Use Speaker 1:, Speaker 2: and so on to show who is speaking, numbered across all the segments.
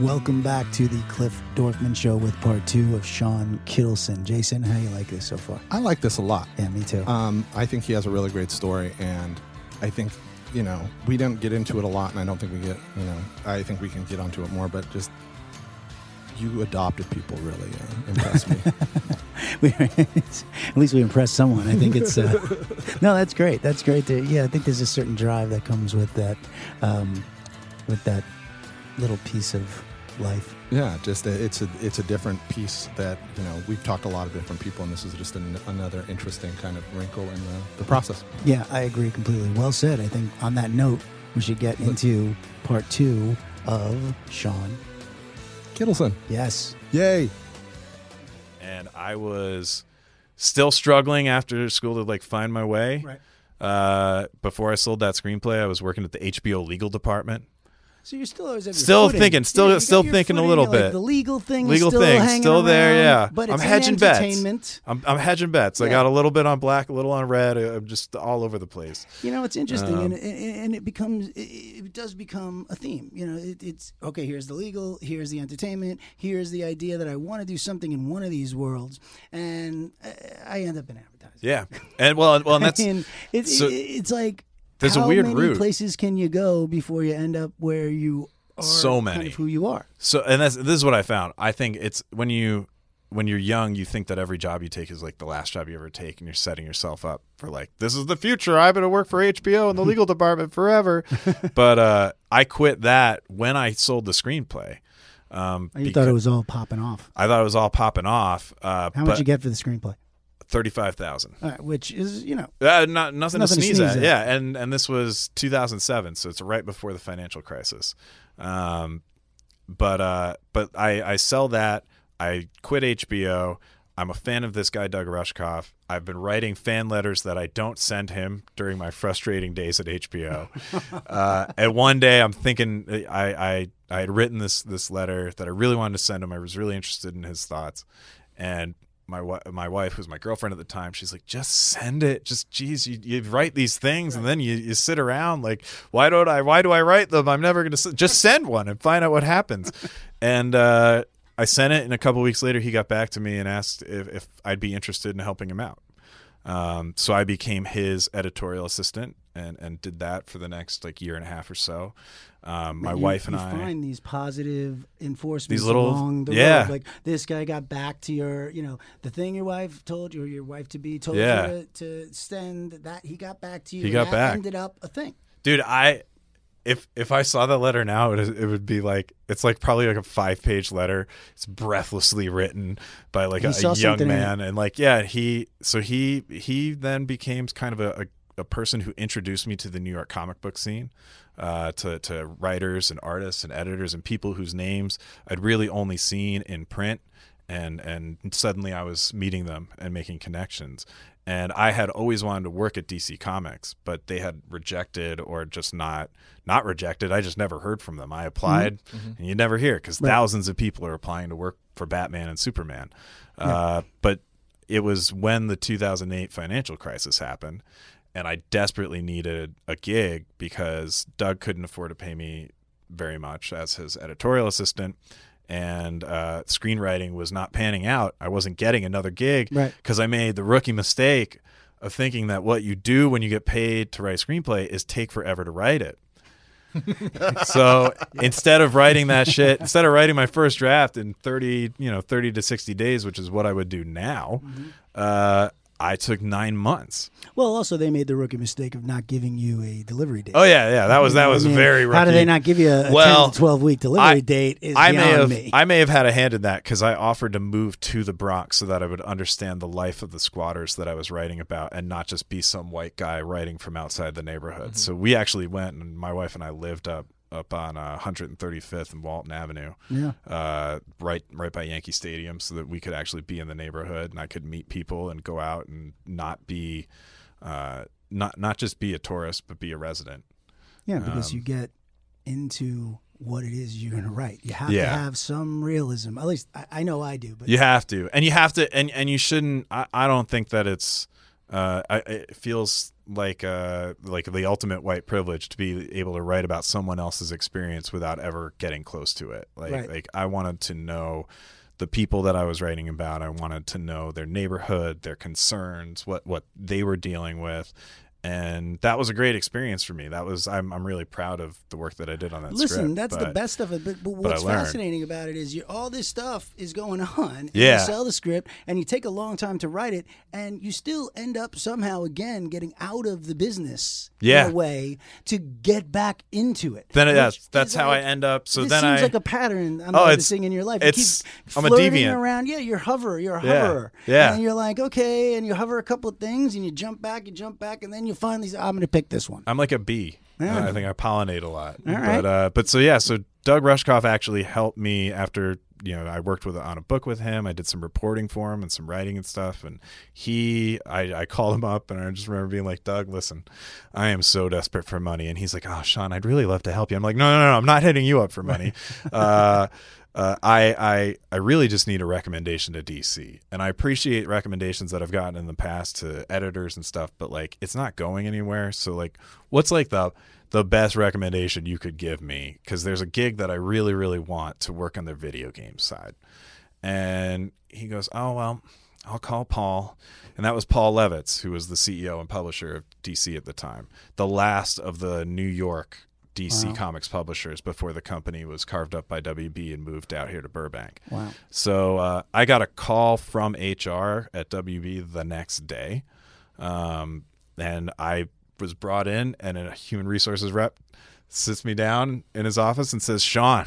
Speaker 1: Welcome back to the Cliff Dorfman Show with part two of Sean Kittleson. Jason, how you like this so far?
Speaker 2: I like this a lot.
Speaker 1: Yeah, me too.
Speaker 2: Um, I think he has a really great story, and I think you know we didn't get into it a lot, and I don't think we get you know I think we can get onto it more, but just you adopted people really uh, impressed me.
Speaker 1: We- at least we impressed someone. I think it's uh, no, that's great. That's great. To, yeah, I think there's a certain drive that comes with that, um, with that little piece of life.
Speaker 2: yeah, just a, it's a it's a different piece that you know we've talked to a lot of different people, and this is just an, another interesting kind of wrinkle in the, the process.
Speaker 1: Yeah, I agree completely. Well said. I think on that note, we should get into part two of Sean.
Speaker 2: Kittleson,
Speaker 1: Yes.
Speaker 2: yay!
Speaker 3: and I was still struggling after school to like find my way.
Speaker 1: Right.
Speaker 3: Uh, before I sold that screenplay, I was working at the HBO legal department.
Speaker 1: So you're still always at your
Speaker 3: Still
Speaker 1: footing.
Speaker 3: thinking, still-
Speaker 1: you got
Speaker 3: still
Speaker 1: your
Speaker 3: thinking a
Speaker 1: footing,
Speaker 3: little
Speaker 1: you're like,
Speaker 3: bit.
Speaker 1: the legal thing,
Speaker 3: Legal
Speaker 1: is still
Speaker 3: thing,
Speaker 1: hanging
Speaker 3: still there,
Speaker 1: around,
Speaker 3: yeah.
Speaker 1: But
Speaker 3: I'm
Speaker 1: it's an
Speaker 3: hedging bets.
Speaker 1: entertainment.
Speaker 3: I'm, I'm hedging bets. I
Speaker 1: Yeah.
Speaker 3: got a little bit on black, a little on red. I- I'm just all over the place.
Speaker 1: You know, it's interesting,
Speaker 3: Um,
Speaker 1: and, and and it becomes it, it does become a theme. You know, it, it's okay. Here's the legal. Here's the entertainment. Here's the idea that I want to do something in one of these worlds, and uh, I end up in advertising.
Speaker 3: Yeah, and well, and, well, and that's
Speaker 1: and it,
Speaker 3: so-
Speaker 1: it- it's like
Speaker 3: There's a
Speaker 1: how
Speaker 3: weird
Speaker 1: many
Speaker 3: route.
Speaker 1: Places can you go before you end up where you are?
Speaker 3: So
Speaker 1: Kind
Speaker 3: many.
Speaker 1: of who you are.
Speaker 3: so. And that's this is what I found. I think it's when you when you're young, you think that every job you take is like the last job you ever take, and you're setting yourself up for like this is the future. I'm gonna work for HBO in the legal department forever. but uh, I quit that when I sold the screenplay. Um,
Speaker 1: Oh, You
Speaker 3: because-
Speaker 1: thought it was all popping off.
Speaker 3: I thought it was all popping off. Uh,
Speaker 1: How
Speaker 3: but
Speaker 1: much you get for the screenplay?
Speaker 3: Thirty-five thousand.
Speaker 1: All right, which is you know
Speaker 3: Uh, not nothing, to
Speaker 1: Nothing
Speaker 3: sneeze, at. Yeah, and and this was 2007, so it's right before the financial crisis. Um, but uh, but I I sell that. I quit HBO. I'm a fan of this guy Doug Rushkoff. I've been writing fan letters that I don't send him during my frustrating days at HBO. uh, and one day I'm thinking I, I I had written this this letter that I really wanted to send him. I was really interested in his thoughts, and my wi- my wife, who's my girlfriend at the time, she's like, just send it. Just geez, you, you write these things and then you, you sit around like, why don't I? Why do I write them? I'm never gonna s-. just send one and find out what happens. and uh, I sent it, and a couple weeks later, he got back to me and asked if, if I'd be interested in helping him out. Um, so I became his editorial assistant and and did that for the next like year and a half or so. Um, my
Speaker 1: you-
Speaker 3: wife and
Speaker 1: you
Speaker 3: I.
Speaker 1: find these positive enforcements
Speaker 3: These little-
Speaker 1: along the
Speaker 3: yeah.
Speaker 1: road. Like this guy got back to your, you know, the thing your wife told you, or your wife to be told
Speaker 3: Yeah.
Speaker 1: you to, to send. That he got back to you.
Speaker 3: He
Speaker 1: and
Speaker 3: got
Speaker 1: that
Speaker 3: back.
Speaker 1: Ended up a thing.
Speaker 3: dude i if if i saw that letter now it, it would be like it's like probably like a five page letter it's breathlessly written by like
Speaker 1: He
Speaker 3: a,
Speaker 1: saw
Speaker 3: a young
Speaker 1: something in
Speaker 3: man and like yeah he so he he then became kind of a, a, a person who introduced me to the new york comic book scene uh, to, to writers and artists and editors and people whose names i'd really only seen in print and and suddenly I was meeting them and making connections. And I had always wanted to work at DC Comics, but they had rejected or just not not rejected. I just never heard from them. I applied, and you never hear because thousands of people are applying to work for Batman and Superman. Uh, but it was when the 2008 financial crisis happened, and I desperately needed a gig because Doug couldn't afford to pay me very much as his editorial assistant and uh, screenwriting was not panning out i wasn't getting another gig
Speaker 1: Right.
Speaker 3: because i made the rookie mistake of thinking that what you do when you get paid to write a screenplay is take forever to write it so instead of writing that shit instead of writing my first draft in 30 you know 30 to 60 days which is what i would do now
Speaker 1: Mm-hmm.
Speaker 3: uh, i took nine months
Speaker 1: Well, also they made the rookie mistake of not giving you a delivery date.
Speaker 3: oh yeah yeah that was that was
Speaker 1: I mean,
Speaker 3: very rookie.
Speaker 1: How do they not give you a, a
Speaker 3: Well,
Speaker 1: 10 to 12 week delivery
Speaker 3: I-
Speaker 1: date? Is
Speaker 3: I may
Speaker 1: beyond
Speaker 3: have
Speaker 1: me.
Speaker 3: I may have had a hand in that because I offered to move to the Bronx so that I would understand the life of the squatters that I was writing about and not just be some white guy writing from outside the neighborhood.
Speaker 1: Mm-hmm.
Speaker 3: So we actually went and my wife and I lived up up on uh, 135th and Walton Avenue,
Speaker 1: Yeah.
Speaker 3: uh, right right by Yankee Stadium, so that we could actually be in the neighborhood and I could meet people and go out and not be uh, not not just be a tourist but be a resident.
Speaker 1: Yeah, because
Speaker 3: Um,
Speaker 1: you get into what it is you're going to write. You have to
Speaker 3: Yeah.
Speaker 1: have some realism. At least I, I know I do. But
Speaker 3: You have to, and you have to, and and you shouldn't. I, I don't think that it's Uh, I, it feels like uh, like the ultimate white privilege to be able to write about someone else's experience without ever getting close to it. Like
Speaker 1: Right.
Speaker 3: like I wanted to know the people that I was writing about. I wanted to know their neighborhood, their concerns, what what they were dealing with. And that was a great experience for me. That was I'm I'm really proud of the work that I did on that
Speaker 1: Listen,
Speaker 3: script,
Speaker 1: that's the
Speaker 3: but-
Speaker 1: best of it. But, but
Speaker 3: I
Speaker 1: what's
Speaker 3: learned.
Speaker 1: fascinating about it is you, all this stuff is going on. and
Speaker 3: Yeah.
Speaker 1: You sell the script and you take a long time to write it, and you still end up somehow again getting out of the business
Speaker 3: Yeah.
Speaker 1: in a way to get back into it.
Speaker 3: Then
Speaker 1: Which
Speaker 3: that's that's
Speaker 1: is
Speaker 3: how
Speaker 1: like-
Speaker 3: I end up. So
Speaker 1: this
Speaker 3: then
Speaker 1: seems
Speaker 3: I
Speaker 1: like a pattern I'm
Speaker 3: Oh, it's-
Speaker 1: noticing in your life. You
Speaker 3: it's-
Speaker 1: keep
Speaker 3: I'm a
Speaker 1: flirting
Speaker 3: deviant.
Speaker 1: around. Yeah, you're hover. You're a
Speaker 3: Yeah,
Speaker 1: hoverer.
Speaker 3: yeah.
Speaker 1: And you're like, okay, and you hover a couple of things, and you jump back, you jump back, and then you finally say, I'm going to pick this one.
Speaker 3: I'm like a bee.
Speaker 1: Yeah.
Speaker 3: I think I pollinate a lot.
Speaker 1: All
Speaker 3: but
Speaker 1: right.
Speaker 3: uh but so yeah, so Doug Rushkoff actually helped me after you know I worked with on a book with him. I did some reporting for him and some writing and stuff. And he, I, I called him up and I just remember being like, Doug, listen, I am so desperate for money. And he's like, Oh, Sean, I'd really love to help you. I'm like, No, no, no, I'm not hitting you up for money. uh, uh, I, I I really just need a recommendation to DC, and I appreciate recommendations that I've gotten in the past to editors and stuff, but like it's not going anywhere. So like, what's like the the best recommendation you could give me? Because there's a gig that I really really want to work on their video game side, and he goes, oh well, I'll call Paul, and that was Paul Levitz, who was the CEO and publisher of DC at the time, the last of the New York DC
Speaker 1: Wow.
Speaker 3: comics publishers before the company was carved up by WB and moved out here to Burbank.
Speaker 1: Wow.
Speaker 3: So uh, I got a call from HR at WB the next day, um, and I was brought in, and a human resources rep sits me down in his office and says, "Sean,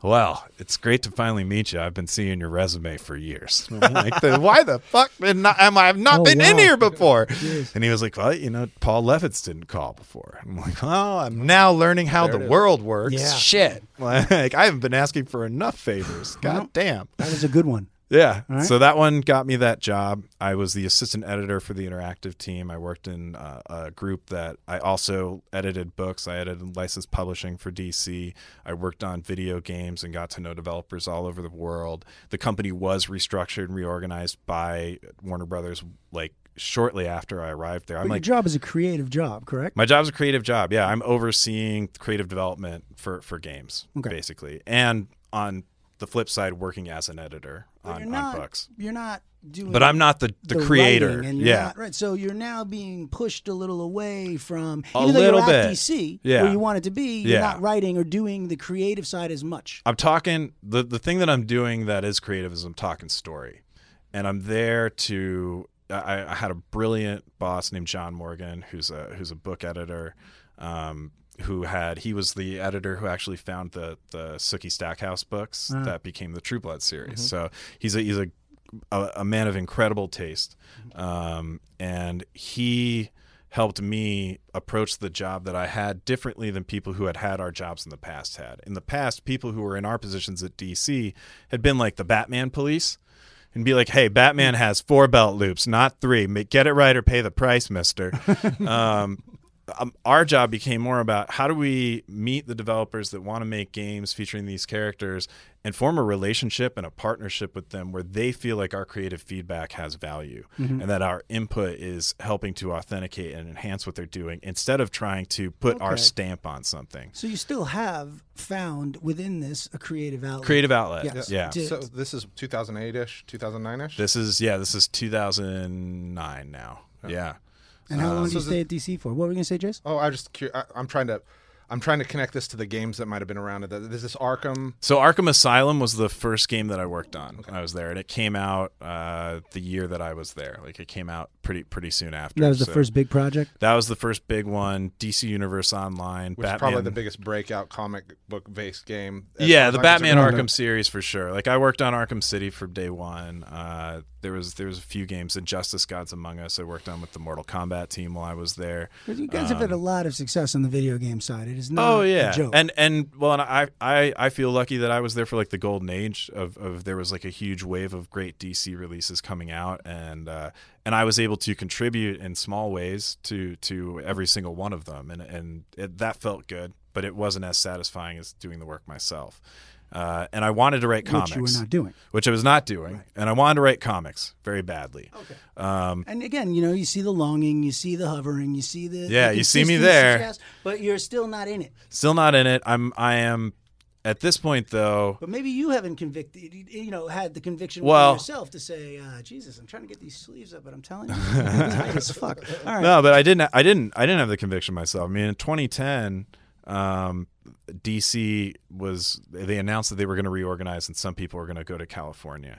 Speaker 3: well, it's great to finally meet you. I've been seeing your resume for years. like, the, why the fuck been not, am I have not
Speaker 1: Oh,
Speaker 3: been in
Speaker 1: wow.
Speaker 3: here before?" And he was like, "Well, you know, Paul Levitz didn't call before." I'm like, "Oh, I'm now learning how the world works.
Speaker 1: Yeah.
Speaker 3: Shit, like I haven't been asking for enough favors. God damn."
Speaker 1: That was a good one.
Speaker 3: Yeah.
Speaker 1: All right.
Speaker 3: So that one got me that job. I was the assistant editor for the interactive team. I worked in uh, a group that I also edited books. I edited licensed publishing for DC. I worked on video games and got to know developers all over the world. The company was restructured and reorganized by Warner Brothers like shortly after I arrived there. I'm
Speaker 1: But
Speaker 3: like
Speaker 1: your job is a creative job, correct?
Speaker 3: my job's a creative job. Yeah, I'm overseeing creative development for for games
Speaker 1: Okay.
Speaker 3: basically. And on the flip side working as an editor
Speaker 1: But
Speaker 3: on,
Speaker 1: you're not,
Speaker 3: on books
Speaker 1: You're not doing.
Speaker 3: but I'm not the, the, creator.
Speaker 1: writing and you're
Speaker 3: yeah.
Speaker 1: not- right. So you're now being pushed a little away from
Speaker 3: A
Speaker 1: even though
Speaker 3: little
Speaker 1: you're at
Speaker 3: bit.
Speaker 1: DC,
Speaker 3: Yeah.
Speaker 1: where you wanted to be. You're
Speaker 3: Yeah.
Speaker 1: not writing or doing the creative side as much.
Speaker 3: I'm talking the the thing that I'm doing that is creative is I'm talking story, and I'm there to. I, I had a brilliant boss named John Morgan, who's a who's a book editor, um, who had he was the editor who actually found the the Sookie Stackhouse books
Speaker 1: Ah.
Speaker 3: that became the True Blood series.
Speaker 1: Mm-hmm.
Speaker 3: So he's a he's a a, a man of incredible taste, um, and he helped me approach the job that I had differently than people who had had our jobs in the past had. In the past, people who were in our positions at DC had been like the Batman police and be like, "Hey, Batman has four belt loops, not three. Ma- Get it right or pay the price, Mister." um, um, our job became more about how do we meet the developers that want to make games featuring these characters and form a relationship and a partnership with them where they feel like our creative feedback has value
Speaker 1: Mm-hmm.
Speaker 3: and that our input is helping to authenticate and enhance what they're doing instead of trying to put our
Speaker 1: Okay.
Speaker 3: stamp on something.
Speaker 1: So you still have found within this a creative outlet.
Speaker 3: Creative outlet.
Speaker 1: Yes.
Speaker 3: Yeah.
Speaker 1: Did-
Speaker 2: So this is 2008 ish, 2009 ish.
Speaker 3: This is yeah, this is 2009 now.
Speaker 1: Oh.
Speaker 3: Yeah.
Speaker 1: And how long did
Speaker 2: so
Speaker 1: you stay at DC for? What were you gonna say, Jace?
Speaker 2: Oh, I just cur- I, I'm trying to I'm trying to connect this to the games that might have been around. it. There's this Arkham.
Speaker 3: So Arkham Asylum was the first game that I worked on when I was there, and it came out uh, the year that I was there. Like it came out pretty pretty soon after.
Speaker 1: That was the
Speaker 3: So
Speaker 1: first big project.
Speaker 3: That was the first big one. DC Universe Online,
Speaker 2: Which
Speaker 3: Batman.
Speaker 2: is probably the biggest breakout comic book based game. As far
Speaker 3: yeah,
Speaker 2: as
Speaker 3: the
Speaker 2: I'm concerned.
Speaker 3: Batman Arkham series for sure. Like I worked on Arkham City from day one. Uh, there was there was a few games, Injustice Gods Among Us. I worked on with the Mortal Kombat team while I was there.
Speaker 1: But you guys have had a lot of success on the video game side. It is not
Speaker 3: Um, Oh yeah,
Speaker 1: a joke.
Speaker 3: and and well, and I, I I feel lucky that I was there for like the golden age of, of there was like a huge wave of great DC releases coming out, and uh, and I was able to contribute in small ways to to every single one of them, and and it, that felt good, but it wasn't as satisfying as doing the work myself. Uh, and I wanted to write comics,
Speaker 1: Which you were not doing.
Speaker 3: which I was not doing, and I wanted to write comics very badly.
Speaker 1: Oh.
Speaker 3: Okay. Um,
Speaker 1: And again, you know, you see the longing, you see the hovering, you see the
Speaker 3: Yeah,
Speaker 1: the
Speaker 3: you see me
Speaker 1: consistency
Speaker 3: there.
Speaker 1: suggest, but you're still not in it.
Speaker 3: still not in it. I'm I am at this point though.
Speaker 1: But maybe you haven't convicted, you know, had the conviction
Speaker 3: Well-
Speaker 1: within yourself to say, uh, "Jesus, I'm trying to get these sleeves up, but I'm telling you, it's tight as fuck." All right,
Speaker 3: No, but I didn't. I didn't. I didn't have the conviction myself. I mean, in 2010, um, DC was. They announced that they were going to reorganize, and some people were going to go to California.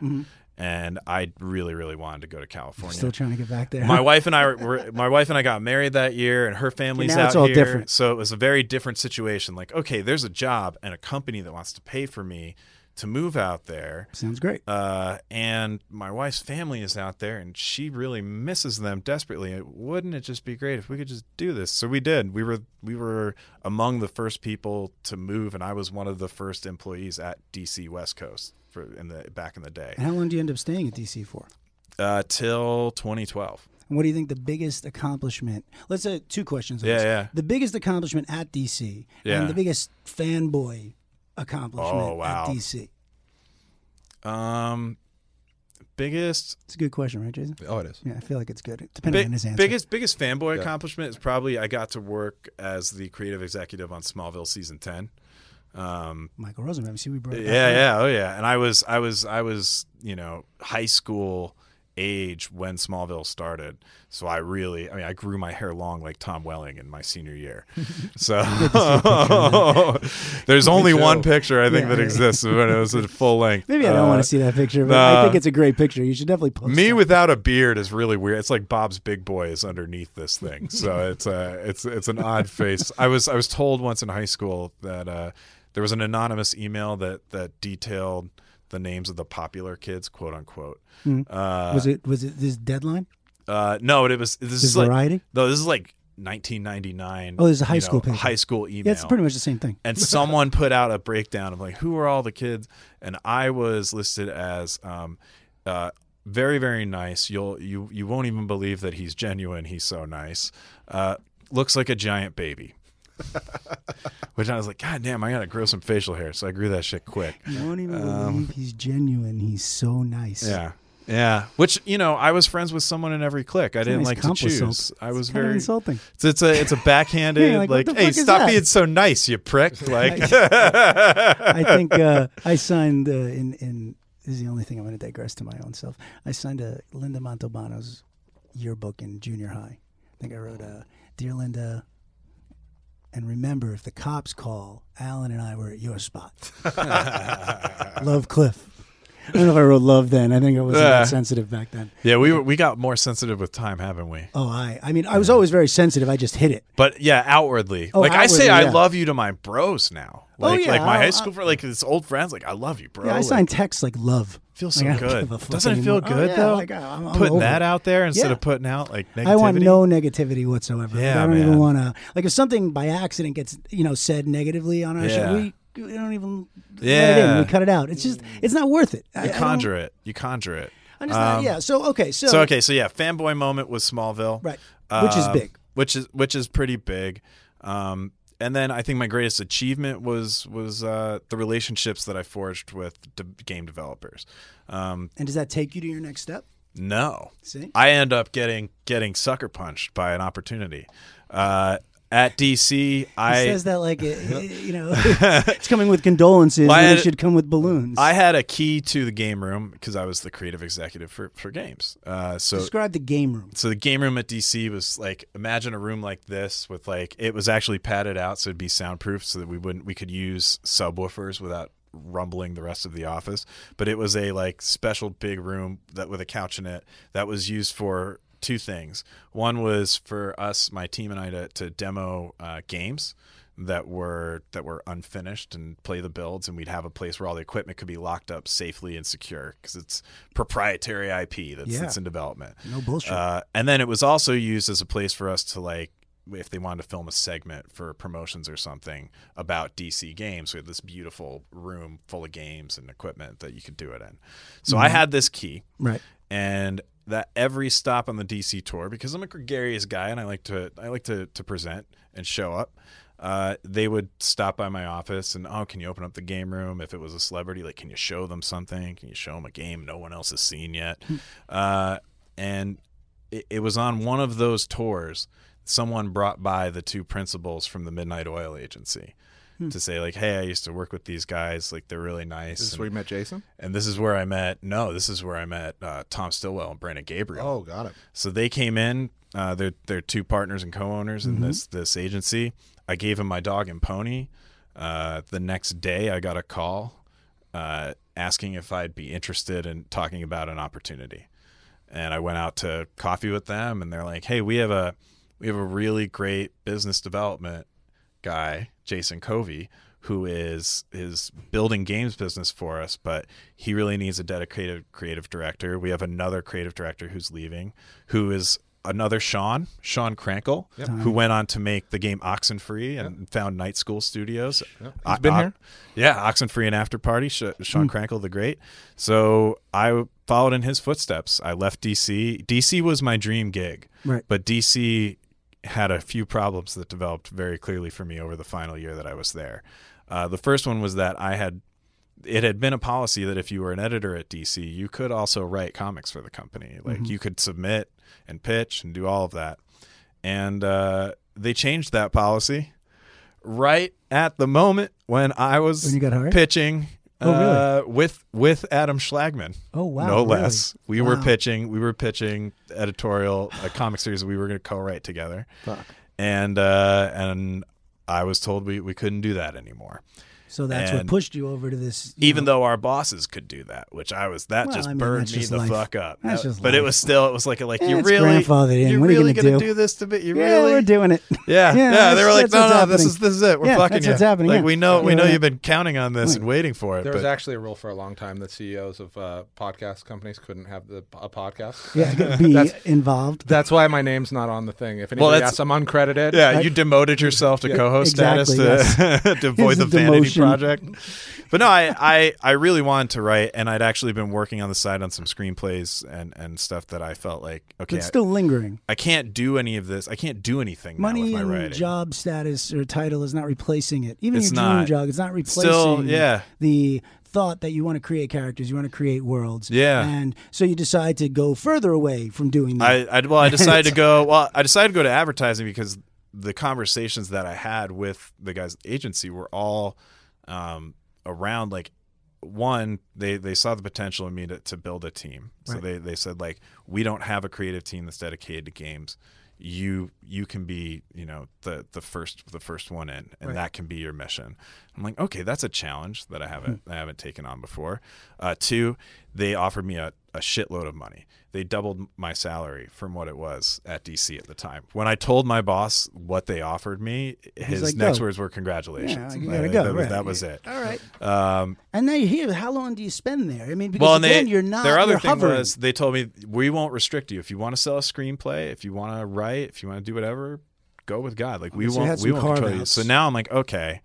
Speaker 3: And I really, really wanted to go to California.
Speaker 1: Mm-hmm. still trying to get back there.
Speaker 3: my wife and I were. My wife and I got married that year, and her family's
Speaker 1: now
Speaker 3: out
Speaker 1: it's all
Speaker 3: here.
Speaker 1: different.
Speaker 3: So it was a very different situation. Like, okay, there's a job and a company that wants to pay for me to move out there.
Speaker 1: Sounds great.
Speaker 3: Uh, and my wife's family is out there and she really misses them desperately. It- Wouldn't it just be great if we could just do this? So we did. We were we were among the first people to move and I was one of the first employees at DC West Coast for in the back in the day.
Speaker 1: And how long do you end up staying at DC for?
Speaker 3: Uh, till 2012.
Speaker 1: And what do you think the biggest accomplishment? Let's say two questions. on
Speaker 3: Yeah,
Speaker 1: this.
Speaker 3: yeah.
Speaker 1: The biggest accomplishment at DC
Speaker 3: Yeah.
Speaker 1: and the biggest fanboy accomplishment
Speaker 3: Oh, wow.
Speaker 1: at DC.
Speaker 3: Um biggest
Speaker 1: It's a good question, right, Jason?
Speaker 2: Oh, it is.
Speaker 1: Yeah, I feel like it's good, depending
Speaker 3: Big-
Speaker 1: on his answer.
Speaker 3: biggest biggest fanboy accomplishment is probably I got to work as the creative executive on Smallville season 10. Um
Speaker 1: Michael Rosenbaum. See, we brought it
Speaker 3: yeah
Speaker 1: up.
Speaker 3: yeah oh yeah and i was i was i was you know high school age when smallville started so i really i mean i grew my hair long like tom welling in my senior year so there's only one picture i think
Speaker 1: Yeah,
Speaker 3: that
Speaker 1: yeah.
Speaker 3: exists when it was at full length
Speaker 1: Maybe I don't want
Speaker 3: Uh,
Speaker 1: to see that picture, but I
Speaker 3: nah.
Speaker 1: think it's a great picture. You should definitely post
Speaker 3: me
Speaker 1: that.
Speaker 3: without a beard is really weird. It's like Bob's Big Boy is underneath this thing, so it's a it's it's an odd face. I was I was told once in high school that uh, there was an anonymous email that that detailed the names of the popular kids, quote unquote.
Speaker 1: Hmm.
Speaker 3: Uh,
Speaker 1: Was it was it this deadline?
Speaker 3: uh, no, it was this
Speaker 1: This
Speaker 3: is like
Speaker 1: variety?
Speaker 3: no, this is like 1999.
Speaker 1: Oh, this is a high
Speaker 3: you
Speaker 1: school
Speaker 3: know,
Speaker 1: paper.
Speaker 3: high school email
Speaker 1: Yeah, it's pretty much the same thing.
Speaker 3: and someone put out a breakdown of like who are all the kids and i was listed as um, uh, very very nice you'll you you won't even believe that he's genuine he's so nice uh, looks like a giant baby which i was like god damn i gotta grow some facial hair so i grew that shit quick
Speaker 1: You won't even believe he's genuine. He's so nice.
Speaker 3: Um, yeah yeah which you know i was friends with someone in every clique i didn't
Speaker 1: nice
Speaker 3: like to
Speaker 1: compliment.
Speaker 3: choose i was
Speaker 1: Kind of
Speaker 3: very
Speaker 1: insulting.
Speaker 3: it's, it's a it's a backhanded
Speaker 1: Yeah, like,
Speaker 3: like,
Speaker 1: what the
Speaker 3: hey
Speaker 1: fuck is
Speaker 3: stop
Speaker 1: that?"
Speaker 3: being so nice you prick like
Speaker 1: I think uh, I signed uh, in in this is the only thing I'm going to digress to my own self. I signed a Linda Montalbano's yearbook in junior high. I think I wrote, uh, "Dear Linda." And remember, if the cops call, Alan and I were at your spot. love Cliff. I don't know if I wrote love then. I think I was a
Speaker 3: Yeah.
Speaker 1: little sensitive back then.
Speaker 3: Yeah, we were, we got more sensitive with time, haven't we?
Speaker 1: Oh, I. I mean, I was always very sensitive. I just hit it.
Speaker 3: But yeah, outwardly,
Speaker 1: Oh,
Speaker 3: like I
Speaker 1: outwardly,
Speaker 3: say, I
Speaker 1: yeah.
Speaker 3: love you to my bros now.
Speaker 1: Oh,
Speaker 3: Like,
Speaker 1: yeah,
Speaker 3: like my
Speaker 1: I-
Speaker 3: high school, fr- like his old friends, like I love you, bro.
Speaker 1: Yeah, I
Speaker 3: Like,
Speaker 1: signed texts like love.
Speaker 3: feels so
Speaker 1: Like, I don't
Speaker 3: good.
Speaker 1: give a fuck
Speaker 3: Doesn't it feel
Speaker 1: anymore. Oh,
Speaker 3: good
Speaker 1: yeah,
Speaker 3: though?
Speaker 1: like, I'm- I'm
Speaker 3: putting
Speaker 1: over
Speaker 3: that
Speaker 1: it.
Speaker 3: out there instead
Speaker 1: Yeah.
Speaker 3: of putting out like negativity.
Speaker 1: I want no negativity whatsoever. Like,
Speaker 3: Yeah,
Speaker 1: I don't even
Speaker 3: man.
Speaker 1: want to. Like, if something by accident gets you know said negatively on our
Speaker 3: Yeah.
Speaker 1: show, we, we don't even let it in.
Speaker 3: Yeah.
Speaker 1: We cut it out. It's just it's not worth it. I,
Speaker 3: You conjure it. You conjure it.
Speaker 1: I am just not,
Speaker 3: Um,
Speaker 1: yeah. So okay. So,
Speaker 3: So okay, so yeah, fanboy moment was Smallville,
Speaker 1: Right. Which is
Speaker 3: Uh,
Speaker 1: big.
Speaker 3: which is which is pretty big. Um, and then I think my greatest achievement was was uh, the relationships that I forged with de- game developers. Um,
Speaker 1: And does that take you to your next step?
Speaker 3: no,
Speaker 1: See.
Speaker 3: I end up getting getting sucker punched by an opportunity. Uh, at DC,
Speaker 1: He
Speaker 3: I
Speaker 1: says that like it, it- you know it's coming with condolences.
Speaker 3: Well, I
Speaker 1: and it
Speaker 3: had-
Speaker 1: should come with balloons.
Speaker 3: I had a key to the game room because I was the creative executive for for games. Uh, so
Speaker 1: Describe the game room.
Speaker 3: so the game room at DC was like imagine a room like this with like it was actually padded out so it'd be soundproof so that we wouldn't we could use subwoofers without rumbling the rest of the office but it was a like special big room that with a couch in it that was used for two things one was for us my team and I to, to demo uh, games that were that were unfinished and play the builds and we'd have a place where all the equipment could be locked up safely and secure because it's proprietary IP that's,
Speaker 1: Yeah.
Speaker 3: that's in development
Speaker 1: No bullshit.
Speaker 3: uh, and then it was also used as a place for us to like if they wanted to film a segment for promotions or something about DC games, we had this beautiful room full of games and equipment that you could do it in. So I had this key
Speaker 1: right.
Speaker 3: and that every stop on the DC tour, because I'm a gregarious guy and I like to I like to to present and show up. Uh, they would stop by my office and oh, can you open up the game room? If it was a celebrity, like can you show them something? Can you show them a game no one else has seen yet? uh, and it, it was on one of those tours. Someone brought by the two principals from the Midnight Oil Agency to say like, hey, I used to work with these guys. Like they're really nice.
Speaker 2: Is this
Speaker 3: and-
Speaker 2: where you met Jason?
Speaker 3: and this is where I met. No, this is where I met uh, Tom Stillwell and Brandon Gabriel.
Speaker 2: Oh, got it.
Speaker 3: So they came in. Uh, they're they're two partners and co-owners in this this agency. I gave him my dog and pony. Uh, the next day, I got a call uh, asking if I'd be interested in talking about an opportunity. And I went out to coffee with them, and they're like, "Hey, we have a we have a really great business development guy, Jason Covey, who is is building games business for us, but he really needs a dedicated creative director. We have another creative director who's leaving, who is another Sean, Sean Crankle, who went on to make the game Oxenfree and found Night School Studios.
Speaker 2: Yep.
Speaker 3: I-
Speaker 2: He's been
Speaker 3: I-
Speaker 2: here. Hmm.
Speaker 3: Yeah, Oxenfree and After Party, Sh- Sean Crankle the Great. So I followed in his footsteps. I left DC. DC was my dream gig.
Speaker 1: Right.
Speaker 3: But DC had a few problems that developed very clearly for me over the final year that I was there. Uh, the first one was that I had it had been a policy that if you were an editor at DC, you could also write comics for the company. Like
Speaker 1: Mm-hmm.
Speaker 3: you could submit and pitch and do all of that. And uh, they changed that policy right at the moment when I was
Speaker 1: When you got hired?
Speaker 3: pitching
Speaker 1: Oh, really?
Speaker 3: uh, with with Adam Schlagman
Speaker 1: Oh wow.
Speaker 3: no
Speaker 1: really?
Speaker 3: less. We were
Speaker 1: Wow.
Speaker 3: pitching. We were pitching editorial a comic series we were going to co-write together,
Speaker 2: Fuck.
Speaker 3: and uh, and I was told we, we couldn't do that anymore.
Speaker 1: So that's what
Speaker 3: And-
Speaker 1: pushed you over to this. you
Speaker 3: Even
Speaker 1: know,
Speaker 3: though our bosses could do that, which I was that
Speaker 1: Well,
Speaker 3: just
Speaker 1: I mean,
Speaker 3: burned
Speaker 1: that's
Speaker 3: me
Speaker 1: just
Speaker 3: the
Speaker 1: life.
Speaker 3: fuck up.
Speaker 1: That's
Speaker 3: That-
Speaker 1: just
Speaker 3: but it
Speaker 1: life.
Speaker 3: was still it was like like you
Speaker 1: It's
Speaker 3: really
Speaker 1: grandfathered in.
Speaker 3: You
Speaker 1: What are you
Speaker 3: really
Speaker 1: gonna
Speaker 3: gonna
Speaker 1: do?
Speaker 3: do this to me? You
Speaker 1: yeah,
Speaker 3: really
Speaker 1: we're doing it.
Speaker 3: yeah,
Speaker 1: Yeah,
Speaker 3: yeah. they
Speaker 1: that's-
Speaker 3: were like,
Speaker 1: that's
Speaker 3: no,
Speaker 1: what's
Speaker 3: no, this
Speaker 1: happening.
Speaker 3: is this is it. We're
Speaker 1: Yeah,
Speaker 3: fucking
Speaker 1: that's
Speaker 3: you.
Speaker 1: what's happening,
Speaker 3: Like
Speaker 1: yeah.
Speaker 3: we know, we
Speaker 1: Yeah.
Speaker 3: know you've been counting on this and waiting for it.
Speaker 2: There
Speaker 3: but
Speaker 2: was actually a rule for a long time that CEOs of uh, podcast companies couldn't have the, a podcast.
Speaker 1: yeah, be
Speaker 2: That's-
Speaker 1: involved.
Speaker 2: That's why my name's not on the thing. If anybody
Speaker 3: that's-
Speaker 2: asks, I'm uncredited.
Speaker 3: Yeah,
Speaker 1: Right?
Speaker 3: you demoted yourself to co-host
Speaker 1: exactly,
Speaker 3: status to, to avoid
Speaker 1: It's
Speaker 3: the
Speaker 1: a
Speaker 3: vanity
Speaker 1: demotion.
Speaker 3: project. But no, I, I I really wanted to write, and I'd actually been working on the side on some screenplays and and stuff that I felt like okay,
Speaker 1: But still lingering.
Speaker 3: I, I can't do any of this. I can't do anything now
Speaker 1: Money
Speaker 3: with my
Speaker 1: and
Speaker 3: writing.
Speaker 1: job status or title is not replacing it. Even
Speaker 3: It's
Speaker 1: your dream
Speaker 3: not.
Speaker 1: job, it's not replacing
Speaker 3: Still, yeah.
Speaker 1: the thought that you want to create characters, you want to create worlds.
Speaker 3: Yeah.
Speaker 1: And so you decide to go further away from doing that.
Speaker 3: I, I well, I decided to go. Well, I decided to go to advertising because the conversations that I had with the guys at the agency were all um, around like one they they saw the potential in me to, to build a team so
Speaker 1: Right.
Speaker 3: they they said like we don't have a creative team that's dedicated to games you you can be you know the the first the first one in and that can be your mission i'm like okay that's a challenge that i haven't
Speaker 1: Hmm.
Speaker 3: i haven't taken on before uh two they offered me a, a shitload of money they doubled my salary from what it was at dc at the time when i told my boss what they offered me his
Speaker 1: like,
Speaker 3: next
Speaker 1: "Go."
Speaker 3: words were congratulations
Speaker 1: Yeah, you gotta
Speaker 3: Like,
Speaker 1: go,
Speaker 3: that, was-
Speaker 1: right.
Speaker 3: that was it
Speaker 1: All right.
Speaker 3: um
Speaker 1: And now you're here. How long do you spend there? I mean, because
Speaker 3: well, and
Speaker 1: again,
Speaker 3: they,
Speaker 1: you're not.
Speaker 3: Their other
Speaker 1: you're
Speaker 3: thing
Speaker 1: hovering.
Speaker 3: was they told me we won't restrict you if you want to sell a screenplay, if you want to write, if you want to do whatever, go with God. Like we
Speaker 1: so you had
Speaker 3: won't, we
Speaker 1: some
Speaker 3: won't control you.
Speaker 1: carve-outs.
Speaker 3: So now I'm like, okay,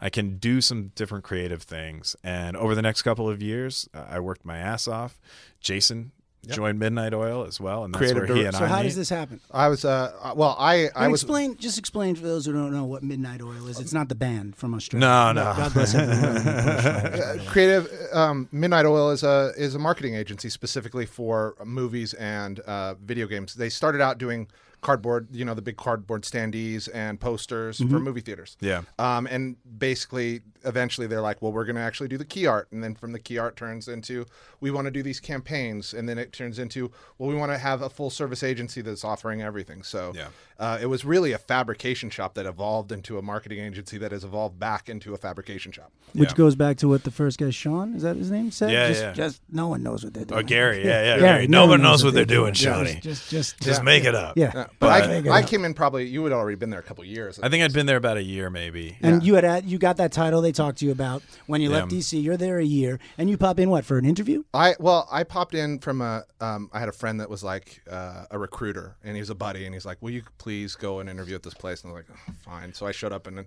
Speaker 3: I can do some different creative things. And over the next couple of years, uh, I worked my ass off. Jason joined Midnight Oil as well, and that's
Speaker 2: Creative
Speaker 3: where he
Speaker 2: direct-
Speaker 3: and
Speaker 1: So
Speaker 3: I
Speaker 1: how
Speaker 3: meet.
Speaker 1: does this happen?
Speaker 2: I was. Uh, uh, well, I I
Speaker 1: And
Speaker 2: was.
Speaker 1: explain, just explain for those who don't know what Midnight Oil is. It's not the band from Australia.
Speaker 3: No, no.
Speaker 1: God bless everyone.
Speaker 2: Uh, creative um, Midnight Oil is a is a marketing agency specifically for movies and uh, video games. They started out doing cardboard, you know, the big cardboard standees and posters for movie theaters.
Speaker 3: Mm-hmm. Yeah.
Speaker 2: Um, and basically, eventually, they're like, "Well, we're going to actually do the key art," and then from the key art turns into, "We want to do these campaigns," and then it turns into, "Well, we want to have a full service agency that's offering everything." So
Speaker 3: Yeah.
Speaker 2: uh, it was really a fabrication shop that evolved into a marketing agency that has evolved back into a fabrication shop.
Speaker 1: Which
Speaker 3: Yeah.
Speaker 1: goes back to what the first guy, Sean, is that his name? Said.
Speaker 3: Yeah,
Speaker 1: just,
Speaker 3: yeah.
Speaker 1: just no one knows what they're doing.
Speaker 3: Oh, Gary, yeah, yeah,
Speaker 1: Gary,
Speaker 3: Gary. No one knows what they're doing,
Speaker 1: Yeah,
Speaker 3: Shawnee.
Speaker 1: Just, just,
Speaker 3: Just
Speaker 1: just,
Speaker 3: make it up.
Speaker 1: yeah.
Speaker 2: But
Speaker 1: Make it
Speaker 2: I, I
Speaker 1: up.
Speaker 2: came in probably. You had already been there a couple years.
Speaker 3: I think I'd been there about a year, maybe.
Speaker 1: And you had at, you got that title they talked to you about when you left
Speaker 3: Yeah.
Speaker 1: DC. You're there a year, and you pop in what for an interview?
Speaker 2: I well, I popped in from a. Um, I had a friend that was like uh, a recruiter, and he was a buddy, and he's like, "Will you please go and interview at this place?" And I was like, oh, "Fine." So I showed up, and then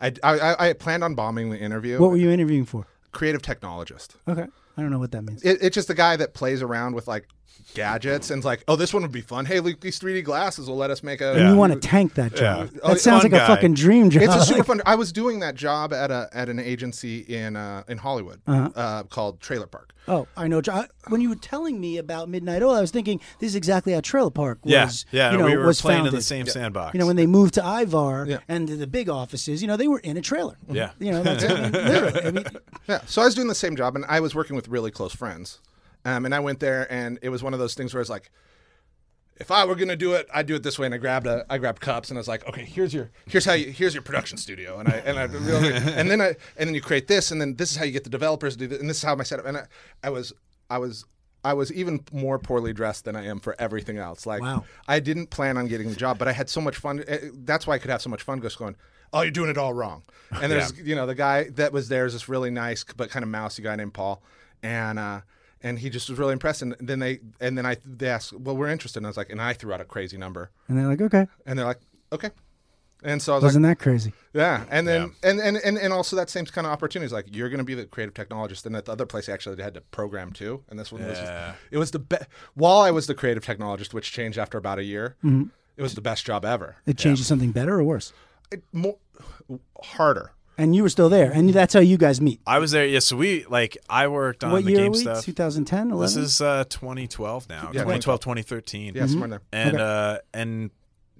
Speaker 2: I, I I- I planned on bombing the interview.
Speaker 1: What were you interviewing for?
Speaker 2: Creative technologist.
Speaker 1: Okay, I don't know what that means.
Speaker 2: It, it's just a guy that plays around with like gadgets and it's like, oh, this one would be fun. Hey, look, these 3D glasses will let us make a.
Speaker 1: And you want to tank that job.
Speaker 2: Yeah. Oh,
Speaker 1: That sounds
Speaker 3: fun
Speaker 1: like
Speaker 3: guy.
Speaker 1: a fucking dream job.
Speaker 2: It's a super fun. I was doing that job at a at an agency in uh, in Hollywood
Speaker 1: Uh-huh.
Speaker 2: uh called Trailer Park.
Speaker 1: Oh, I know. Jo- When you were telling me about Midnight Oil, I was thinking this is exactly how Trailer Park was.
Speaker 3: Yeah, yeah.
Speaker 1: you know,
Speaker 3: we were
Speaker 1: was
Speaker 3: playing
Speaker 1: founded.
Speaker 3: in the same sandbox.
Speaker 1: You know, when they moved to Ivar
Speaker 2: Yeah.
Speaker 1: and to the big offices, you know, they were in a trailer.
Speaker 3: Yeah.
Speaker 1: You know, that's I mean, literally. I mean,
Speaker 2: Yeah. So I was doing the same job, and I was working with really close friends. Um, and I went there, and it was one of those things where it's like, if I were gonna do it, I'd do it this way. And I grabbed a, I grabbed cups, and I was like, okay, here's your, here's how you, here's your production studio, and I, and I, really, and then I, and then you create this, and then this is how you get the developers to do this, and this is how my setup. And I, I was, I was. I was even more poorly dressed than I am for everything else. Like,
Speaker 1: Wow.
Speaker 2: I didn't plan on getting the job, but I had so much fun. eh, That's why I could have so much fun just going, oh, you're doing it all wrong. And there's, you know, the guy that was there is this really nice but kind of mousy guy named Paul. And, uh, and he just was really impressed. And then they, and then I, they asked, well, we're interested. And I was like, and I threw out a crazy number.
Speaker 1: and they're like, okay,
Speaker 2: And they're like, okay. And so I was like,
Speaker 1: wasn't that crazy?
Speaker 2: yeah, and then And, and and and also that same kind of opportunity is like you're going to be the creative technologist, and at the other place I actually had to program too, and this one was
Speaker 3: Yeah.
Speaker 2: just, it was the best. While I was the creative technologist, which changed after about a year, it was the best job ever.
Speaker 1: Mm-hmm. It changed to something better or worse.
Speaker 2: It, more harder.
Speaker 1: And you were still there, and that's how you guys meet.
Speaker 3: I was there. Yeah, so we like I worked on
Speaker 1: what
Speaker 3: Uh, the
Speaker 1: year
Speaker 3: game
Speaker 1: are we?
Speaker 3: stuff.
Speaker 1: 2010, 11.
Speaker 3: This is uh, 2012 now. 2012, 2013.
Speaker 2: Yeah,
Speaker 1: Mm-hmm.
Speaker 2: somewhere in there.
Speaker 3: and uh, and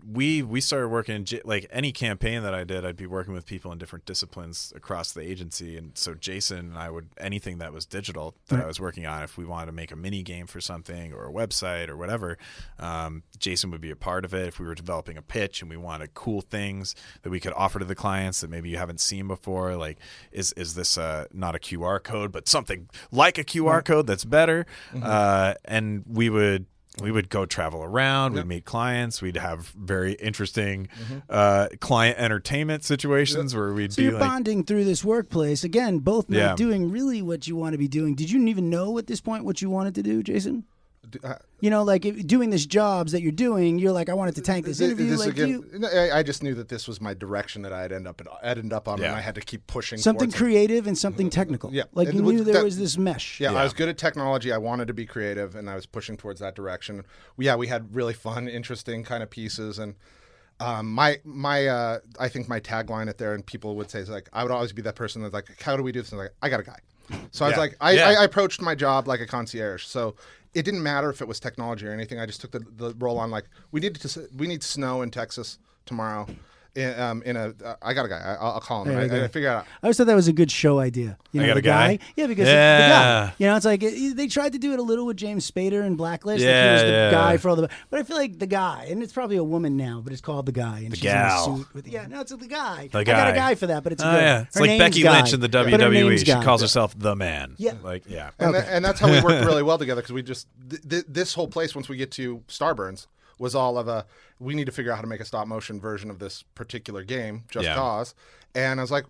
Speaker 3: we we started working J- like any campaign that I did, I'd be working with people in different disciplines across the agency, and so Jason and I would anything that was digital that I was working on, if we wanted to make a mini game for something or a website or whatever, um, Jason would be a part of it. If we were developing a pitch and we wanted cool things that we could offer to the clients that maybe you haven't seen before, like is is this uh, not a QR code but something like a QR code that's better, uh, and we would we would go travel around we'd meet clients we'd have very interesting uh, client entertainment situations where we'd
Speaker 1: Mm-hmm. So
Speaker 3: be
Speaker 1: you're
Speaker 3: like
Speaker 1: bonding through this workplace again, both not
Speaker 3: Yeah.
Speaker 1: doing really what you want to be doing. Did you even know at this point what you wanted to do, Jason?
Speaker 2: D- uh,
Speaker 1: You know, like if, doing this jobs that you're doing, you're like, I wanted to tank this
Speaker 2: th-
Speaker 1: interview.
Speaker 2: this
Speaker 1: like
Speaker 2: again-
Speaker 1: you,
Speaker 2: no, I, I just knew that this was my direction that I'd end up in, I'd end up on,
Speaker 3: Yeah.
Speaker 2: and I had to keep pushing
Speaker 1: something
Speaker 2: towards it.
Speaker 1: creative and something technical.
Speaker 2: Yeah.
Speaker 1: Like
Speaker 2: And
Speaker 1: you
Speaker 2: it was-
Speaker 1: knew there
Speaker 2: that-
Speaker 1: was this mesh.
Speaker 2: Yeah, I was good at technology. I wanted to be creative, and I was pushing towards that direction. Yeah, we had really fun, interesting kind of pieces, and um, my my uh, I think my tagline at there, and people would say is like, I would always be that person that's like, how do we do this? And I'm like, I got a guy. So I was
Speaker 3: Yeah.
Speaker 2: like, I,
Speaker 3: Yeah.
Speaker 2: I, I approached my job like a concierge. So it didn't matter if it was technology or anything. I just took the, the role on like we need to s- we need snow in Texas tomorrow. In, um, in a, uh, I got a guy. I, I'll I'll call him. I, I, figure out.
Speaker 1: I always thought that was a good show idea. You know,
Speaker 3: got
Speaker 1: the
Speaker 3: a guy?
Speaker 1: Yeah, because the
Speaker 3: Yeah.
Speaker 1: guy. You know, it's like it, they tried to do it a little with James Spader and Blacklist. like
Speaker 3: Yeah,
Speaker 1: he was the
Speaker 3: yeah.
Speaker 1: guy for all the. But I feel like the guy, and it's probably a woman now, but it's called the guy, and the she's
Speaker 3: gal.
Speaker 1: in a suit. With, yeah, no, it's the guy.
Speaker 3: The
Speaker 1: I got a
Speaker 3: guy.
Speaker 1: guy for that, but it's a
Speaker 3: oh
Speaker 1: girl.
Speaker 3: yeah it's
Speaker 1: Her
Speaker 3: like
Speaker 1: name's
Speaker 3: becky
Speaker 1: guy,
Speaker 3: lynch in the
Speaker 1: but her
Speaker 3: wwe
Speaker 1: name's
Speaker 3: she
Speaker 1: guy.
Speaker 3: calls herself the man
Speaker 1: Yeah.
Speaker 3: like yeah
Speaker 2: and, tha- and that's how we worked really well together because we just th- th- this whole place once we get to Starburns was all of a we need to figure out how to make a stop motion version of this particular game, Just
Speaker 3: Yeah.
Speaker 2: Cause, and I was like,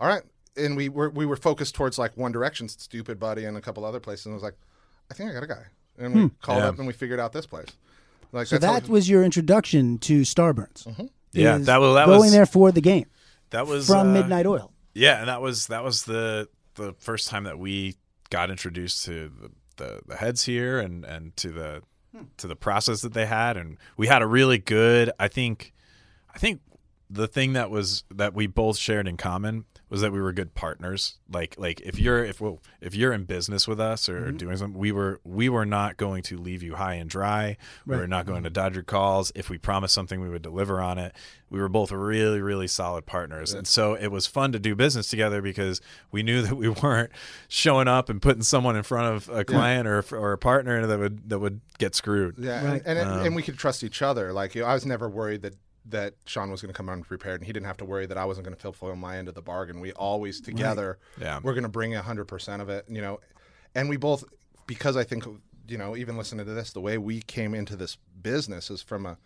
Speaker 2: all right, and we were we were focused towards like One Direction, Stupid Buddy, and a couple other places, and I was like, I think I got a guy, and we called
Speaker 3: Hmm. Yeah.
Speaker 2: up and we figured out this place. Like
Speaker 1: So
Speaker 2: how
Speaker 1: that was your introduction to Starburns.
Speaker 3: Yeah,
Speaker 1: Is
Speaker 3: that was- Mm-hmm. that
Speaker 1: going
Speaker 3: was-
Speaker 1: there for the game
Speaker 3: that was
Speaker 1: from
Speaker 3: uh,
Speaker 1: Midnight Oil.
Speaker 3: yeah and that was that was the the first time that we got introduced to the, the, the heads here and and to the
Speaker 1: Hmm.
Speaker 3: to the process that they had and we had a really good i think I think the thing that was that we both shared in common was that we were good partners. Like like if you're if well if you're in business with us or doing something, we were we were not going to leave you high and dry. We were not going to dodge your calls. If we promised something, we would deliver on it. We were both really really solid partners, and so it was fun to do business together because we knew that we weren't showing up and putting someone in front of a client or or a partner that would that would get screwed.
Speaker 2: Yeah,
Speaker 1: Right.
Speaker 2: and and,
Speaker 3: Um,
Speaker 2: and we could trust each other. Like you know, I was never worried that that Sean was going to come unprepared, and he didn't have to worry that I wasn't going to fulfill my end of the bargain. We always together,
Speaker 3: Yeah.
Speaker 2: we're going to bring hundred percent of it. You know, and we both because I think you know even listening to this, the way we came into this business is from a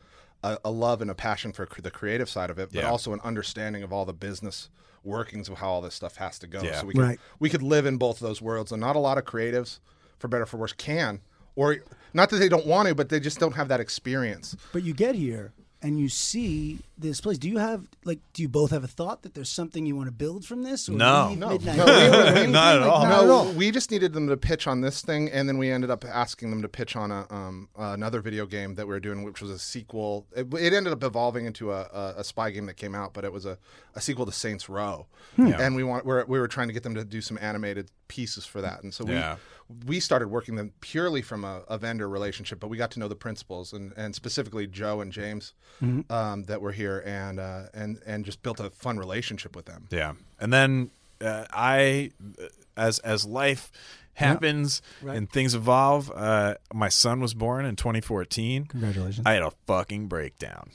Speaker 2: a, a love and a passion for cr- the creative side of it, but
Speaker 3: Yeah.
Speaker 2: also an understanding of all the business workings of how all this stuff has to go.
Speaker 3: Yeah.
Speaker 2: So we could,
Speaker 1: Right.
Speaker 2: we could live in both of those worlds, and not a lot of creatives, for better or for worse, can or not that they don't want to, but they just don't have that experience.
Speaker 1: But you get here and you see this place. Do you have like? Do you both have a thought that there's something you want to build from this? Or
Speaker 3: No.
Speaker 1: leave
Speaker 2: No.
Speaker 1: Midnight
Speaker 2: No, we
Speaker 1: Oil
Speaker 2: were-
Speaker 1: or anything?
Speaker 3: Not at
Speaker 1: Like,
Speaker 3: all.
Speaker 1: Not at all.
Speaker 2: No, we just needed them to pitch on this thing, and then we ended up asking them to pitch on a um, another video game that we were doing, which was a sequel. It, it ended up evolving into a, a, a spy game that came out, but it was a, a sequel to Saints Row,
Speaker 3: Hmm.
Speaker 2: and we want we're, we were trying to get them to do some animated pieces for that, and so we
Speaker 3: Yeah.
Speaker 2: we started working them purely from a, a vendor relationship, but we got to know the principals and, and specifically Joe and James
Speaker 3: Mm-hmm.
Speaker 2: um, that were here, and uh, and and just built a fun relationship with them.
Speaker 3: Yeah, and then uh, I, as as life happens and things evolve, uh, my son was born in 2014.
Speaker 1: Congratulations.
Speaker 3: I had a fucking breakdown.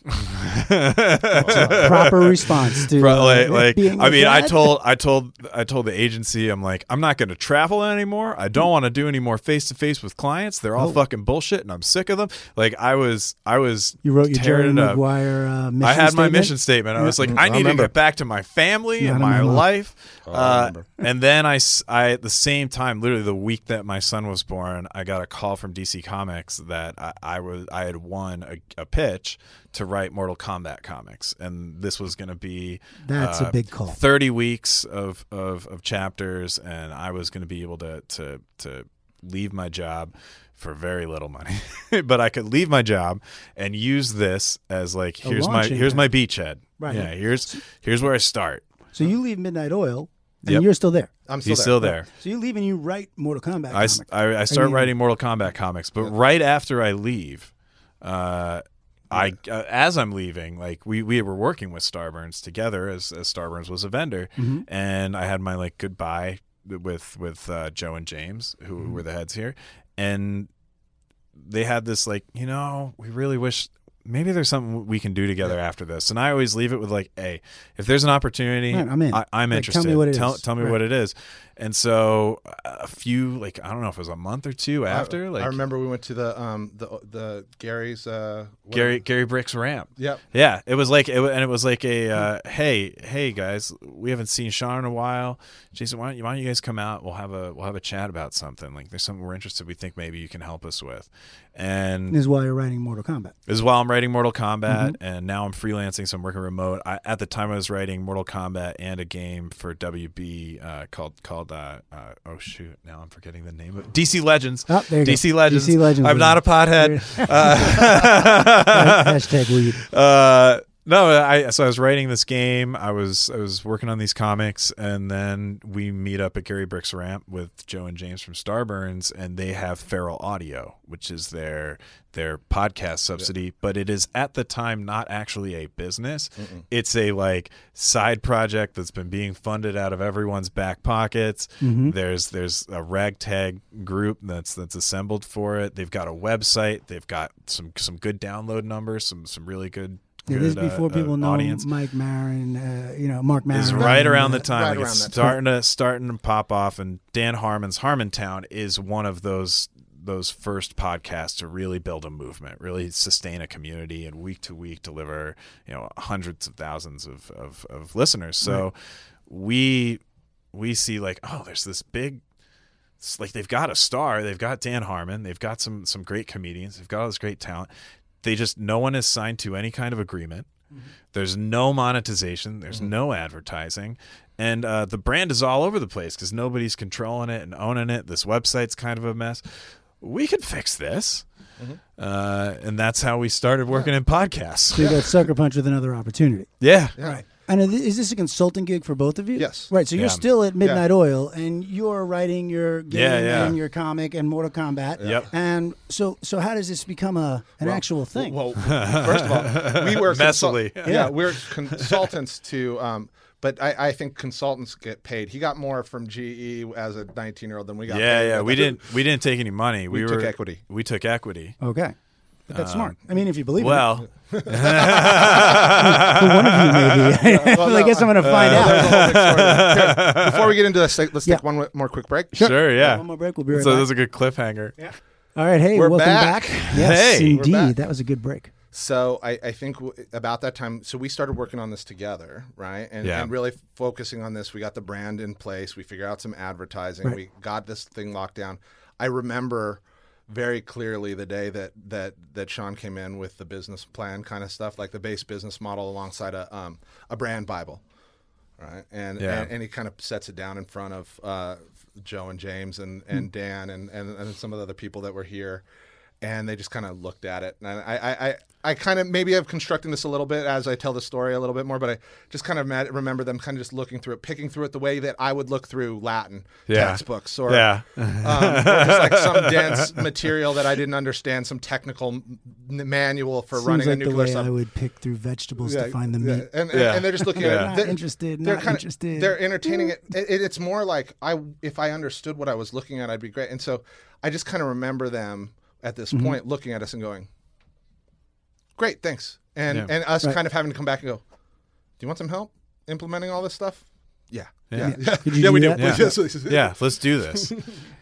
Speaker 1: Proper response to
Speaker 3: Bro,
Speaker 1: uh,
Speaker 3: like, like,
Speaker 1: being
Speaker 3: I
Speaker 1: a
Speaker 3: mean, I
Speaker 1: dad?
Speaker 3: told, I told, I told the agency, I'm like, I'm not going to travel anymore. I don't want to do any more face to face with clients. They're
Speaker 1: Oh.
Speaker 3: all fucking bullshit, and I'm sick of them. Like, I was, I was.
Speaker 1: you wrote your Jerry
Speaker 3: tearing it up.
Speaker 1: Maguire uh, mission
Speaker 3: I had my
Speaker 1: statement?
Speaker 3: mission statement. I was like, I need to
Speaker 2: remember.
Speaker 3: get back to my family and
Speaker 1: I
Speaker 3: my
Speaker 1: remember.
Speaker 3: life.
Speaker 2: Oh, I
Speaker 3: Uh,
Speaker 2: remember.
Speaker 3: and then I, s- I- at the same time, literally the week that my son was born, I got a call from DC Comics that I, I was I had won a, a pitch to write Mortal Kombat comics, and this was going to be
Speaker 1: That's a
Speaker 3: uh,
Speaker 1: big call.
Speaker 3: 30 weeks of, of, of chapters and i was going to be able to, to, to leave my job for very little money but i could leave my job and use this as like
Speaker 1: A
Speaker 3: here's my
Speaker 1: launching
Speaker 3: here's
Speaker 1: pad.
Speaker 3: my beachhead
Speaker 1: Right.
Speaker 3: yeah here's here's where i start
Speaker 1: So you leave Midnight Oil, and
Speaker 3: Yep.
Speaker 1: you're still there.
Speaker 2: I'm
Speaker 3: he's still there
Speaker 1: So you leave and you write Mortal Kombat.
Speaker 3: I, s-
Speaker 1: comic.
Speaker 3: I- I start
Speaker 1: mean-
Speaker 3: writing Mortal Kombat comics, but right after I leave, uh, I uh, as I'm leaving, like we, we were working with Starburns together as, as Starburns was a vendor,
Speaker 1: Mm-hmm.
Speaker 3: and I had my like goodbye with with uh, Joe and James, who
Speaker 1: Mm-hmm.
Speaker 3: were the heads here, and they had this like you know we really wish. Maybe there's something we can do together after this, and I always leave it with like, "Hey, if there's an opportunity,
Speaker 1: Right, I'm in.
Speaker 3: I, I'm
Speaker 1: Like,
Speaker 3: interested.
Speaker 1: tell me what it
Speaker 3: tell,
Speaker 1: is.
Speaker 3: tell me
Speaker 1: Right.
Speaker 3: what it is. And so uh, a few, like I don't know if it was a month or two after,
Speaker 2: I,
Speaker 3: like
Speaker 2: I remember we went to the um the the Gary's uh what-
Speaker 3: Gary Gary Brick's ramp.
Speaker 2: Yep.
Speaker 3: Yeah, it was like, it, wa- and it was like a uh,
Speaker 2: Hmm.
Speaker 3: hey, hey guys, we haven't seen Sean in a while. Jason, why don't you why don't you guys come out? We'll have a we'll have a chat about something. Like there's something we're interested. We think maybe you can help us with. And
Speaker 1: is why you're writing Mortal Kombat.
Speaker 3: This is while I'm writing Mortal Kombat,
Speaker 1: Mm-hmm.
Speaker 3: and now I'm freelancing, so I'm working remote. I, at the time, I was writing Mortal Kombat and a game for WB uh, called called uh, uh, oh shoot, now I'm forgetting the name of DC Legends.
Speaker 1: Oh, there you go.
Speaker 3: DC Legends.
Speaker 1: DC Legends.
Speaker 3: I'm not a pothead. Uh,
Speaker 1: Hashtag weed.
Speaker 3: uh, no, I so I was writing this game. I was I was working on these comics, and then we meet up at Gary Brick's ramp with Joe and James from Starburns, and they have Feral Audio, which is their their podcast subsidy, but it is at the time not actually a business. It's a like side project that's been being funded out of everyone's back pockets.
Speaker 1: Mm-hmm.
Speaker 3: There's there's a ragtag group that's that's assembled for it. They've got a website. They've got some some good download numbers. Some some really good.
Speaker 1: It
Speaker 3: good,
Speaker 1: is
Speaker 3: uh,
Speaker 1: before
Speaker 3: uh,
Speaker 1: people know
Speaker 3: audience
Speaker 1: Mike Marin, uh, you know Mark Marin. uh,
Speaker 3: is right around the
Speaker 2: Right
Speaker 3: time like
Speaker 2: around
Speaker 3: it's
Speaker 2: that
Speaker 3: starting to starting to pop off and Dan Harmon's Harmontown is one of those those first podcasts to really build a movement, really sustain a community and week to week deliver, you know, hundreds of thousands of of, of listeners. So we we see like, oh, there's this big it's like they've got a star, they've got Dan Harmon, they've got some some great comedians, they've got all this great talent. They just no one is signed to any kind of agreement. There's no monetization. There's no advertising. And uh, the brand is all over the place because nobody's controlling it and owning it. This website's kind of a mess. We could fix this. Uh, and that's how we started working in podcasts.
Speaker 1: So you got sucker punch with another opportunity.
Speaker 3: Yeah.
Speaker 2: Yeah.
Speaker 1: And are thi- is this a consulting gig for both of you?
Speaker 2: Yes.
Speaker 1: Right. So you're
Speaker 3: Yeah.
Speaker 1: still at Midnight Oil, and you're writing your game
Speaker 3: Yeah, yeah.
Speaker 1: and your comic and Mortal Kombat.
Speaker 3: Yep.
Speaker 1: And so, so how does this become a an actual thing?
Speaker 2: Well, first of all, we were
Speaker 3: Messily.
Speaker 2: yeah. we're consultants to. Um, but I, I think consultants get paid. He got more from GE as a 19 year old than we got.
Speaker 3: Yeah,
Speaker 2: paid.
Speaker 3: yeah. We didn't we didn't take any money. We,
Speaker 2: We
Speaker 3: were
Speaker 2: took equity.
Speaker 3: We took equity.
Speaker 1: okay. But that's smart. I mean, if you believe
Speaker 3: Well,
Speaker 1: it, maybe. well, I guess I'm going to find out.
Speaker 2: That was uh, a whole big story. Okay, Before we get into this, let's
Speaker 1: Yeah.
Speaker 2: take one more quick break.
Speaker 3: sure, yeah.
Speaker 1: One more break. We'll be right
Speaker 3: so
Speaker 1: back.
Speaker 3: that was a good cliffhanger.
Speaker 1: All right. Hey,
Speaker 2: We're
Speaker 1: welcome back.
Speaker 2: back.
Speaker 1: Yes,
Speaker 3: Hey. We're
Speaker 1: indeed.
Speaker 2: back.
Speaker 1: That was a good break.
Speaker 2: So I, I think w- about that time. So we started working on this together, right? And,
Speaker 3: Yeah.
Speaker 2: and really f- focusing on this. We got the brand in place. We figured out some advertising.
Speaker 1: Right.
Speaker 2: We got this thing locked down. I remember very clearly the day that that that Sean came in with the business plan kind of stuff, like the base business model alongside a um, a brand bible, right? And,
Speaker 3: Yeah.
Speaker 2: and and he kind of sets it down in front of uh, Joe and James and and
Speaker 1: Hmm.
Speaker 2: Dan and, and and some of the other people that were here. And they just kind of looked at it, and I, I, I, I kind of maybe I'm constructing this a little bit as I tell the story a little bit more, but I just kind of ma- remember them kind of just looking through it, picking through it the way that I would look through Latin
Speaker 3: Yeah.
Speaker 2: textbooks or
Speaker 3: yeah.
Speaker 2: um, or just like some dense material that I didn't understand, some technical m- manual for
Speaker 1: Seems
Speaker 2: running
Speaker 1: like
Speaker 2: a
Speaker 1: the
Speaker 2: nuclear
Speaker 1: way I
Speaker 2: sub-
Speaker 1: would pick through vegetables
Speaker 2: Yeah,
Speaker 1: to find the
Speaker 2: yeah.
Speaker 1: meat.
Speaker 2: And, and,
Speaker 3: Yeah.
Speaker 2: and they're just looking at
Speaker 3: Yeah.
Speaker 2: it.
Speaker 1: Not
Speaker 2: They're,
Speaker 1: interested.
Speaker 2: they're
Speaker 1: Not
Speaker 2: kinda-
Speaker 1: interested.
Speaker 2: They're entertaining it. It- it- It's more like I, if I understood what I was looking at, I'd be great. And so I just kind of remember them at this
Speaker 1: Mm-hmm.
Speaker 2: point looking at us and going, "Great, thanks," and
Speaker 3: Yeah.
Speaker 2: and us
Speaker 1: Right.
Speaker 2: kind of having to come back and go, "Do you want some help implementing all this stuff?" Yeah, yeah, yeah.
Speaker 1: Could you do
Speaker 2: we
Speaker 1: that?
Speaker 2: do.
Speaker 3: Yeah.
Speaker 2: Yes,
Speaker 3: yeah, let's do this.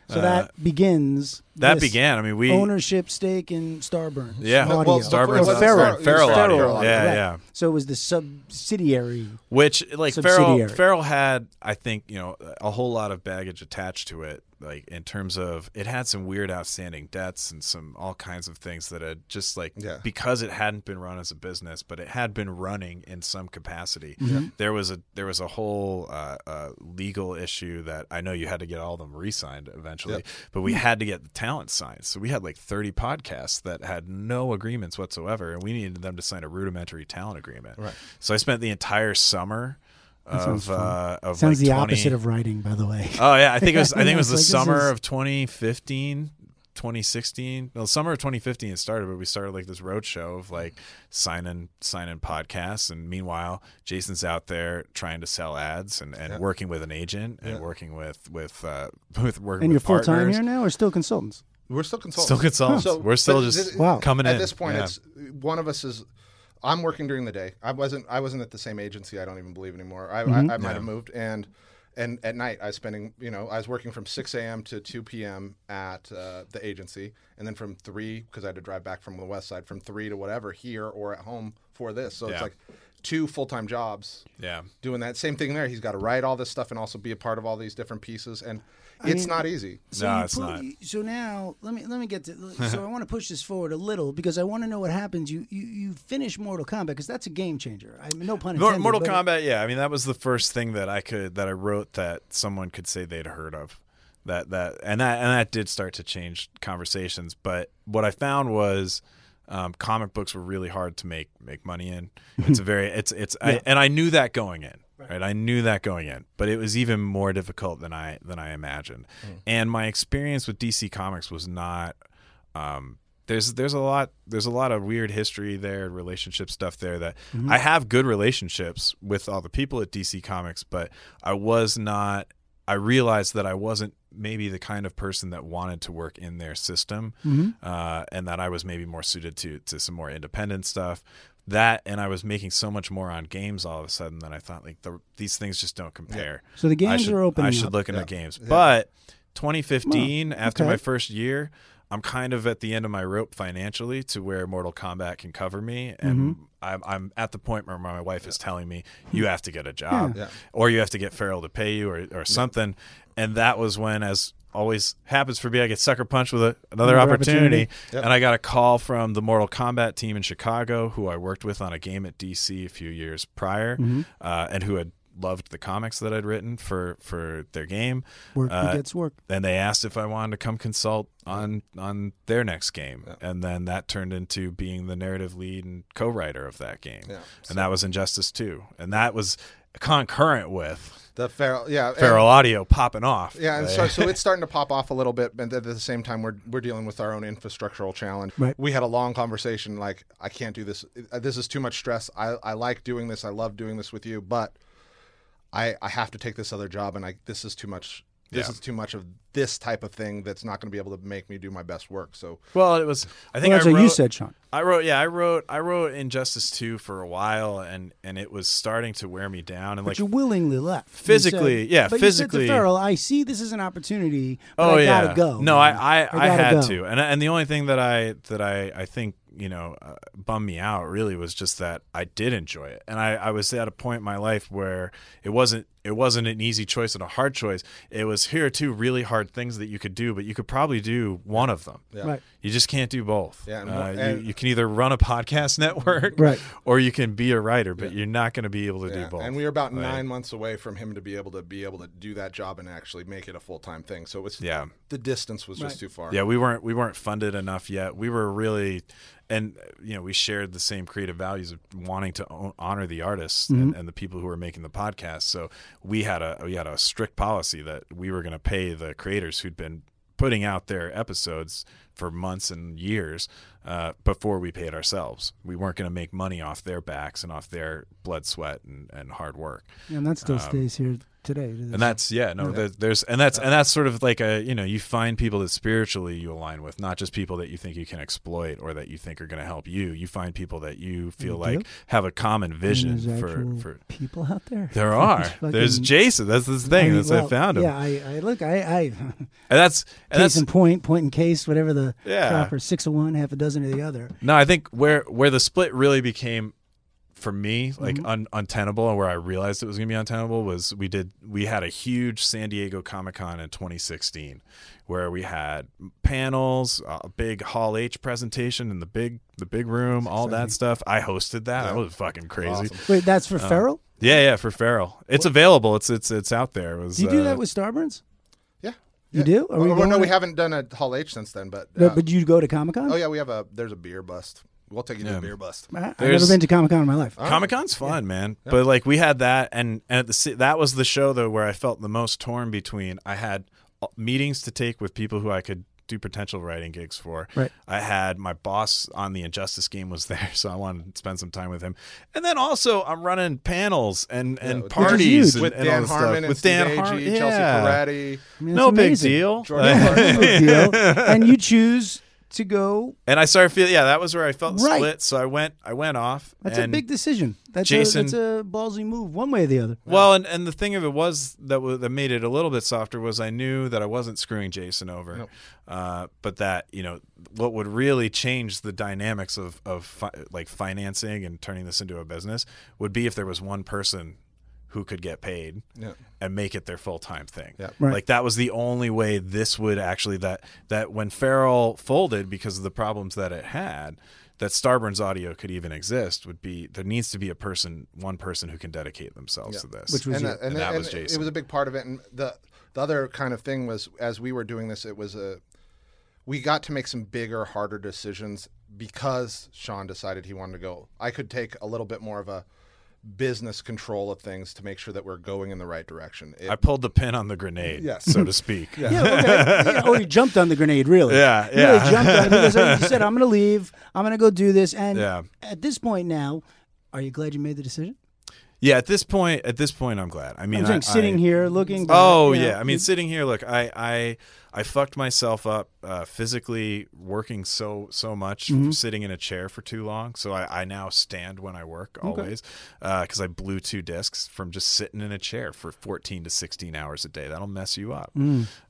Speaker 1: So that begins.
Speaker 3: That
Speaker 1: this
Speaker 3: began. I mean, we
Speaker 1: ownership stake in Starburns.
Speaker 3: Yeah.
Speaker 1: audio.
Speaker 2: Well,
Speaker 3: Starburns
Speaker 2: Well,
Speaker 1: Or
Speaker 2: Starburns-
Speaker 1: Feral.
Speaker 2: Starburns-
Speaker 3: Feral audio.
Speaker 2: Feral audio,
Speaker 3: Yeah,
Speaker 1: right.
Speaker 3: yeah.
Speaker 1: So it was the subsidiary.
Speaker 3: Which like Farrell,
Speaker 1: Subsidiary.
Speaker 3: Farrell had, I think, you know, a whole lot of baggage attached to it, like in terms of it had some weird outstanding debts and some all kinds of things that had just like
Speaker 2: Yeah.
Speaker 3: because it hadn't been run as a business, but it had been running in some capacity. There was a there was a whole uh, uh, legal issue that I know you had to get all of them re-signed eventually, but we had to get the talent signed. So we had like thirty podcasts that had no agreements whatsoever, and we needed them to sign a rudimentary talent agreement. Right. So I spent the entire summer
Speaker 1: sounds
Speaker 3: of
Speaker 1: fun.
Speaker 3: uh, of
Speaker 1: Sounds
Speaker 3: like
Speaker 1: the
Speaker 3: 20
Speaker 1: opposite of writing, by the way.
Speaker 3: Oh yeah, I think it was. I think it was the
Speaker 1: Like, this
Speaker 3: summer
Speaker 1: is-
Speaker 3: of 2015, 2016. No, the summer of 2015 it started, but we started like this road show of like signing signing podcasts, and meanwhile, Jason's out there trying to sell ads and, and working with an agent and working with with uh, with working
Speaker 1: and you're
Speaker 3: with
Speaker 1: full
Speaker 3: partners.
Speaker 1: time here now, or still consultants?
Speaker 2: We're still consultants.
Speaker 3: Still consultants. We're still
Speaker 2: but
Speaker 3: just
Speaker 1: Wow.
Speaker 3: coming
Speaker 2: at
Speaker 3: in.
Speaker 2: this point,
Speaker 3: Yeah.
Speaker 2: it's one of us is. I'm working during the day. I wasn't. I wasn't at the same agency. I don't even believe anymore. I,
Speaker 1: Mm-hmm.
Speaker 2: I, I might have moved. And and at night, I was spending. You know, I was working from 6 a.m. to 2 p.m. at uh, the agency, and then from three because I had to drive back from the west side from three to whatever here or at home for this. So
Speaker 3: Yeah.
Speaker 2: it's like two full time jobs
Speaker 3: yeah.
Speaker 2: doing that same thing there. He's got to write all this stuff and also be a part of all these different pieces, and it's
Speaker 1: mean-
Speaker 2: not easy.
Speaker 1: So
Speaker 3: No,
Speaker 1: you
Speaker 3: it's
Speaker 1: put-
Speaker 3: not.
Speaker 1: you- So now let me let me get to. So I want to push this forward a little because I want to know what happens. You you, you finish Mortal Kombat because that's a game changer. I mean, no pun
Speaker 3: Mor-
Speaker 1: intended.
Speaker 3: Mortal
Speaker 1: but-
Speaker 3: Kombat, yeah. I mean, that was the first thing that I could that I wrote that someone could say they'd heard of. That that and that and that did start to change conversations. But what I found was um, comic books were really hard to make make money in. It's a very it's it's I, and I knew that going in. Right. I knew that going in, but it was even more difficult than I than I imagined.
Speaker 1: Hmm.
Speaker 3: And my experience with DC Comics was not um, there's there's a lot there's a lot of weird history there, relationship stuff there that
Speaker 1: Mm-hmm.
Speaker 3: I have good relationships with all the people at DC Comics, but I was not I realized that I wasn't maybe the kind of person that wanted to work in their system,
Speaker 1: Mm-hmm.
Speaker 3: uh, and that I was maybe more suited to to some more independent stuff. That and I was making so much more on games all of a sudden that I thought like the, these things just don't compare.
Speaker 1: So the
Speaker 3: I
Speaker 1: games
Speaker 3: should,
Speaker 1: are opening
Speaker 3: I should
Speaker 1: up.
Speaker 3: look into games. But 2015, after
Speaker 1: okay.
Speaker 3: my first year, I'm kind of at the end of my rope financially to where Mortal Kombat can cover me. And I'm, I'm at the point where my wife is telling me, you have to get a job
Speaker 2: Yeah.
Speaker 3: or you have to get Farrell to pay you or, or something. And that was when, as always happens for me, I get sucker punched with a, another
Speaker 1: Another
Speaker 3: opportunity.
Speaker 1: opportunity.
Speaker 2: Yep.
Speaker 3: And I got a call from the Mortal Kombat team in Chicago, who I worked with on a game at DC a few years prior,
Speaker 2: Mm-hmm.
Speaker 3: uh, and who had loved the comics that I'd written for for their game.
Speaker 1: Work
Speaker 3: Uh,
Speaker 1: begets work.
Speaker 3: and they asked if I wanted to come consult on on their next game, and then that turned into being the narrative lead and co-writer of that game,
Speaker 2: Yeah.
Speaker 3: and that was Injustice Two, and that was concurrent with
Speaker 2: The feral, yeah, and-
Speaker 3: Feral Audio popping off.
Speaker 2: Yeah, and
Speaker 3: Like-
Speaker 2: so, so it's starting to pop off a little bit, but at the same time, we're we're dealing with our own infrastructural challenge.
Speaker 1: Right.
Speaker 2: We had a long conversation. Like, I can't do this. Uh, This is too much stress. I I like doing this. I love doing this with you, but I I have to take this other job, and I this is too much. This
Speaker 3: Yeah.
Speaker 2: is too much of this type of thing that's not going to be able to make me do my best work. So
Speaker 3: well, it was. I think
Speaker 1: well, that's
Speaker 3: I
Speaker 1: what you
Speaker 3: wrote-
Speaker 1: said, Sean.
Speaker 3: I wrote yeah, I wrote I wrote Injustice 2 for a while and and it was starting to wear me down and
Speaker 1: But
Speaker 3: like
Speaker 1: you willingly left. You said-
Speaker 3: Physically, yeah,
Speaker 1: but
Speaker 3: physically-
Speaker 1: You said to Farrell, I see this is an opportunity. But
Speaker 3: oh
Speaker 1: I
Speaker 3: yeah.
Speaker 1: gotta go.
Speaker 3: No,
Speaker 1: man.
Speaker 3: I I, I,
Speaker 1: gotta
Speaker 3: had
Speaker 1: go."
Speaker 3: to. And and the only thing that I that I I think, you know, uh, bummed me out really was just that I did enjoy it. And I I was at a point in my life where it wasn't It wasn't an easy choice and a hard choice. It was here are two really hard things that you could do, but you could probably do one of them.
Speaker 2: Yeah.
Speaker 1: Right.
Speaker 3: You just can't do both.
Speaker 2: Yeah, and
Speaker 3: Uh,
Speaker 2: what-
Speaker 3: you-
Speaker 2: and-
Speaker 3: you, can either run a podcast network,
Speaker 1: Right.
Speaker 3: or you can be a writer, but you're not going to be able to
Speaker 2: Yeah,
Speaker 3: do both.
Speaker 2: And we were about
Speaker 3: Like,
Speaker 2: nine months away from him to be able to be able to do that job and actually make it a full time thing. So it was
Speaker 3: Yeah.
Speaker 2: the distance was
Speaker 1: Right.
Speaker 2: just too far.
Speaker 3: Yeah, we weren't we weren't funded enough yet. We were really, and you know, we shared the same creative values of wanting to o- honor the artists and, and the people who were making the podcast. So we had a we had a strict policy that we were going to pay the creators who'd been putting out their episodes for months and years uh, before we paid ourselves. We weren't going to make money off their backs and off their blood, sweat, and, and hard work.
Speaker 1: And that still stays here today. to this-
Speaker 3: Um, And that's yeah, no, there- there's and that's and that's sort of like a you know you find people that spiritually you align with, not just people that you think you can exploit or that you think are going to help you. You find people that you feel
Speaker 1: do? Mm,
Speaker 3: like have a common
Speaker 1: and
Speaker 3: vision
Speaker 1: there's
Speaker 3: for
Speaker 1: actual
Speaker 3: for.
Speaker 1: people out there.
Speaker 3: There are.
Speaker 1: Fucking-
Speaker 3: There's Jason. That's his
Speaker 1: I
Speaker 3: thing.
Speaker 1: mean,
Speaker 3: that's I
Speaker 1: well,
Speaker 3: found him.
Speaker 1: Yeah, I, I look, I, I
Speaker 3: And that's and
Speaker 1: case
Speaker 3: that's
Speaker 1: in point, point in case, whatever the
Speaker 3: Yeah.
Speaker 1: proper six of one, half a dozen of the other.
Speaker 3: No, I think where where the split really became for me like
Speaker 1: Mm-hmm.
Speaker 3: un, untenable and where I realized it was going to be untenable was we did we had a huge San Diego Comic-Con in 2016 where we had panels, a big Hall H presentation in the big the big room, all that stuff. I hosted that. That was fucking crazy.
Speaker 2: Awesome.
Speaker 1: Wait, that's
Speaker 3: Uh,
Speaker 1: for Farrell?
Speaker 3: Yeah, yeah, for Farrell. It's available. It's it's it's out there. It was
Speaker 1: Do you do
Speaker 3: uh,
Speaker 1: that with Starburns?
Speaker 2: Yeah.
Speaker 1: You do? Are we
Speaker 2: Well, well, no,
Speaker 1: going-
Speaker 2: we haven't done a Hall H since then, but,
Speaker 1: No,
Speaker 2: uh,
Speaker 1: but you go to Comic Con?
Speaker 2: oh yeah, we have a there's a beer bust. We'll take you to
Speaker 3: Yeah.
Speaker 2: a beer bust.
Speaker 1: I, have never
Speaker 3: There's- Uh,
Speaker 1: been to Comic Con in my life.
Speaker 3: Comic Con's fun, man. But like we had that, and and at the si- that was the show though where I felt the most torn between. I had uh, meetings to take with people who I could do potential writing gigs for.
Speaker 1: Right.
Speaker 3: I had my boss on the Injustice game was there, so I wanted to spend some time with him. And then also I'm running panels and and
Speaker 2: with-
Speaker 3: parties
Speaker 1: Which is
Speaker 3: and,
Speaker 2: With
Speaker 3: and all
Speaker 2: Dan
Speaker 3: this stuff.
Speaker 2: Harmon and
Speaker 3: with
Speaker 2: Steve
Speaker 3: Dan
Speaker 2: Agee,
Speaker 3: Harmon,
Speaker 2: Chelsea
Speaker 3: yeah.
Speaker 2: Peretti.
Speaker 1: I mean,
Speaker 3: No
Speaker 1: it's
Speaker 3: big
Speaker 1: amazing.
Speaker 3: deal.
Speaker 2: Jordan
Speaker 3: Like-
Speaker 2: Clarkson.
Speaker 1: No big deal. and you choose to go.
Speaker 3: and I started feeling yeah, that was where I felt
Speaker 1: Right.
Speaker 3: split. So I went I went off.
Speaker 1: That's
Speaker 3: and-
Speaker 1: a big decision. That's,
Speaker 3: Jason-
Speaker 1: a, that's a ballsy move, one way or the other.
Speaker 3: Well, and, and the thing of it was that w- that made it a little bit softer was I knew that I wasn't screwing Jason over, uh, but that you know what would really change the dynamics of of fi- like financing and turning this into a business would be if there was one person who could get paid
Speaker 2: Yeah.
Speaker 3: and make it their full time thing.
Speaker 2: Yeah.
Speaker 1: Right.
Speaker 3: Like that was the only way this would actually that that when Farrell folded because of the problems that it had, that Starburns Audio could even exist would be there needs to be a person, one person who can dedicate themselves to this.
Speaker 1: Which was
Speaker 2: and,
Speaker 1: you.
Speaker 2: uh, and,
Speaker 3: And that
Speaker 2: and
Speaker 3: was
Speaker 2: It
Speaker 3: Jason.
Speaker 2: was a big part of it. And the the other kind of thing was as we were doing this, it was a we got to make some bigger, harder decisions because Sean decided he wanted to go. I could take a little bit more of a business control of things to make sure that we're going in the right direction. It,
Speaker 3: I pulled the pin on the grenade,
Speaker 2: Yes.
Speaker 3: so to speak.
Speaker 1: Yeah, okay. yeah, oh, you jumped on the grenade, really.
Speaker 3: Yeah,
Speaker 1: You
Speaker 3: yeah.
Speaker 1: Really jumped on it because like you said, I'm going to leave. I'm going to go do this. And
Speaker 3: Yeah.
Speaker 1: at this point now, are you glad you made the decision?
Speaker 3: Yeah, at this point, at this point, I'm glad. I mean,
Speaker 1: I'm saying
Speaker 3: I-
Speaker 1: sitting
Speaker 3: I-
Speaker 1: here looking. back,
Speaker 3: Oh
Speaker 1: you know,
Speaker 3: yeah, I mean, sitting here, look, I I I fucked myself up uh, physically working so so much, from sitting in a chair for too long. So I, I now stand when I work always because I blew two discs from just sitting in a chair for 14 to 16 hours a day. That'll mess you up.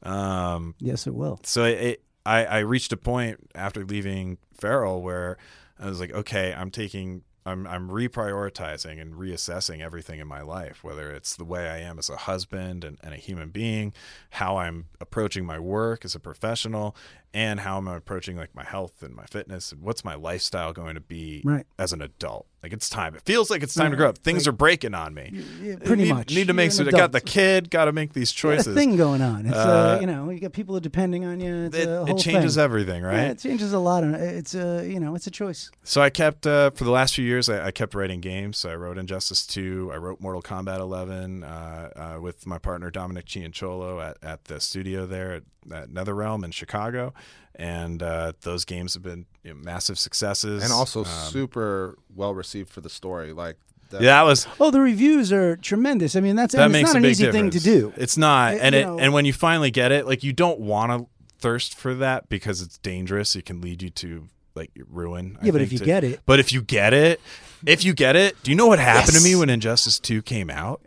Speaker 3: Um,
Speaker 1: yes, it will.
Speaker 3: so it, it I, I reached a point after leaving Farrell where I was like, okay, I'm taking I'm I'm reprioritizing and reassessing everything in my life, whether it's the way I am as a husband and, and a human being, how I'm approaching my work as a professional, and how I'm approaching like my health and my fitness and what's my lifestyle going to be
Speaker 1: Right.
Speaker 3: as an adult. Like it's time. It feels like it's time to grow up. Things are breaking on me.
Speaker 1: yeah, pretty
Speaker 3: need,
Speaker 1: much.
Speaker 3: Need to make
Speaker 1: You're
Speaker 3: sure
Speaker 1: an
Speaker 3: I got the
Speaker 1: adult.
Speaker 3: kid, gotta make these
Speaker 1: Got
Speaker 3: choices.
Speaker 1: a thing going on. It's uh,
Speaker 3: Uh,
Speaker 1: you know, you got people depending on you. It's
Speaker 3: it,
Speaker 1: a
Speaker 3: it
Speaker 1: whole
Speaker 3: changes
Speaker 1: thing.
Speaker 3: everything, right?
Speaker 1: Yeah, it changes a lot. and It's a you know, it's a choice.
Speaker 3: So I kept uh, for the last few years. I, I kept writing games. So I wrote Injustice Two. I wrote Mortal Kombat Eleven uh, uh, with my partner Dominic Ciancholo at, at the studio there at, at NetherRealm in Chicago, and uh, those games have been you know, massive successes.
Speaker 2: and also
Speaker 3: Um,
Speaker 2: super well received for the story. Like that,
Speaker 3: yeah, that was
Speaker 1: Oh, the reviews are tremendous. I mean, that's
Speaker 3: that
Speaker 1: and
Speaker 3: makes
Speaker 1: it's
Speaker 3: a
Speaker 1: not an
Speaker 3: big
Speaker 1: easy
Speaker 3: difference.
Speaker 1: thing to do.
Speaker 3: It's not,
Speaker 1: It-
Speaker 3: and
Speaker 1: you
Speaker 3: it
Speaker 1: know-
Speaker 3: and when you finally get it, like you don't want to thirst for that because it's dangerous. It can lead you to like ruin. I
Speaker 1: Yeah, but if
Speaker 3: think,
Speaker 1: you
Speaker 3: to-
Speaker 1: get it,
Speaker 3: But if you get it, if you get it, do you know what happened to me
Speaker 1: Yes.
Speaker 3: when Injustice 2 came out?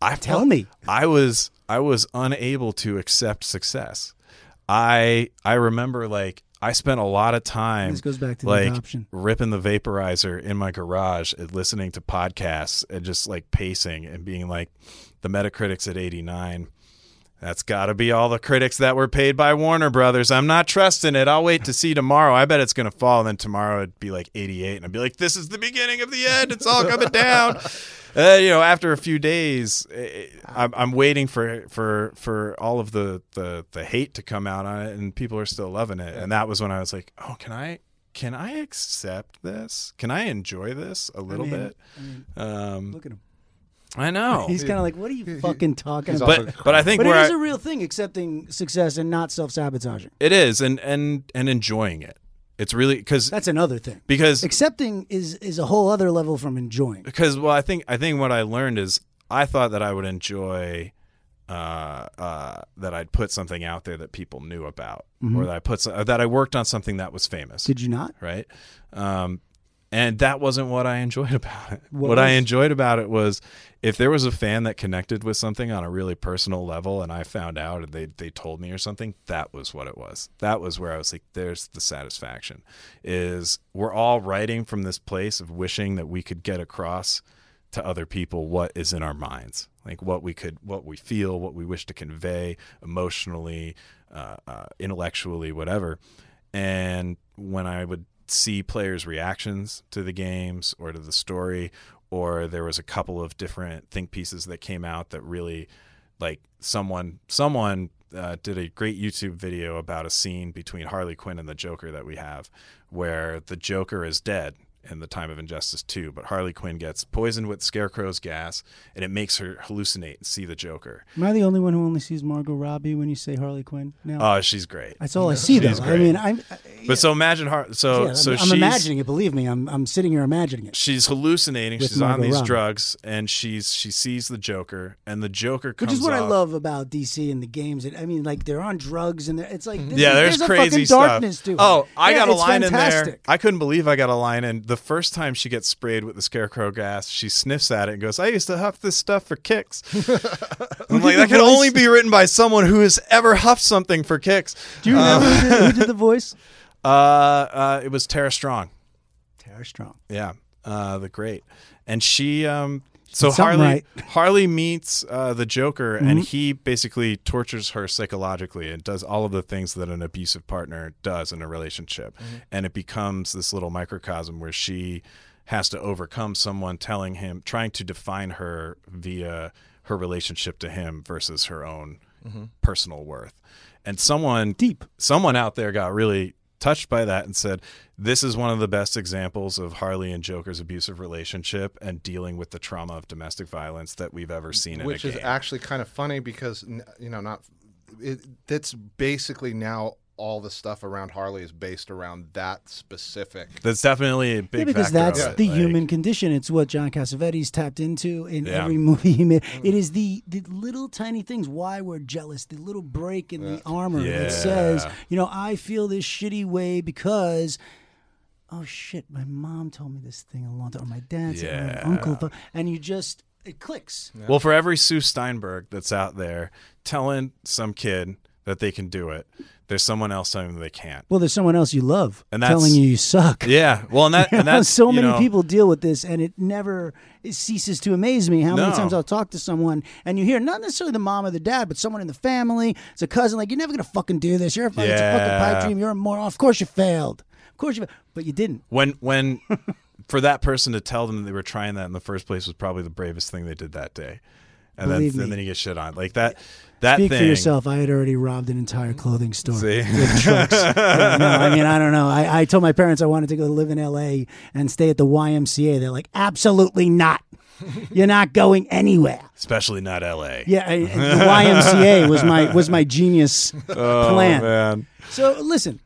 Speaker 3: I
Speaker 1: Tell
Speaker 3: felt-
Speaker 1: me.
Speaker 3: I was I was unable to accept success. I I remember like I spent a lot of time
Speaker 1: This goes back to the
Speaker 3: like
Speaker 1: adoption.
Speaker 3: ripping the vaporizer in my garage and listening to podcasts and just like pacing and being like, the Metacritic's at 89. That's got to be all the critics that were paid by Warner Brothers. I'm not trusting it. I'll wait to see tomorrow. I bet it's going to fall. And then tomorrow it'd be like 88. And I'd be like, this is the beginning of the end. It's all coming down. Uh, you know, after a few days, eh, I'm, I'm waiting for for for all of the, the the hate to come out on it, and people are still loving it. And that was when I was like, oh, can I can I accept this? Can I enjoy this a little
Speaker 1: I mean,
Speaker 3: bit?
Speaker 1: I mean,
Speaker 3: Um,
Speaker 1: look at him.
Speaker 3: I know,
Speaker 1: He's kind of like, what are you fucking talking
Speaker 2: he's
Speaker 1: about?
Speaker 2: all-
Speaker 3: but but I think
Speaker 1: But
Speaker 3: where
Speaker 1: it
Speaker 3: I-
Speaker 1: is a real thing, accepting success and not self sabotaging.
Speaker 3: It is, and and and enjoying it. It's really because
Speaker 1: That's another thing.
Speaker 3: because
Speaker 1: Accepting is is a whole other level from enjoying.
Speaker 3: because well, I think I think what I learned is I thought that I would enjoy uh, uh, that I'd put something out there that people knew about, or that I put so- that I worked on something that was famous,
Speaker 1: Did you not?
Speaker 3: right? Um, and that wasn't what I enjoyed about it.
Speaker 1: What
Speaker 3: What, I
Speaker 1: was-
Speaker 3: enjoyed about it was if there was a fan that connected with something on a really personal level, and I found out, and they they told me or something. That was what it was. That was where I was like, "There's the satisfaction." Is we're all writing from this place of wishing that we could get across to other people what is in our minds, like what we could, what we feel, what we wish to convey emotionally, uh, uh, intellectually, whatever. And when I would see players' reactions to the games or to the story, or there was a couple of different think pieces that came out that really, like someone, someone uh, did a great YouTube video about a scene between Harley Quinn and the Joker that we have, where the Joker is dead in the time of Injustice 2, but Harley Quinn gets poisoned with Scarecrow's gas, and it makes her hallucinate and see the Joker.
Speaker 1: Am I the only one who only sees Margot Robbie when you say Harley Quinn? Now
Speaker 3: Oh, she's great.
Speaker 1: that's all I see. Though
Speaker 3: she's
Speaker 1: I
Speaker 3: great.
Speaker 1: mean, I'm I-
Speaker 3: But so imagine Har- so
Speaker 1: yeah,
Speaker 3: so
Speaker 1: I'm, I'm
Speaker 3: she's
Speaker 1: imagining it. Believe me, I'm I'm sitting here imagining it.
Speaker 3: she's hallucinating.
Speaker 1: With
Speaker 3: she's on
Speaker 1: Margot
Speaker 3: these
Speaker 1: Robbie.
Speaker 3: drugs, and she's she sees the Joker, and the Joker
Speaker 1: Which
Speaker 3: comes.
Speaker 1: is what I
Speaker 3: off-
Speaker 1: love about DC and the games. It- I mean, like they're on drugs and they're, it's like this
Speaker 3: Mm-hmm. Yeah,
Speaker 1: is-
Speaker 3: there's,
Speaker 1: a
Speaker 3: crazy
Speaker 1: fucking
Speaker 3: stuff.
Speaker 1: darkness to it.
Speaker 3: Oh, I
Speaker 1: Yeah,
Speaker 3: got a
Speaker 1: it's
Speaker 3: line in there.
Speaker 1: fantastic.
Speaker 3: I couldn't believe I got a line in. The first time she gets sprayed with the scarecrow gas, she sniffs at it and goes, "I used to huff this stuff for kicks." I'm like, that could only be written by someone who has ever huffed something for kicks.
Speaker 1: Do you remember who, did, who did the voice?
Speaker 3: Uh, uh, it was Tara Strong.
Speaker 1: Tara Strong.
Speaker 3: Yeah, uh, the great, and she. Um, so
Speaker 1: something
Speaker 3: Harley
Speaker 1: right. Mm-hmm.
Speaker 3: Harley meets uh, the Joker, and he basically tortures her psychologically and does all of the things that an abusive partner does in a relationship,
Speaker 1: Mm-hmm.
Speaker 3: and it becomes this little microcosm where she has to overcome someone telling him, trying to define her via her relationship to him versus her own personal worth, and someone
Speaker 1: Mm-hmm. Deep.
Speaker 3: someone out there got really touched by that and said this is one of the best examples of harley and joker's abusive relationship and dealing with the trauma of domestic violence that we've
Speaker 1: Mm,
Speaker 3: ever seen in
Speaker 2: which
Speaker 3: a
Speaker 2: is
Speaker 3: game
Speaker 2: actually kind of funny because n- you know not it, that's basically now all the stuff around Harley is based around that specific.
Speaker 3: that's definitely a big
Speaker 1: yeah, because
Speaker 3: factor of
Speaker 1: that's
Speaker 3: it,
Speaker 1: the
Speaker 3: like-
Speaker 1: human condition. It's what John Cassavetes tapped into in
Speaker 3: Yeah. Mm.
Speaker 1: every movie he made. It is the, the little tiny things why we're jealous, the little break in the armor that says,
Speaker 3: Yeah.
Speaker 1: you know, I feel this shitty way because. Oh shit! My mom told me this thing a long time. Or my dad, said, or my uncle, th- and you just it clicks.
Speaker 3: well for every sue steinberg that's out there telling some kid that they can do it there's someone else telling them they can't
Speaker 1: Well, there's someone else you love
Speaker 3: And that's-
Speaker 1: telling you you suck.
Speaker 3: yeah well and that and that's
Speaker 1: so
Speaker 3: you
Speaker 1: many
Speaker 3: know,
Speaker 1: people deal with this, and it never it ceases to amaze me how many
Speaker 3: No.
Speaker 1: times I'll talk to someone and you hear not necessarily the mom or the dad, but someone in the family, it's a cousin, like you're never gonna fucking do this. You're a fucking, it's a fucking
Speaker 3: Yeah.
Speaker 1: pipe dream. You're a moron. Of course you failed. Of course you, failed. but you didn't.
Speaker 3: when when for that person to tell them that they were trying that in the first place was probably the bravest thing they did that day and then,
Speaker 1: Believe me.
Speaker 3: and then you get shit on like that that
Speaker 1: Speak
Speaker 3: thing
Speaker 1: for yourself. I had already robbed an entire clothing store.
Speaker 3: See?
Speaker 1: with trucks. Yeah, no, I mean, I don't know. I, I told my parents I wanted to go live in LA and stay at the YMCA. They're like, absolutely not. You're not going anywhere.
Speaker 3: especially not la
Speaker 1: Yeah, I, the YMCA was my was my genius plan.
Speaker 3: Oh, man
Speaker 1: So listen,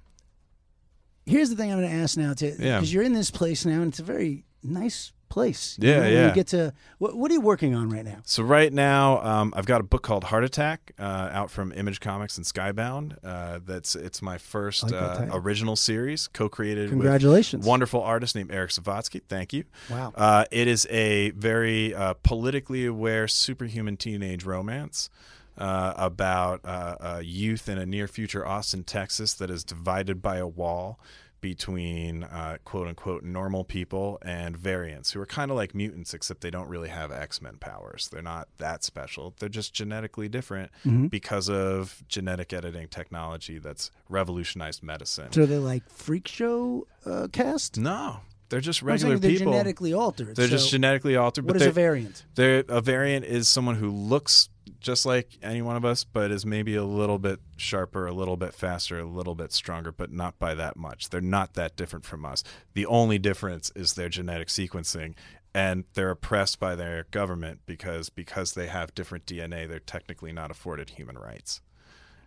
Speaker 1: here's the thing I'm going to ask now, to
Speaker 3: Yeah.
Speaker 1: because you're in this place now, and it's a very nice place.
Speaker 3: Yeah,
Speaker 1: where
Speaker 3: yeah.
Speaker 1: You get to what, what are you working on right now?
Speaker 3: so right now um, i've got a book called heart attack uh, out from image comics and skybound uh, that's it's my first
Speaker 1: like that
Speaker 3: uh,
Speaker 1: title.
Speaker 3: original series co-created with
Speaker 1: Congratulations.
Speaker 3: Wonderful artist named Eric Savatsky. Thank you.
Speaker 1: Wow.
Speaker 3: Uh, it is a very uh, politically aware, superhuman teenage romance uh, about uh, uh, youth in a near future Austin, Texas, that is divided by a wall between uh, quote unquote normal people and variants who are kind of like mutants, except they don't really have X Men powers. They're not that special. They're just genetically different
Speaker 1: Mm-hmm.
Speaker 3: because of genetic editing technology that's revolutionized medicine.
Speaker 1: So they're like freak show uh, cast.
Speaker 3: No, they're just
Speaker 1: I'm saying
Speaker 3: regular
Speaker 1: they're
Speaker 3: people.
Speaker 1: genetically altered.
Speaker 3: They're just
Speaker 1: so
Speaker 3: genetically altered.
Speaker 1: What
Speaker 3: but
Speaker 1: is a
Speaker 3: they-
Speaker 1: variant?
Speaker 3: they're, a variant is someone who looks just like any one of us, but is maybe a little bit sharper, a little bit faster, a little bit stronger, but not by that much. They're not that different from us. The only difference is their genetic sequencing, and they're oppressed by their government because because they have different DNA, they're technically not afforded human rights,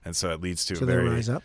Speaker 3: and so it leads to
Speaker 1: So
Speaker 3: a
Speaker 1: they
Speaker 3: very
Speaker 1: rise up.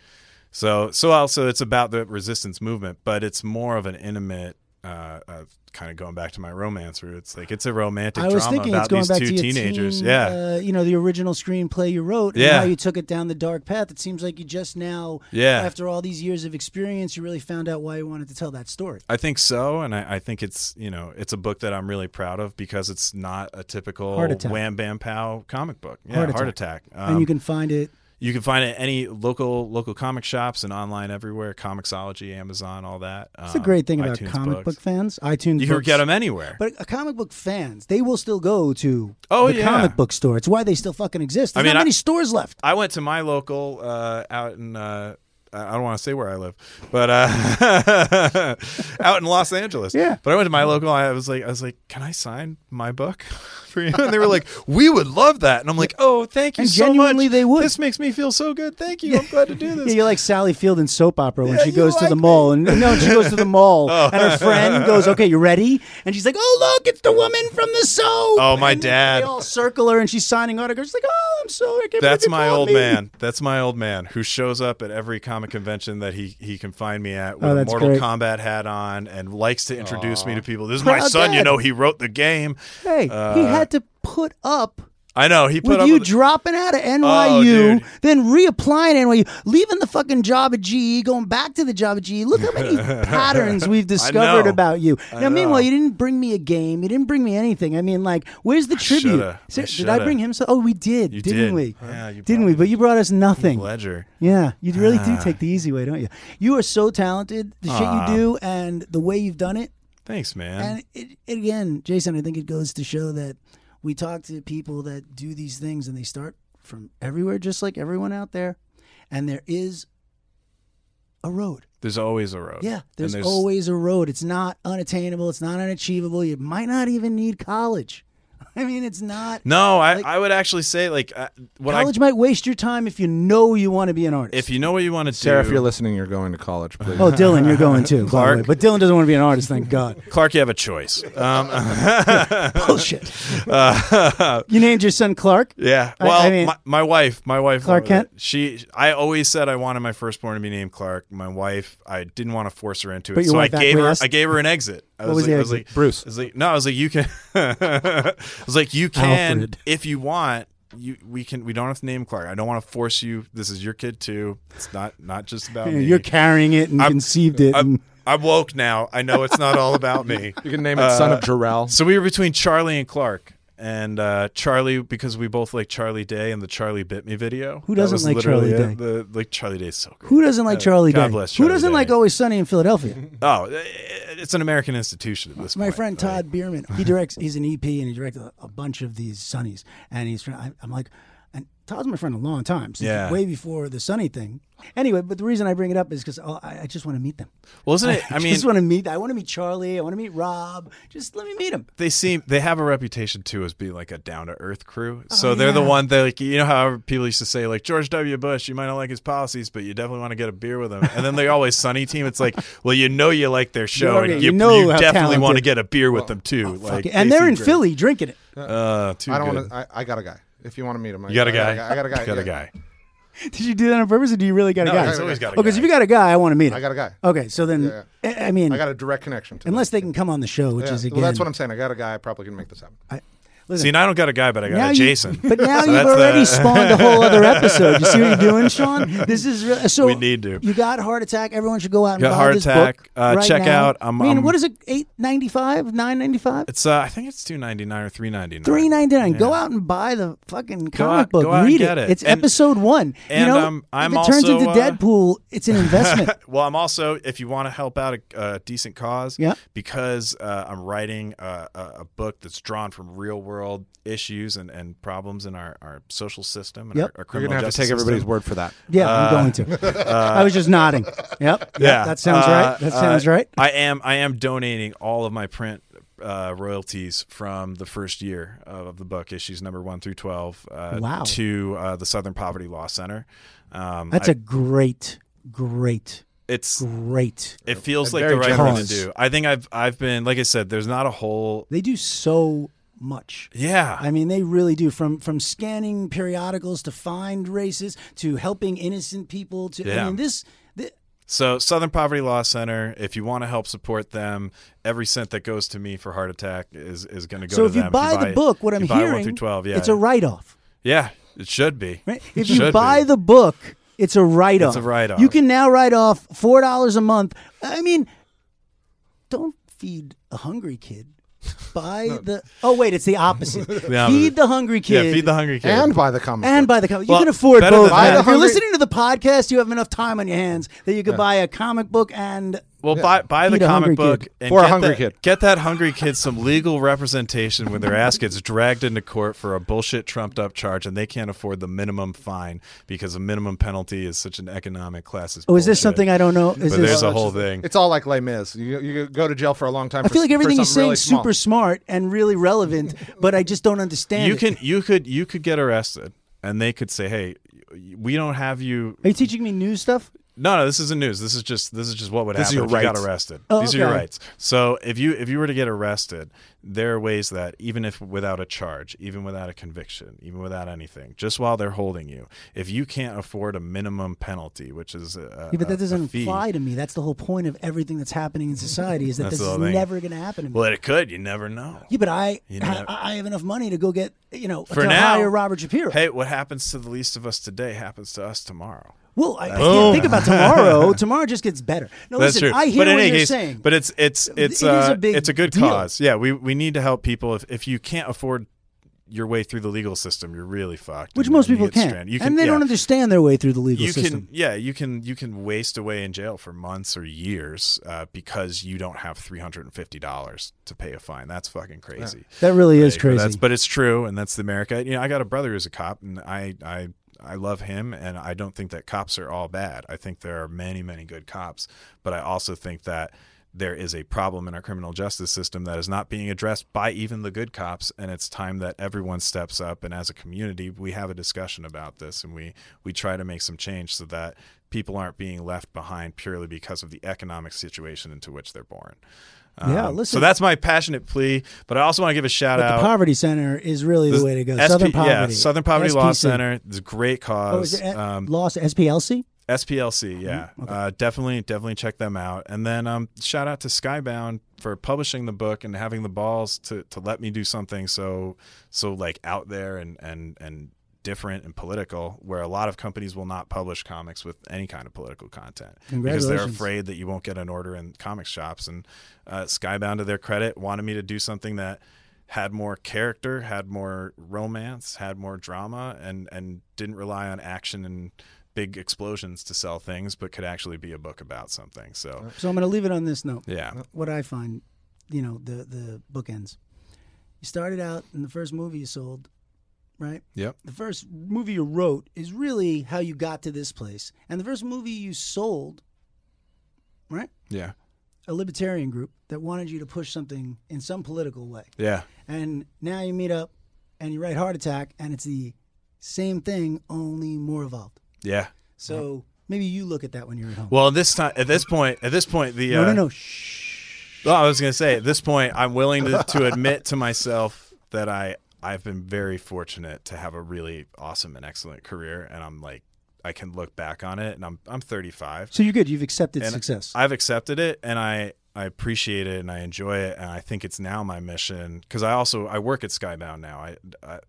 Speaker 3: so, so also it's about the resistance movement, but it's more of an intimate, uh, uh, kind of going back to my romance roots. Like it's a romantic
Speaker 1: I was
Speaker 3: drama
Speaker 1: thinking it's
Speaker 3: about
Speaker 1: going
Speaker 3: these
Speaker 1: back
Speaker 3: two
Speaker 1: to your
Speaker 3: teenagers.
Speaker 1: teen,
Speaker 3: yeah,
Speaker 1: uh, you know the original screenplay you wrote. and
Speaker 3: Yeah.
Speaker 1: how you took it down the dark path. It seems like you just now,
Speaker 3: Yeah.
Speaker 1: after all these years of experience, you really found out why you wanted to tell that story.
Speaker 3: I think so, and I, I think it's you know it's a book that I'm really proud of because it's not a typical
Speaker 1: Heart Attack.
Speaker 3: wham bam pow comic book. Yeah,
Speaker 1: Heart
Speaker 3: heart
Speaker 1: Attack.
Speaker 3: attack.
Speaker 1: and
Speaker 3: Um,
Speaker 1: you can find it.
Speaker 3: You can find it at any local local comic shops and online everywhere. Comixology, Amazon, all that. um,
Speaker 1: That's the great thing about
Speaker 3: iTunes
Speaker 1: comic
Speaker 3: books.
Speaker 1: book fans. iTunes.
Speaker 3: You can
Speaker 1: books.
Speaker 3: get them anywhere.
Speaker 1: But uh, comic book fans, they will still go to
Speaker 3: Oh,
Speaker 1: the
Speaker 3: yeah.
Speaker 1: comic book store. It's why they still fucking exist.
Speaker 3: I
Speaker 1: There's
Speaker 3: mean,
Speaker 1: not
Speaker 3: I-
Speaker 1: many stores left.
Speaker 3: I went to my local uh, out in uh, I I don't want to say where I live, but uh, out in Los Angeles.
Speaker 1: Yeah.
Speaker 3: But I went to my local. I was like, I was like, can I sign my book for you? And they were like, we would love that. And I'm like, oh, thank you
Speaker 1: And
Speaker 3: so
Speaker 1: genuinely
Speaker 3: much.
Speaker 1: they would.
Speaker 3: This makes me feel so good. Thank you. I'm glad to do
Speaker 1: Yeah,
Speaker 3: this.
Speaker 1: you're like Sally Field in soap opera when
Speaker 3: Yeah,
Speaker 1: she
Speaker 3: you
Speaker 1: goes to
Speaker 3: like
Speaker 1: the
Speaker 3: me. Oh.
Speaker 1: mall, and no, she goes to the mall, and her friend goes, "Okay, you ready?" And she's like, "Oh, look, it's the woman from the soap."
Speaker 3: Oh, my
Speaker 1: And they-
Speaker 3: dad.
Speaker 1: They all circle her, and she's signing autographs. She's like, "Oh, I'm so I can't believe
Speaker 3: That's
Speaker 1: you
Speaker 3: my
Speaker 1: called
Speaker 3: old
Speaker 1: me."
Speaker 3: man. That's my old man who shows up at every comic convention that he, he can find me at with
Speaker 1: Oh,
Speaker 3: a
Speaker 1: that's
Speaker 3: Mortal
Speaker 1: great.
Speaker 3: Kombat hat on and likes to introduce me to people. This is my
Speaker 1: Proud
Speaker 3: son. You
Speaker 1: dad.
Speaker 3: know, he wrote the game.
Speaker 1: Hey, he
Speaker 3: Uh,
Speaker 1: had to put up
Speaker 3: I know. He put
Speaker 1: with
Speaker 3: up
Speaker 1: you
Speaker 3: with- Oh,
Speaker 1: dropping out of NYU,
Speaker 3: dude.
Speaker 1: then reapplying NYU, leaving the fucking job at GE, going back to the job at GE. Look how many patterns we've discovered
Speaker 3: know.
Speaker 1: about you. Now,
Speaker 3: know.
Speaker 1: meanwhile, you didn't bring me a game. You didn't bring me anything. I mean, like, where's the tribute?
Speaker 3: shoulda. I
Speaker 1: Ser- did I
Speaker 3: shoulda.
Speaker 1: bring him? So, oh, we did,
Speaker 3: You
Speaker 1: didn't
Speaker 3: did.
Speaker 1: we?
Speaker 3: Yeah, you
Speaker 1: didn't we?
Speaker 3: brought-
Speaker 1: But you brought us nothing.
Speaker 3: Ledger.
Speaker 1: Yeah, you really do
Speaker 3: Ah.
Speaker 1: take the easy way, don't you? You are so talented. The
Speaker 3: Aw.
Speaker 1: shit you do and the way you've done it.
Speaker 3: Thanks, man.
Speaker 1: And it, it, again, Jason, I think it goes to show that we talk to people that do these things and they start from everywhere, just like everyone out there. And there is a road.
Speaker 3: there's always a road.
Speaker 1: Yeah,
Speaker 3: And
Speaker 1: there's, always a road. It's not unattainable, it's not unachievable. You might not even need college. I mean, it's not.
Speaker 3: No, I,
Speaker 1: like-
Speaker 3: I would actually say like uh, what I
Speaker 1: college might waste your time if you know you want to be an artist.
Speaker 3: if you know what you want to do.
Speaker 2: Sarah, if you're listening, you're going to college, please.
Speaker 1: Oh, Dylan, you're going too, by the way.
Speaker 3: Clark.
Speaker 1: But Dylan doesn't want to be an artist, thank God.
Speaker 3: Clark, you have a choice. Um,
Speaker 1: Bullshit.
Speaker 3: uh,
Speaker 1: You named your son Clark?
Speaker 3: yeah.
Speaker 1: I-
Speaker 3: Well,
Speaker 1: I mean-
Speaker 3: my, my wife, my wife,
Speaker 1: Clark Kent?
Speaker 3: She, I always said I wanted my firstborn to be named Clark. My wife, I didn't want to force her into it,
Speaker 1: But your
Speaker 3: so I
Speaker 1: wife
Speaker 3: gave her,
Speaker 1: acquiesced?
Speaker 3: I gave her an exit. I
Speaker 1: was
Speaker 3: was,
Speaker 1: the
Speaker 3: like, I was
Speaker 1: exit?
Speaker 3: like,
Speaker 2: Bruce.
Speaker 3: I was like, no, I was like, you can. I was like, you can
Speaker 1: Alfred.
Speaker 3: if you want. You, we can. We don't have to name Clark. I don't want to force you. This is your kid too. It's not not just about me.
Speaker 1: You're carrying it and conceived it. and-
Speaker 3: I'm, I'm woke now. I know it's not all about me.
Speaker 2: You can name it
Speaker 3: Uh,
Speaker 2: Son of Jarrell.
Speaker 3: So we were between Charlie and Clark. And uh, Charlie, because we both like Charlie Day and the Charlie Bit Me video.
Speaker 1: Who
Speaker 3: That
Speaker 1: doesn't
Speaker 3: was
Speaker 1: like
Speaker 3: literally
Speaker 1: Charlie
Speaker 3: it.
Speaker 1: Day?
Speaker 3: The, like Charlie Day is so great.
Speaker 1: Who doesn't like Charlie
Speaker 3: God
Speaker 1: Day?
Speaker 3: bless
Speaker 1: Who
Speaker 3: Charlie
Speaker 1: doesn't
Speaker 3: Day.
Speaker 1: like Always Sunny in Philadelphia?
Speaker 3: Oh, it's an American institution at this
Speaker 1: My
Speaker 3: point.
Speaker 1: friend Todd Bierman, he directs. He's an EP and he directed a, a bunch of these Sunnies. And he's, trying- I, I'm like, and Todd's my friend a long time, since
Speaker 3: Yeah.
Speaker 1: way before the Sunny thing. Anyway, but the reason I bring it up is because I, I just want to meet them.
Speaker 3: Well, isn't it? I mean,
Speaker 1: just want to meet. I want to meet Charlie. I want to meet Rob. Just let me meet him.
Speaker 3: they seem they have a reputation too as being like a down to earth crew. So they're the
Speaker 1: Oh, yeah.
Speaker 3: one that like you know how people used to say like George W. Bush, you might not like his policies, but you definitely want to get a beer with him. And then they always Sunny team. It's like, well, you know you like their show,
Speaker 1: already-
Speaker 3: and
Speaker 1: you
Speaker 3: you,
Speaker 1: know
Speaker 3: you
Speaker 1: how
Speaker 3: definitely want to
Speaker 1: talented- Oh,
Speaker 3: get a beer with them too. like,
Speaker 1: and
Speaker 3: they
Speaker 1: they're
Speaker 3: seem
Speaker 1: in
Speaker 3: great.
Speaker 1: Philly drinking it.
Speaker 3: Uh, too
Speaker 2: I don't
Speaker 3: good.
Speaker 2: want to. I, I got a guy. If you want to meet him, I,
Speaker 3: You got a
Speaker 2: I
Speaker 3: guy.
Speaker 2: I got a guy.
Speaker 3: Got a
Speaker 2: yeah.
Speaker 3: guy.
Speaker 1: Did you do that on purpose, or do you really got a
Speaker 3: No,
Speaker 1: guy?
Speaker 3: he's always got a
Speaker 1: Because
Speaker 3: guy.
Speaker 1: if you got a guy, I want to meet him.
Speaker 2: I got a guy.
Speaker 1: Okay, so then,
Speaker 2: Yeah,
Speaker 1: I I mean,
Speaker 2: I got a direct connection to.
Speaker 1: Um, unless they can come on the show, which
Speaker 2: them.
Speaker 1: is
Speaker 2: Yeah.
Speaker 1: again,
Speaker 2: well, that's what I'm saying. I got a guy. I probably can make this happen.
Speaker 1: Listen,
Speaker 3: See, and I don't got a guy, but I got
Speaker 1: now
Speaker 3: a
Speaker 1: you-
Speaker 3: Jason.
Speaker 1: but now
Speaker 3: So
Speaker 1: you've
Speaker 3: that's
Speaker 1: already
Speaker 3: the-
Speaker 1: spawned a whole other episode. You see what you're doing, Sean? This is re- so.
Speaker 3: We need to.
Speaker 1: You got heart attack. Everyone should go out and
Speaker 3: Got
Speaker 1: buy
Speaker 3: Heart
Speaker 1: this
Speaker 3: Attack.
Speaker 1: book
Speaker 3: Uh,
Speaker 1: right
Speaker 3: check
Speaker 1: now.
Speaker 3: out- I'm-
Speaker 1: I mean,
Speaker 3: I'm-
Speaker 1: what is it? Eight ninety five, nine ninety five,
Speaker 3: It's uh, I think it's two ninety nine or three ninety nine.
Speaker 1: three ninety nine. Go
Speaker 3: Yeah.
Speaker 1: out and buy the fucking comic
Speaker 3: out-
Speaker 1: book.
Speaker 3: go out and
Speaker 1: Read
Speaker 3: get
Speaker 1: it.
Speaker 3: it.
Speaker 1: It's
Speaker 3: And-
Speaker 1: episode one. you
Speaker 3: and,
Speaker 1: know,
Speaker 3: um, I'm
Speaker 1: if it turns
Speaker 3: also,
Speaker 1: into
Speaker 3: uh,
Speaker 1: Deadpool, it's an investment.
Speaker 3: well, I'm also if you want to help out a, a decent cause,
Speaker 1: Yeah.
Speaker 3: because uh, I'm writing a, a, a book that's drawn from real world issues and, and problems in our, our social system and
Speaker 1: Yep.
Speaker 3: our, our
Speaker 2: You're
Speaker 3: criminal
Speaker 2: gonna have to
Speaker 3: justice
Speaker 2: take everybody's
Speaker 3: system.
Speaker 2: word for that.
Speaker 1: yeah, I'm going to. I was just nodding. Yep. Yep,
Speaker 3: Uh, Yeah,
Speaker 1: that sounds
Speaker 3: Uh,
Speaker 1: right. That
Speaker 3: uh,
Speaker 1: sounds right.
Speaker 3: I am I am donating all of my print uh, royalties from the first year of the book, issues number one through twelve, uh,
Speaker 1: Wow.
Speaker 3: to uh, the Southern Poverty Law Center. Um,
Speaker 1: That's
Speaker 3: I-
Speaker 1: a great, great,
Speaker 3: it's
Speaker 1: great.
Speaker 3: it feels
Speaker 2: and
Speaker 3: like
Speaker 2: very
Speaker 3: the right thing to
Speaker 1: generous.
Speaker 3: do. I think I've I've been like I said, there's not a whole
Speaker 1: They do so much.
Speaker 3: yeah.
Speaker 1: I mean, they really do. From from scanning periodicals to find races to helping innocent people to. I
Speaker 3: Yeah.
Speaker 1: mean, this. thi-
Speaker 3: So Southern Poverty Law Center, if you want to help support them, every cent that goes to me for Heart Attack is is going to go
Speaker 1: so
Speaker 3: to
Speaker 1: if you
Speaker 3: them.
Speaker 1: buy the book, what
Speaker 3: if
Speaker 1: I'm
Speaker 3: you buy
Speaker 1: hearing,
Speaker 3: one through twelve, yeah,
Speaker 1: it's a write off.
Speaker 3: yeah, it should be.
Speaker 1: Right?
Speaker 3: It
Speaker 1: If you
Speaker 3: should
Speaker 1: buy
Speaker 3: be.
Speaker 1: the book, it's a write off.
Speaker 3: It's a write-off.
Speaker 1: You can now write off four dollars a month. I mean, don't feed a hungry kid. Buy the. Oh wait, it's the opposite.
Speaker 3: Yeah,
Speaker 1: feed the hungry kid.
Speaker 3: yeah, feed the hungry kid.
Speaker 2: And by the comic.
Speaker 1: And
Speaker 2: book.
Speaker 1: buy the comic.
Speaker 3: Well,
Speaker 1: you can afford
Speaker 3: better
Speaker 1: both.
Speaker 3: than
Speaker 1: man.
Speaker 3: that.
Speaker 1: If you're
Speaker 2: Hungry-
Speaker 1: listening to the podcast, you have enough time on your hands that you could buy a comic book and
Speaker 3: well, buy buy the
Speaker 1: Feed a hungry
Speaker 3: comic book
Speaker 1: kid.
Speaker 3: and
Speaker 2: For a
Speaker 3: get
Speaker 2: hungry
Speaker 3: that,
Speaker 2: kid.
Speaker 3: Get that hungry kid some legal representation when their ass gets dragged into court for a bullshit trumped up charge and they can't afford the minimum fine because a minimum penalty is such an economic classist.
Speaker 1: Oh, is this
Speaker 3: bullshit.
Speaker 1: something I don't know? Is
Speaker 3: But
Speaker 1: this?
Speaker 3: there's a
Speaker 2: It's
Speaker 3: whole
Speaker 2: just-
Speaker 3: thing.
Speaker 2: It's all like Les Mis. You, you go to jail for a long time.
Speaker 1: I feel like everything he's saying is super smart and really relevant, but I just don't understand.
Speaker 3: You
Speaker 1: it.
Speaker 3: can you could you could get arrested and they could say, "Hey, we don't have you
Speaker 1: Are you teaching me new stuff?
Speaker 3: No, no, this isn't news. This is just this is just what would
Speaker 2: This is
Speaker 3: happen
Speaker 2: your
Speaker 3: if you got
Speaker 2: rights.
Speaker 3: arrested.
Speaker 1: Oh,
Speaker 3: These are your
Speaker 1: okay.
Speaker 3: rights. So if you if you were to get arrested, there are ways that even if without a charge, even without a conviction, even without anything, just while they're holding you, if you can't afford a minimum penalty, which is
Speaker 1: Yeah,
Speaker 3: a,
Speaker 1: but
Speaker 3: Uh, a-
Speaker 1: that
Speaker 3: a
Speaker 1: doesn't
Speaker 3: fee-
Speaker 1: apply to me. That's the whole point of everything that's happening in society is that
Speaker 3: That's
Speaker 1: this
Speaker 3: the
Speaker 1: is
Speaker 3: whole thing.
Speaker 1: never going to happen to me.
Speaker 3: Well, it could. You never know.
Speaker 1: yeah, but I,
Speaker 3: know-
Speaker 1: I I have enough money to go get you know
Speaker 3: For
Speaker 1: to
Speaker 3: now,
Speaker 1: hire Robert Shapiro.
Speaker 3: Hey, what happens to the least of us today happens to us tomorrow.
Speaker 1: well, I, I can't think about tomorrow. tomorrow just gets better. No,
Speaker 3: That's
Speaker 1: listen,
Speaker 3: true.
Speaker 1: I hear
Speaker 3: but in
Speaker 1: what
Speaker 3: any
Speaker 1: you're
Speaker 3: case,
Speaker 1: saying.
Speaker 3: But it's it's it's
Speaker 1: it is
Speaker 3: uh,
Speaker 1: a big
Speaker 3: it's a good
Speaker 1: deal.
Speaker 3: cause. Yeah, we we need to help people. If if you can't afford your way through the legal system, you're really fucked.
Speaker 1: which
Speaker 3: and
Speaker 1: most
Speaker 3: you
Speaker 1: people
Speaker 3: get
Speaker 1: can't,
Speaker 3: stranded. You
Speaker 1: and they
Speaker 3: yeah.
Speaker 1: don't understand their way through the legal
Speaker 3: You
Speaker 1: system.
Speaker 3: can yeah, you can you can waste away in jail for months or years uh, because you don't have three hundred and fifty dollars to pay a fine. That's fucking crazy.
Speaker 1: that really is
Speaker 3: There
Speaker 1: crazy.
Speaker 3: you go. That's but it's true, and that's the America. You know, I got a brother who's a cop, and I I I love him, and I don't think that cops are all bad. I think there are many many good cops, but I also think that there is a problem in our criminal justice system that is not being addressed by even the good cops and it's time that everyone steps up and as a community we have a discussion about this and we we try to make some change so that people aren't being left behind purely because of the economic situation into which they're born Um,
Speaker 1: Yeah,
Speaker 3: so
Speaker 1: listen.
Speaker 3: that's my passionate plea, but I also want to give a shout
Speaker 1: But
Speaker 3: out.
Speaker 1: the poverty center is really the way to go.
Speaker 3: SP
Speaker 1: Southern poverty.
Speaker 3: yeah, Southern Poverty Law
Speaker 1: SPC.
Speaker 3: Center. It's a great
Speaker 1: Oh, is
Speaker 3: cause.
Speaker 1: it at-
Speaker 3: um,
Speaker 1: lost SPLC?
Speaker 3: SPLC, yeah,
Speaker 1: Mm-hmm.
Speaker 3: uh, definitely, definitely check them out. And then um, shout out to Skybound for publishing the book and having the balls to to let me do something so so like out there and and and different and political where a lot of companies will not publish comics with any kind of political content because they're
Speaker 1: Congratulations.
Speaker 3: afraid that you won't get an order in comic shops and uh, skybound to their credit wanted me to do something that had more character had more romance had more drama and and didn't rely on action and big explosions to sell things but could actually be a book about something so
Speaker 1: So I'm going to leave it on this note.
Speaker 3: yeah
Speaker 1: What I find, you know, the the bookends. You started out in the first movie you sold, right?
Speaker 2: Yep.
Speaker 1: The first movie you wrote is really how you got to this place, and the first movie you sold, right?
Speaker 3: yeah
Speaker 1: A libertarian group that wanted you to push something in some political way.
Speaker 3: yeah
Speaker 1: and now you meet up and you write heart attack and it's the same thing only more evolved
Speaker 3: yeah
Speaker 1: so maybe you look at that when you're at home
Speaker 3: Uh-huh. well this time at this point at this point the
Speaker 1: no
Speaker 3: uh,
Speaker 1: no no shh
Speaker 3: Well, I was going to say at this point, I'm willing to, to admit to myself that I I've been very fortunate to have a really awesome and excellent career, and I'm like I can look back on it, and I'm I'm 35,
Speaker 1: so you're good you've accepted
Speaker 3: and
Speaker 1: success
Speaker 3: I've accepted it, and I I appreciate it and I enjoy it, and I think it's now my mission because I also I work at Skybound now. I, I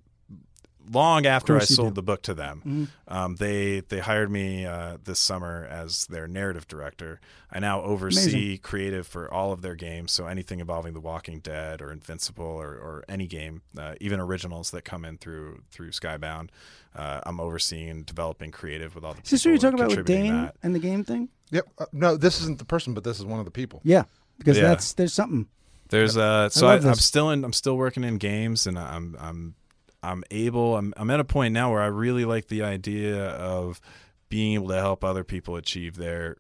Speaker 3: long after I
Speaker 1: course you
Speaker 3: sold
Speaker 1: do. Mm-hmm.
Speaker 3: the book to them, um, they they hired me uh, this summer as their narrative director. I now oversee creative for all of their games, so anything involving The Walking Dead or Invincible or, or any game, uh, even originals that come in through through Skybound, uh, I'm overseeing and developing creative with all the.
Speaker 1: Is this what you're
Speaker 3: people
Speaker 1: talking about with
Speaker 3: contributing
Speaker 1: Dane
Speaker 3: that.
Speaker 1: and the game thing?
Speaker 2: Yep. Uh, no, this isn't the person, but this is one of the people.
Speaker 1: Yeah, because
Speaker 3: Yeah.
Speaker 1: that's there's something.
Speaker 3: There's uh, so I
Speaker 1: love
Speaker 3: I'm
Speaker 1: this.
Speaker 3: still in. I'm still working in games, and I'm I'm I'm able. I'm I'm at a point now where I really like the idea of being able to help other people achieve their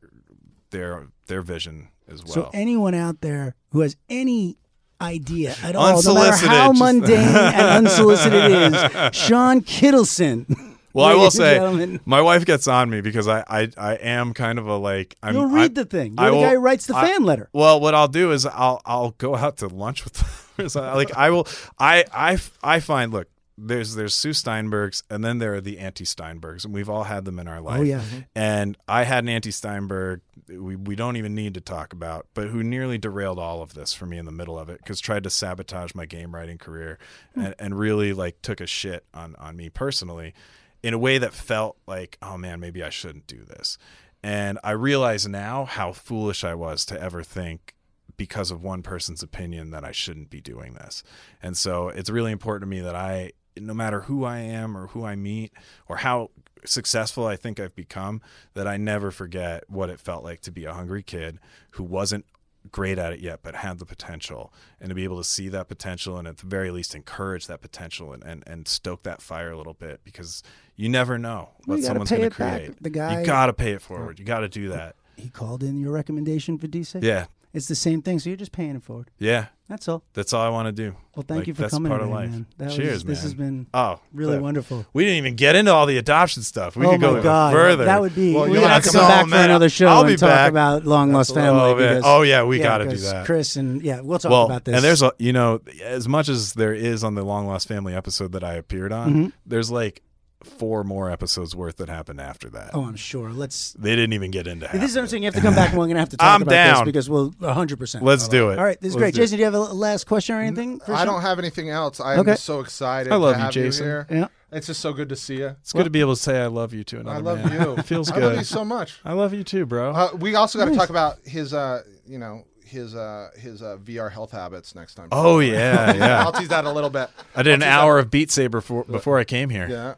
Speaker 3: their their vision as well.
Speaker 1: So anyone out there who has any idea at all, no matter
Speaker 3: Unsolicited,
Speaker 1: how
Speaker 3: just-
Speaker 1: mundane and unsolicited it is, Sean Kittleson.
Speaker 3: well, I will
Speaker 1: ladies and
Speaker 3: say,
Speaker 1: gentlemen.
Speaker 3: my wife gets on me because I I, I am kind of a like. I'm,
Speaker 1: You'll
Speaker 3: I-
Speaker 1: read the thing. You're
Speaker 3: I
Speaker 1: the
Speaker 3: will-
Speaker 1: guy who writes the
Speaker 3: I-
Speaker 1: fan letter.
Speaker 3: Well, what I'll do is I'll I'll go out to lunch with them. or something. like I will I I I find look there's there's Sue Steinbergs and then there are the anti Steinbergs and we've all had them in our life.
Speaker 1: Oh yeah,
Speaker 3: And I had an anti Steinberg we, we don't even need to talk about, but who nearly derailed all of this for me in the middle of it because tried to sabotage my game writing career
Speaker 1: Hmm.
Speaker 3: and, and really like took a shit on, on me personally in a way that felt like, oh man, maybe I shouldn't do this. And I realize now how foolish I was to ever think because of one person's opinion that I shouldn't be doing this. And so it's really important to me that I, no matter who I am or who I meet or how successful I think I've become, that I never forget what it felt like to be a hungry kid who wasn't great at it yet but had the potential and to be able to see that potential and at the very least encourage that potential and, and, and stoke that fire a little bit because you never know
Speaker 1: Well,
Speaker 3: what
Speaker 1: you gotta
Speaker 3: someone's
Speaker 1: pay
Speaker 3: going to
Speaker 1: it back.
Speaker 3: create
Speaker 1: The guy-
Speaker 3: you gotta pay it forward you gotta do that
Speaker 1: he called in your recommendation for DC.
Speaker 3: yeah
Speaker 1: It's the same thing. So you're just paying it forward.
Speaker 3: yeah
Speaker 1: That's all.
Speaker 3: that's all i want to do
Speaker 1: Well, thank
Speaker 3: Like,
Speaker 1: you for
Speaker 3: that's
Speaker 1: coming.
Speaker 3: part of
Speaker 1: today,
Speaker 3: life.
Speaker 1: Man. That was-
Speaker 3: Cheers,
Speaker 1: This has
Speaker 3: man.
Speaker 1: been
Speaker 3: oh
Speaker 1: really
Speaker 3: Cliff.
Speaker 1: wonderful.
Speaker 3: we didn't even get into all the adoption stuff we
Speaker 1: oh
Speaker 3: could go
Speaker 1: my God,
Speaker 3: further
Speaker 1: that would be.
Speaker 2: Well,
Speaker 1: we
Speaker 2: you'll
Speaker 1: have
Speaker 2: have
Speaker 1: to
Speaker 2: to
Speaker 1: come
Speaker 2: come
Speaker 1: back
Speaker 3: on,
Speaker 1: for
Speaker 3: man.
Speaker 1: another show
Speaker 3: I'll
Speaker 1: and
Speaker 3: be
Speaker 1: talk
Speaker 3: back.
Speaker 1: about long lost family.
Speaker 3: oh, man.
Speaker 1: because-
Speaker 3: oh yeah we
Speaker 1: yeah,
Speaker 3: gotta do
Speaker 1: because
Speaker 3: that
Speaker 1: Chris and yeah, we'll talk
Speaker 3: well,
Speaker 1: about this.
Speaker 3: and there's a you know as much as there is on the long lost family episode that I appeared on,
Speaker 1: Mm-hmm.
Speaker 3: there's like four more episodes worth that happened after that.
Speaker 1: oh, I'm sure. Let's.
Speaker 3: They didn't even get into. half
Speaker 1: This is what I'm
Speaker 3: of it.
Speaker 1: saying. You have to come back, and we're going to have to talk
Speaker 3: I'm
Speaker 1: about
Speaker 3: down.
Speaker 1: this because we'll 100. percent
Speaker 3: Let's do it.
Speaker 1: All right, this is
Speaker 3: Let's
Speaker 1: great.
Speaker 3: do it.
Speaker 1: Jason, do you have a last question or anything? for
Speaker 2: I
Speaker 1: Sean?
Speaker 2: don't have anything else. I am
Speaker 1: Okay.
Speaker 2: so excited.
Speaker 3: I love
Speaker 2: to
Speaker 3: you,
Speaker 2: have
Speaker 3: Jason.
Speaker 2: here.
Speaker 1: Yeah.
Speaker 2: It's just so good to see you.
Speaker 3: It's good to be able to say I love you to another
Speaker 2: I love
Speaker 3: man.
Speaker 2: you.
Speaker 3: it feels
Speaker 2: I
Speaker 3: good.
Speaker 2: love you so much.
Speaker 3: I love you too, bro.
Speaker 2: Uh, we also got to talk about his, uh, you know, his uh, his uh, VR health habits next time.
Speaker 3: oh yeah, yeah.
Speaker 2: I'll tease that a little bit.
Speaker 3: I did an hour of Beat Saber before before I came here.
Speaker 2: Yeah.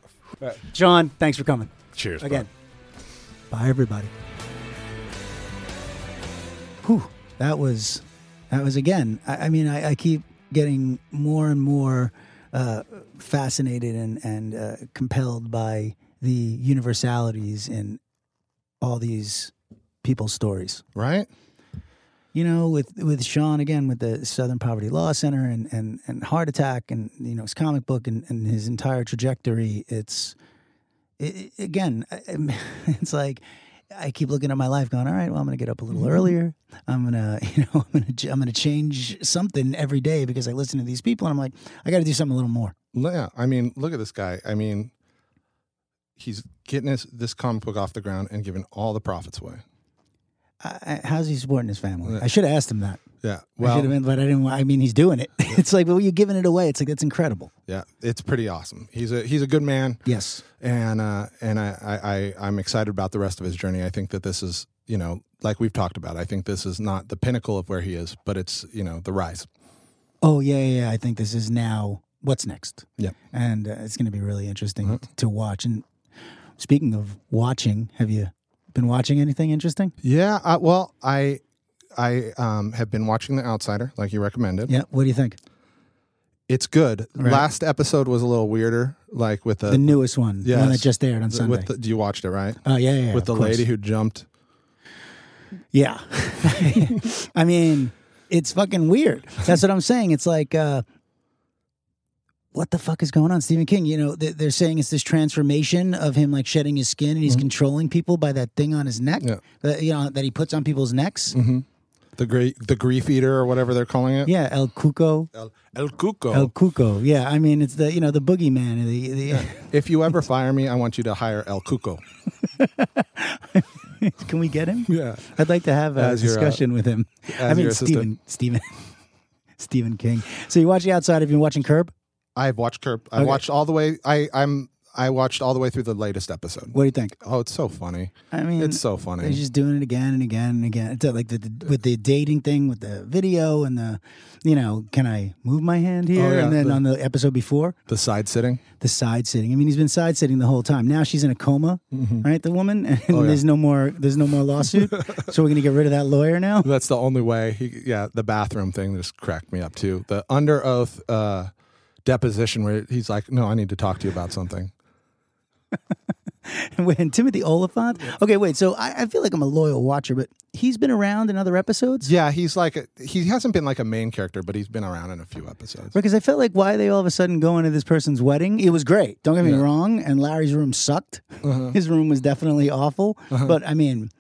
Speaker 1: John, thanks for coming
Speaker 3: Cheers bud.
Speaker 1: again. Bye, everybody. Whew, that was that was again. I, I mean, I, I keep getting more and more uh, fascinated and and uh, compelled by the universalities in all these people's stories.
Speaker 2: Right.
Speaker 1: you know, with with Sean again with the Southern Poverty Law Center and and and heart attack and you know his comic book and, and his entire trajectory. It's it, it- again, I- I'm- it's like I keep looking at my life, going, all right, well, I'm gonna get up a little earlier. I'm gonna you know I'm gonna ch- I'm gonna change something every day because I listen to these people and I'm like, I got to do something a little more.
Speaker 2: Yeah. I mean, look at this guy. I mean, he's getting this, this comic book off the ground and giving all the profits away.
Speaker 1: I, I, how's he supporting his family? I should have asked him that.
Speaker 2: Yeah.
Speaker 1: I
Speaker 2: Well,
Speaker 1: should have been, but I didn't. I mean, he's doing it. it's like, well, you're giving it away. It's like that's incredible.
Speaker 2: yeah, it's pretty awesome. He's a he's a good man.
Speaker 1: Yes.
Speaker 2: and uh, and I, I, I I'm excited about the rest of his journey. I think that this is you know like we've talked about. I think this is not the pinnacle of where he is, but it's you know the rise.
Speaker 1: oh yeah, yeah, yeah, I think this is now what's next.
Speaker 2: Yeah.
Speaker 1: and uh, it's going to be really interesting
Speaker 2: Mm-hmm.
Speaker 1: to watch. And speaking of watching, have you been watching anything interesting?
Speaker 2: Yeah. I, well, I I um, have been watching The Outsider, like you recommended.
Speaker 1: Yeah, what do you think?
Speaker 2: It's good.
Speaker 1: Right.
Speaker 2: Last episode was a little weirder, like with the,
Speaker 1: the newest one, the one that
Speaker 2: Uh, yes.
Speaker 1: just aired on Sunday.
Speaker 2: with the, you watched it right
Speaker 1: oh yeah, yeah, yeah,
Speaker 2: with
Speaker 1: of
Speaker 2: the
Speaker 1: course.
Speaker 2: lady who jumped.
Speaker 1: Yeah. I mean, it's fucking weird. That's what I'm saying. It's like, uh, what the fuck is going on, Stephen King? You know, th- they're saying it's this transformation of him like shedding his skin and he's controlling people by that thing on his neck,
Speaker 2: Mm-hmm. Yeah. Mm-hmm.
Speaker 1: that, you know, that he puts on people's necks.
Speaker 2: The great, the grief eater, or whatever they're calling it.
Speaker 1: Yeah, El Cuco.
Speaker 2: El, El Cuco.
Speaker 1: El Cuco. Yeah, I mean, it's the you know the boogeyman. The, the,
Speaker 2: if you ever fire me, I want you to hire El Cuco.
Speaker 1: Can we get him?
Speaker 2: Yeah.
Speaker 1: I'd like to have a
Speaker 2: As your, uh,
Speaker 1: discussion with him. I
Speaker 2: as
Speaker 1: mean,
Speaker 2: your assistant.
Speaker 1: Stephen, Stephen, Stephen King. So you watch The Outside. Have you been watching Curb?
Speaker 2: I've watched Curb. I
Speaker 1: Okay.
Speaker 2: watched all the way. I I'm I watched all the way through the latest episode.
Speaker 1: What do you think?
Speaker 2: Oh, it's so funny.
Speaker 1: I mean,
Speaker 2: It's so
Speaker 1: they're
Speaker 2: funny.
Speaker 1: just doing it again and again and again. It's uh, like the, the, with the dating thing, with the video and the, you know, can I move my hand here?
Speaker 2: Oh, yeah,
Speaker 1: and then
Speaker 2: the-
Speaker 1: on the episode before,
Speaker 2: the side sitting.
Speaker 1: the side sitting. I mean, he's been side sitting the whole time. Now she's in a coma, right? The woman, and
Speaker 2: Mm-hmm. Oh, yeah.
Speaker 1: there's no more. There's no more lawsuit. so we're gonna get rid of that lawyer now.
Speaker 2: That's the only way. He, yeah, the bathroom thing just cracked me up too. The under oath uh, deposition where he's like, "No, I need to talk to you about something."
Speaker 1: when Timothy Oliphant. Okay, wait. So I, I feel like I'm a loyal watcher, but he's been around in other episodes.
Speaker 2: Yeah, he's like a, he hasn't been like a main character, but he's been around in a few episodes.
Speaker 1: Because I felt like why are they all of a sudden going to this person's wedding? It was great. Don't get me
Speaker 2: Yeah. Uh-huh.
Speaker 1: wrong. And Larry's room sucked. His room was definitely awful. But I mean,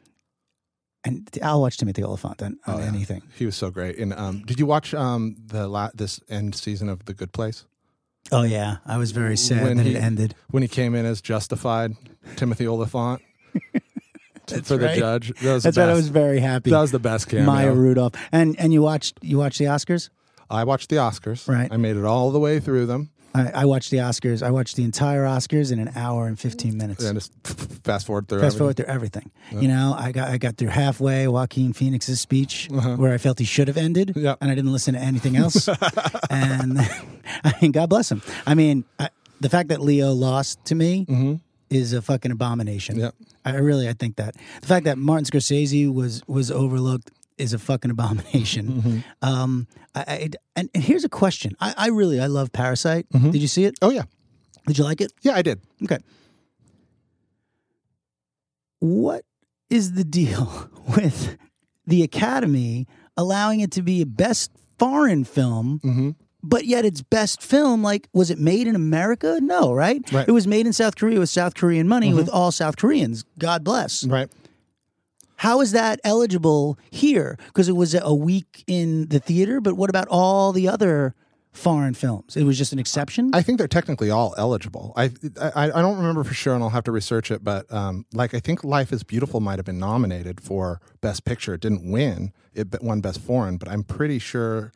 Speaker 1: and I'll watch Timothy Oliphant on,
Speaker 2: Oh,
Speaker 1: on anything.
Speaker 2: He was so great. And um, did you watch um, the la- this end season of The Good Place
Speaker 1: Oh yeah, I was very sad
Speaker 2: When
Speaker 1: that
Speaker 2: he-
Speaker 1: it ended.
Speaker 2: when he came in as Justified Timothy Oliphant t- for
Speaker 1: right.
Speaker 2: the judge? That was the
Speaker 1: That's why I
Speaker 2: best.
Speaker 1: was very happy.
Speaker 2: that was the best cameo.
Speaker 1: Maya Rudolph. And and you watched you watched the Oscars?
Speaker 2: I watched the Oscars.
Speaker 1: Right.
Speaker 2: I made it all the way through them.
Speaker 1: I, I watched the Oscars. I watched the entire Oscars in an hour and fifteen minutes.
Speaker 2: And just fast forward through.
Speaker 1: Fast
Speaker 2: everything.
Speaker 1: forward through everything. You know, I got I got through halfway Joaquin Phoenix's speech where I felt he should have ended,
Speaker 2: Yep.
Speaker 1: and I didn't listen to anything else. and I mean, God bless him. I mean, I, the fact that Leo lost to me is a fucking abomination.
Speaker 2: Yep.
Speaker 1: I really I think that the fact that Martin Scorsese was was overlooked is a fucking abomination. Um, I, I and, and here's a question. I, I really I love Parasite. Did you see it?
Speaker 2: Oh yeah,
Speaker 1: Did you like it?
Speaker 2: yeah, I did.
Speaker 1: Okay. What is the deal with the Academy allowing it to be a best foreign film,
Speaker 2: Mm-hmm.
Speaker 1: but yet it's best film? Like, was it made in America? No, right?
Speaker 2: Right. Mm-hmm.
Speaker 1: It was made in South Korea with South Korean money with all South Koreans. God bless.
Speaker 2: Right.
Speaker 1: How is that eligible here? Because it was a week in the theater, but what about all the other foreign films? It was just an exception?
Speaker 2: I think they're technically all eligible. I I, I don't remember for sure, and I'll have to research it. But um, like I think Life Is Beautiful might have been nominated for Best Picture. It didn't win. It b- won Best Foreign, but I'm pretty sure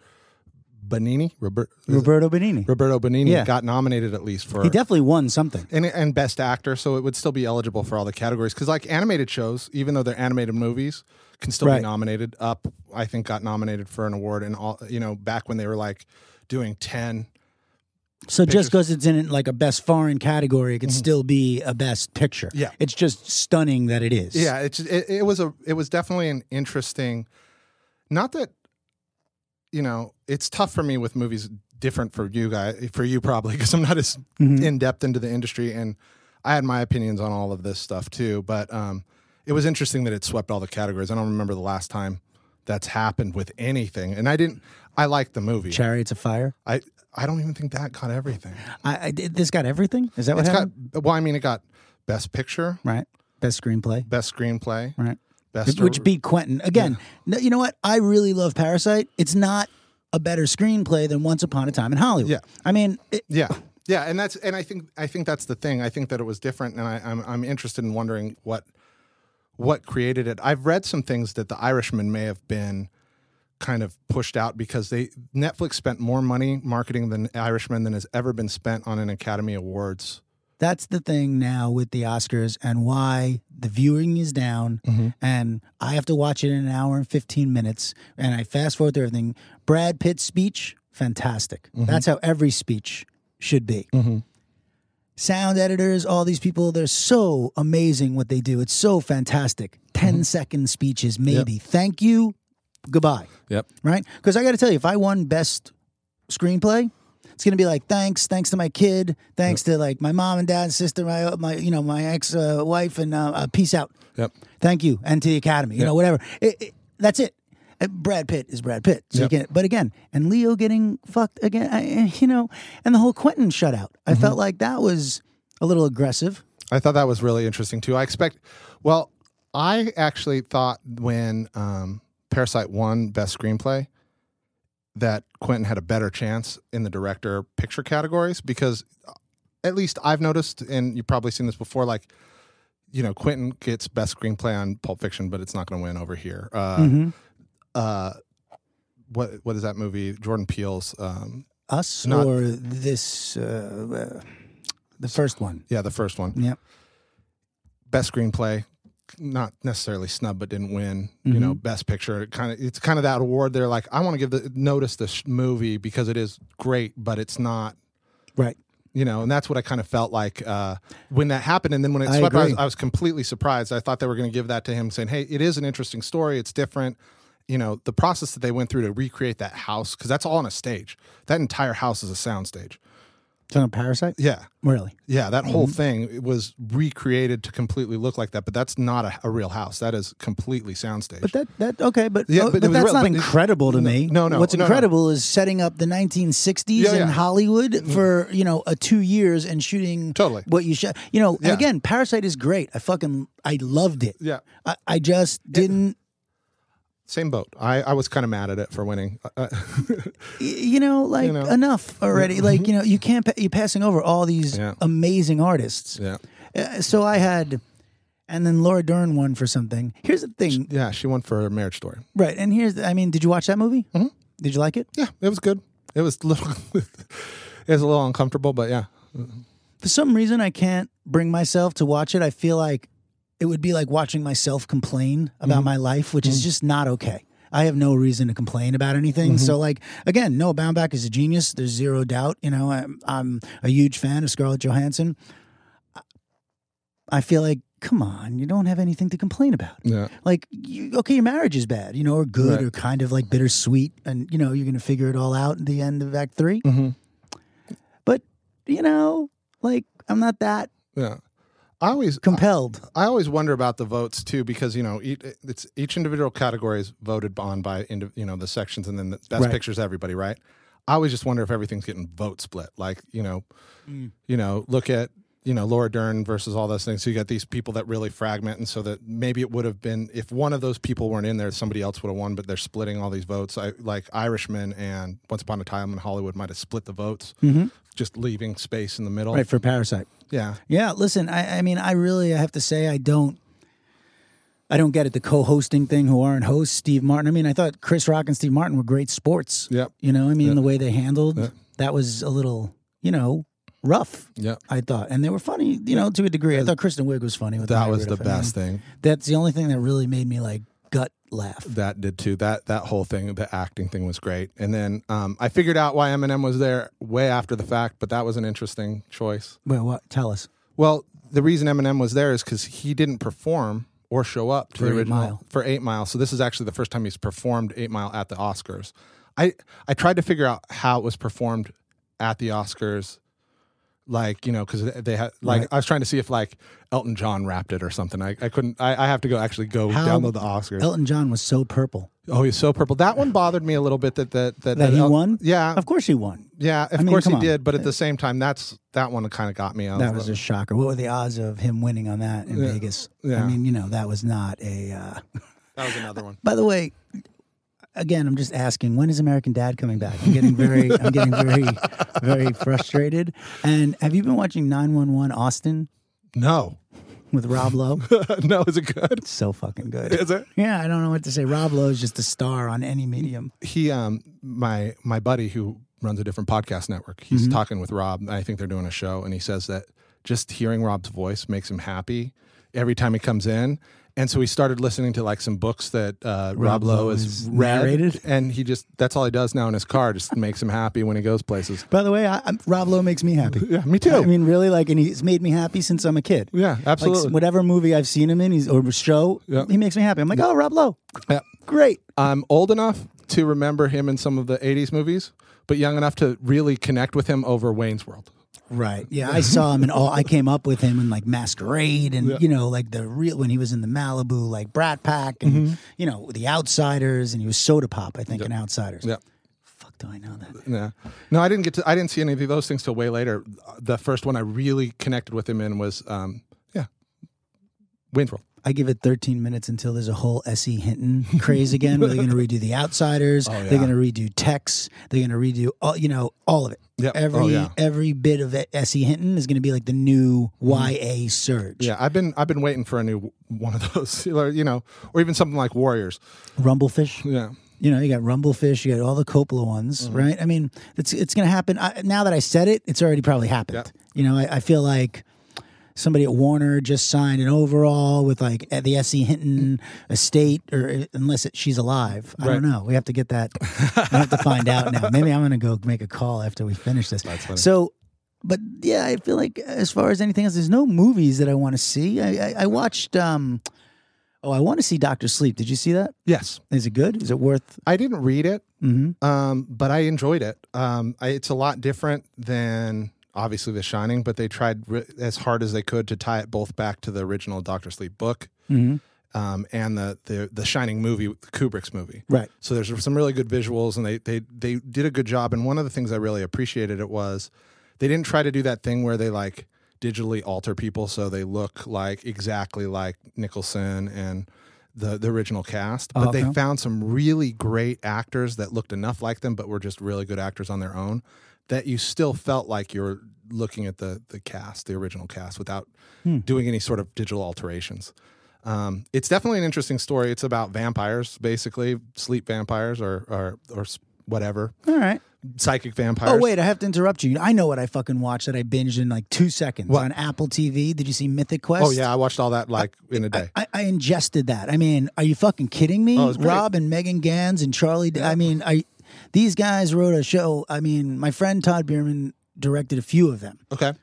Speaker 2: Benini Robert, is it-
Speaker 1: Roberto Benigni.
Speaker 2: Roberto Benini
Speaker 1: Mm. Yeah.
Speaker 2: got nominated at least for
Speaker 1: He definitely won something.
Speaker 2: and, and best actor, so it would still be eligible for all the categories. Because like animated shows, even though they're animated movies, can still
Speaker 1: Right.
Speaker 2: be nominated. Up, I think, got nominated for an award, and all you know, back when they were like doing ten.
Speaker 1: So just because it's in like a best foreign category, it could still be a best picture.
Speaker 2: Mm-hmm. Yeah.
Speaker 1: it's just stunning that it is.
Speaker 2: Yeah, it's it, it was a it was definitely an interesting. Not that, you know, it's tough for me with movies different for you guys for you probably because I'm not as
Speaker 1: Mm-hmm.
Speaker 2: in depth into the industry and I had my opinions on all of this stuff too. But um, it was interesting that it swept all the categories. I don't remember the last time that's happened with anything, and I didn't. I liked the movie.
Speaker 1: Chariots of Fire.
Speaker 2: I I don't even think that got everything.
Speaker 1: I, I did- this got everything. Is that what
Speaker 2: It's got
Speaker 1: happened?
Speaker 2: well, I mean, it got best picture,
Speaker 1: right, best screenplay.
Speaker 2: best screenplay,
Speaker 1: Right,
Speaker 2: best
Speaker 1: which beat Quentin again. No, you know what? I really love Parasite. It's not a better screenplay than Once Upon a Time in Hollywood.
Speaker 2: Yeah.
Speaker 1: I mean, it,
Speaker 2: Yeah, yeah, and that's and I think I think that's the thing. I think that it was different, and I, I'm I'm interested in wondering what what created it. I've read some things that The Irishman may have been kind of pushed out because they Netflix spent more money marketing than Irishman than has ever been spent on an Academy Awards.
Speaker 1: That's the thing now with the Oscars and why the viewing is down. And I have to watch it in an hour and 15 minutes. And I fast forward through everything. Brad Pitt's speech, fantastic. That's how every speech should be. Sound editors, all these people, they're so amazing what they do. It's so fantastic. 10 second speeches, maybe. Thank you. Goodbye
Speaker 2: Yep.
Speaker 1: right? Because I got to tell you, if I won best screenplay, it's gonna be like thanks, thanks to my kid, thanks to like my mom and dad, sister, my uh, my you know my ex uh, wife, and uh, uh, peace out,
Speaker 2: Yep.
Speaker 1: thank you, and to the Academy, you know whatever. It, it, that's it. Uh, Brad Pitt is Brad Pitt, so
Speaker 2: Yep.
Speaker 1: you can't. But again, and Leo getting fucked again, I, I- you know, and the whole Quentin shutout. I felt like that was a little aggressive.
Speaker 2: I thought that was really interesting too. I expect, well, I actually thought when um, Parasite won Best Screenplay that Quentin had a better chance in the director picture categories because uh, at least I've noticed, and you've probably seen this before, like,
Speaker 1: Mm-hmm.
Speaker 2: you know, Quentin gets Best Screenplay on Pulp Fiction, but it's not going to win over here. Uh, uh, what what is that movie? Jordan Peele's. Um,
Speaker 1: Us
Speaker 2: Not-
Speaker 1: or this, uh, uh, the first one.
Speaker 2: yeah, the first one.
Speaker 1: Yep.
Speaker 2: Best screenplay, not necessarily snub, but didn't win.
Speaker 1: Mm-hmm.
Speaker 2: You know, best picture. Kind of, it's kind of that award. They're like, I want to give the notice this sh- movie because it is great, but it's not.
Speaker 1: Right.
Speaker 2: You know, and that's what I kind of felt like uh, when that happened. And then when it
Speaker 1: I
Speaker 2: swept, I was,
Speaker 1: agree.
Speaker 2: I was completely surprised. I thought they were going to give that to him, saying, "Hey, it is an interesting story. It's different." You know, the process that they went through to recreate that house because that's all on a stage. That entire house is a soundstage.
Speaker 1: It's on a parasite?
Speaker 2: Yeah,
Speaker 1: Really?
Speaker 2: yeah, that
Speaker 1: Mm-hmm.
Speaker 2: whole thing it was recreated to completely look like that, but that's not a, a real house. That is completely soundstage.
Speaker 1: But that that okay, but
Speaker 2: Yeah,
Speaker 1: oh,
Speaker 2: but
Speaker 1: but,
Speaker 2: it was
Speaker 1: that's
Speaker 2: real-
Speaker 1: not
Speaker 2: but it-
Speaker 1: incredible to
Speaker 2: no,
Speaker 1: me.
Speaker 2: no, no,
Speaker 1: What's
Speaker 2: no, no.
Speaker 1: incredible is setting up the 1960s
Speaker 2: Yeah,
Speaker 1: in
Speaker 2: yeah. Mm-hmm.
Speaker 1: Hollywood for you know a two years and shooting
Speaker 2: Totally.
Speaker 1: what you shot. You know, and
Speaker 2: Yeah.
Speaker 1: again, Parasite is great. I fucking I loved it.
Speaker 2: yeah,
Speaker 1: I, I just didn't.
Speaker 2: same boat. I, I was kind of mad at it for winning. Uh,
Speaker 1: y- you know, like
Speaker 2: know. Mm-hmm.
Speaker 1: enough already. Like you know, you can't pa- you're passing over all these
Speaker 2: Yeah.
Speaker 1: amazing artists.
Speaker 2: yeah,
Speaker 1: Uh, so I had, and then Laura Dern won for something. Here's the thing,
Speaker 2: yeah. She won for Marriage Story.
Speaker 1: right? And here's the, I mean, did you watch that movie? Mm-hmm. Did you like it?
Speaker 2: Yeah, it was good. It was a little, it was a little uncomfortable, but yeah,
Speaker 1: for some reason I can't bring myself to watch it. I feel like it would be like watching myself complain about my life, which is just not okay. I have no reason to complain about anything. So, like again, Noah Baumbach is a genius. There's zero doubt. You know, I'm, I'm a huge fan of Scarlett Johansson. I- I feel like, come on, you don't have anything to complain about
Speaker 2: yeah,
Speaker 1: like you, okay your marriage is bad you know or good
Speaker 2: Right.
Speaker 1: or kind of like bittersweet and you know you're gonna figure it all out at the end of act 3
Speaker 2: Mhm.
Speaker 1: but you know like i'm not that
Speaker 2: yeah. I always
Speaker 1: compelled
Speaker 2: I always wonder about the votes too, because you know each, it's each individual category is voted on by indi- you know the sections, and then the best
Speaker 1: Right.
Speaker 2: pictures everybody, right? I always just wonder if everything's getting vote split. Like you know, you know, look at you know Laura Dern versus all those things. So you got these people that really fragment, and so that maybe it would have been if one of those people weren't in there, somebody else would have won. But they're splitting all these votes. I like Irishman and Once Upon a Time in Hollywood might have split the votes, just leaving space in the middle.
Speaker 1: Mm-hmm. right for parasite
Speaker 2: Yeah,
Speaker 1: yeah listen I, I mean i really i have to say i don't i don't get it the co-hosting thing who aren't hosts steve martin i mean i thought chris rock and steve martin were great sports
Speaker 2: Yep.
Speaker 1: you know i mean the way they handled that was a little you know rough
Speaker 2: yeah.
Speaker 1: I thought, and they were funny, you know, to a degree. I thought Kristen Wiig was funny. With
Speaker 2: That
Speaker 1: Margaret
Speaker 2: was the
Speaker 1: Effect. I mean,
Speaker 2: best thing.
Speaker 1: That's the only thing that really made me like gut laugh.
Speaker 2: That did too. That that whole thing, the acting thing was great. And then um, I figured out why Eminem was there way after the fact, but that was an interesting choice.
Speaker 1: Wait, what? Tell us.
Speaker 2: Well, the reason Eminem was there is because he didn't perform or show up to
Speaker 1: For
Speaker 2: the
Speaker 1: Eight
Speaker 2: original
Speaker 1: Mile.
Speaker 2: for Eight Mile. So this is actually the first time he's performed Eight Mile at the Oscars. I I tried to figure out how it was performed at the Oscars. Like you know, because they had like
Speaker 1: Right.
Speaker 2: I was trying to see if like Elton John rapped it or something. I, I couldn't. I, I have to go actually go
Speaker 1: How-
Speaker 2: download the Oscars.
Speaker 1: Elton John was so purple
Speaker 2: Oh, he's so purple. That one bothered me a little bit. That that that,
Speaker 1: that he
Speaker 2: El-
Speaker 1: won.
Speaker 2: Yeah,
Speaker 1: of course he won.
Speaker 2: yeah. Of
Speaker 1: mean,
Speaker 2: course he
Speaker 1: come on.
Speaker 2: did, but at the same time, that's that one kind of got me. I
Speaker 1: That was a shocker. What were the odds of him winning on that in Vegas?
Speaker 2: Oh, Yeah.
Speaker 1: I mean, you know, that was not a. Uh...
Speaker 2: that was another one.
Speaker 1: By the way, again, I'm just asking, when is American Dad coming back? I'm getting very, I'm getting very, very frustrated. And have you been watching 911 Austin
Speaker 2: No,
Speaker 1: with Rob Lowe?
Speaker 2: no. Is it good?
Speaker 1: so fucking good.
Speaker 2: Is it?
Speaker 1: Yeah, I don't know what to say. Rob Lowe's just a star on any medium.
Speaker 2: He um my my buddy who runs a different podcast network. He's
Speaker 1: Mm-hmm.
Speaker 2: talking with Rob. and I think they're doing a show, and he says that just hearing Rob's voice makes him happy every time he comes in. And so he started listening to like some books that uh, Rob, Lowe
Speaker 1: Lowe
Speaker 2: has
Speaker 1: is
Speaker 2: read,
Speaker 1: narrated?
Speaker 2: and he just that's all he does now in his car. Just makes him happy when he goes places.
Speaker 1: By the way, I, I'm, Rob Lowe makes me happy.
Speaker 2: Yeah, me too.
Speaker 1: I mean, really, like, and he's made me happy since I'm a kid.
Speaker 2: Yeah,
Speaker 1: Like,
Speaker 2: absolutely.
Speaker 1: whatever movie I've seen him in, he's or show,
Speaker 2: Yeah.
Speaker 1: he makes me happy. I'm like, oh, Rob Lowe,
Speaker 2: Yeah.
Speaker 1: great.
Speaker 2: I'm old enough to remember him in some of the 80s movies, but young enough to really connect with him over Wayne's World.
Speaker 1: Right. Yeah, I saw him in all. I came up with him in like Masquerade, and you know, like the real when he was in the Malibu, like Brat Pack, and
Speaker 2: Mm-hmm.
Speaker 1: you know, The Outsiders, and he was Soda Pop, I think, in Outsiders.
Speaker 2: Yep.
Speaker 1: Fuck, do I know that?
Speaker 2: Yeah. No, I didn't get to, I didn't see any of those things till way later. The first one I really connected with him in was, um, yeah, Wayne's World.
Speaker 1: I give it 13 minutes until there's a whole S.E. Hinton craze again where they're going to redo The Outsiders.
Speaker 2: Oh, yeah.
Speaker 1: They're going to redo Tex. They're going to redo, all, you know, all of it.
Speaker 2: Yep. Oh,
Speaker 1: Every
Speaker 2: yeah. Mm-hmm.
Speaker 1: every bit of Essie Hinton is going to be like the new YA surge.
Speaker 2: Yeah, I've been I've been waiting for a new one of those, you know, or even something like Warriors.
Speaker 1: Rumblefish.
Speaker 2: Yeah,
Speaker 1: You know, you got Rumblefish. You got all the Coppola ones,
Speaker 2: Mm-hmm.
Speaker 1: right? I mean, it's it's going to happen. I, now that I said it, it's already probably happened.
Speaker 2: Yep.
Speaker 1: You know, I, I feel like somebody at Warner just signed an overall with like eh, the Essie Hinton estate, or eh, unless it, she's alive. I
Speaker 2: Mm. Right.
Speaker 1: don't know. We have to get that. I have to find out now. Maybe I'm going to go make a call after we finish this. So, but yeah, I feel like as far as anything else, there's no movies that I want to see. I, I, I watched. um Oh, I want to see Doctor Sleep. Did you see that?
Speaker 2: yes,
Speaker 1: Is it good? Is it worth?
Speaker 2: I didn't read it,
Speaker 1: Mm-hmm.
Speaker 2: um, but I enjoyed it. Um, I, it's a lot different than obviously The Shining, but they tried re- as hard as they could to tie it both back to the original Doctor Sleep book
Speaker 1: Mm-hmm.
Speaker 2: um, and the, the the Shining movie, Kubrick's movie.
Speaker 1: Right.
Speaker 2: So there's some really good visuals, and they they they did a good job. And one of the things I really appreciated it was they didn't try to do that thing where they like digitally alter people so they look like exactly like Nicholson and the the original cast. But they
Speaker 1: Okay.
Speaker 2: found some really great actors that looked enough like them, but were just really good actors on their own. That you still felt like you're looking at the the cast, the original cast, without
Speaker 1: Hmm.
Speaker 2: doing any sort of digital alterations. Um, it's definitely an interesting story. It's about vampires, basically sleep vampires or or or s- whatever
Speaker 1: All right.
Speaker 2: psychic vampires.
Speaker 1: Oh wait, I have to interrupt you. I know what I fucking watched that I binged in like two seconds
Speaker 2: What?
Speaker 1: on Apple TV. Did you see Mythic Quest?
Speaker 2: Oh yeah, I watched all that like in a day.
Speaker 1: I, I ingested that. I mean, are you fucking kidding me?
Speaker 2: Oh, it's great.
Speaker 1: Rob and Megan Gans and Charlie. I mean, I these guys wrote a show. I mean, my friend Todd Bierman directed a few of them.
Speaker 2: Okay.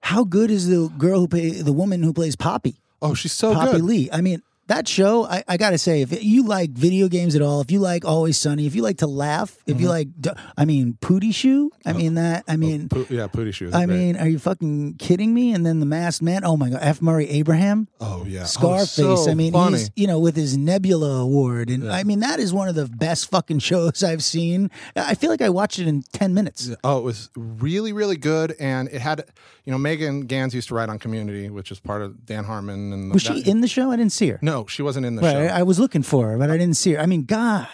Speaker 1: How good is the girl who play the woman who plays Poppy?
Speaker 2: Oh, she's so
Speaker 1: Poppy
Speaker 2: good.
Speaker 1: Lee. I mean, that show, I, I gotta say, if you like video games at all, if you like Always Sunny, if you like to laugh, if
Speaker 2: Mm-hmm.
Speaker 1: you like, d- I mean, Pootie Shoe,
Speaker 2: Oh,
Speaker 1: I mean that, I mean,
Speaker 2: Poo- yeah, Pootie Shoes.
Speaker 1: I mean, are you fucking kidding me? And then the Masked Man, oh my God, F. Murray Abraham,
Speaker 2: oh yeah, Oh,
Speaker 1: Scarface.
Speaker 2: so
Speaker 1: I mean,
Speaker 2: funny.
Speaker 1: he's you know with his Nebula Award, and I mean that is one of the best fucking shows I've seen. I feel like I watched it in ten minutes.
Speaker 2: Oh, it was really, really good, and it had, you know, Megan Gans used to write on Community, which is part of Dan Harmon. And
Speaker 1: Was
Speaker 2: that-
Speaker 1: she in the show? I didn't see her.
Speaker 2: No, she wasn't in the show.
Speaker 1: right, I, I was looking for her, but I didn't see her. I mean, God,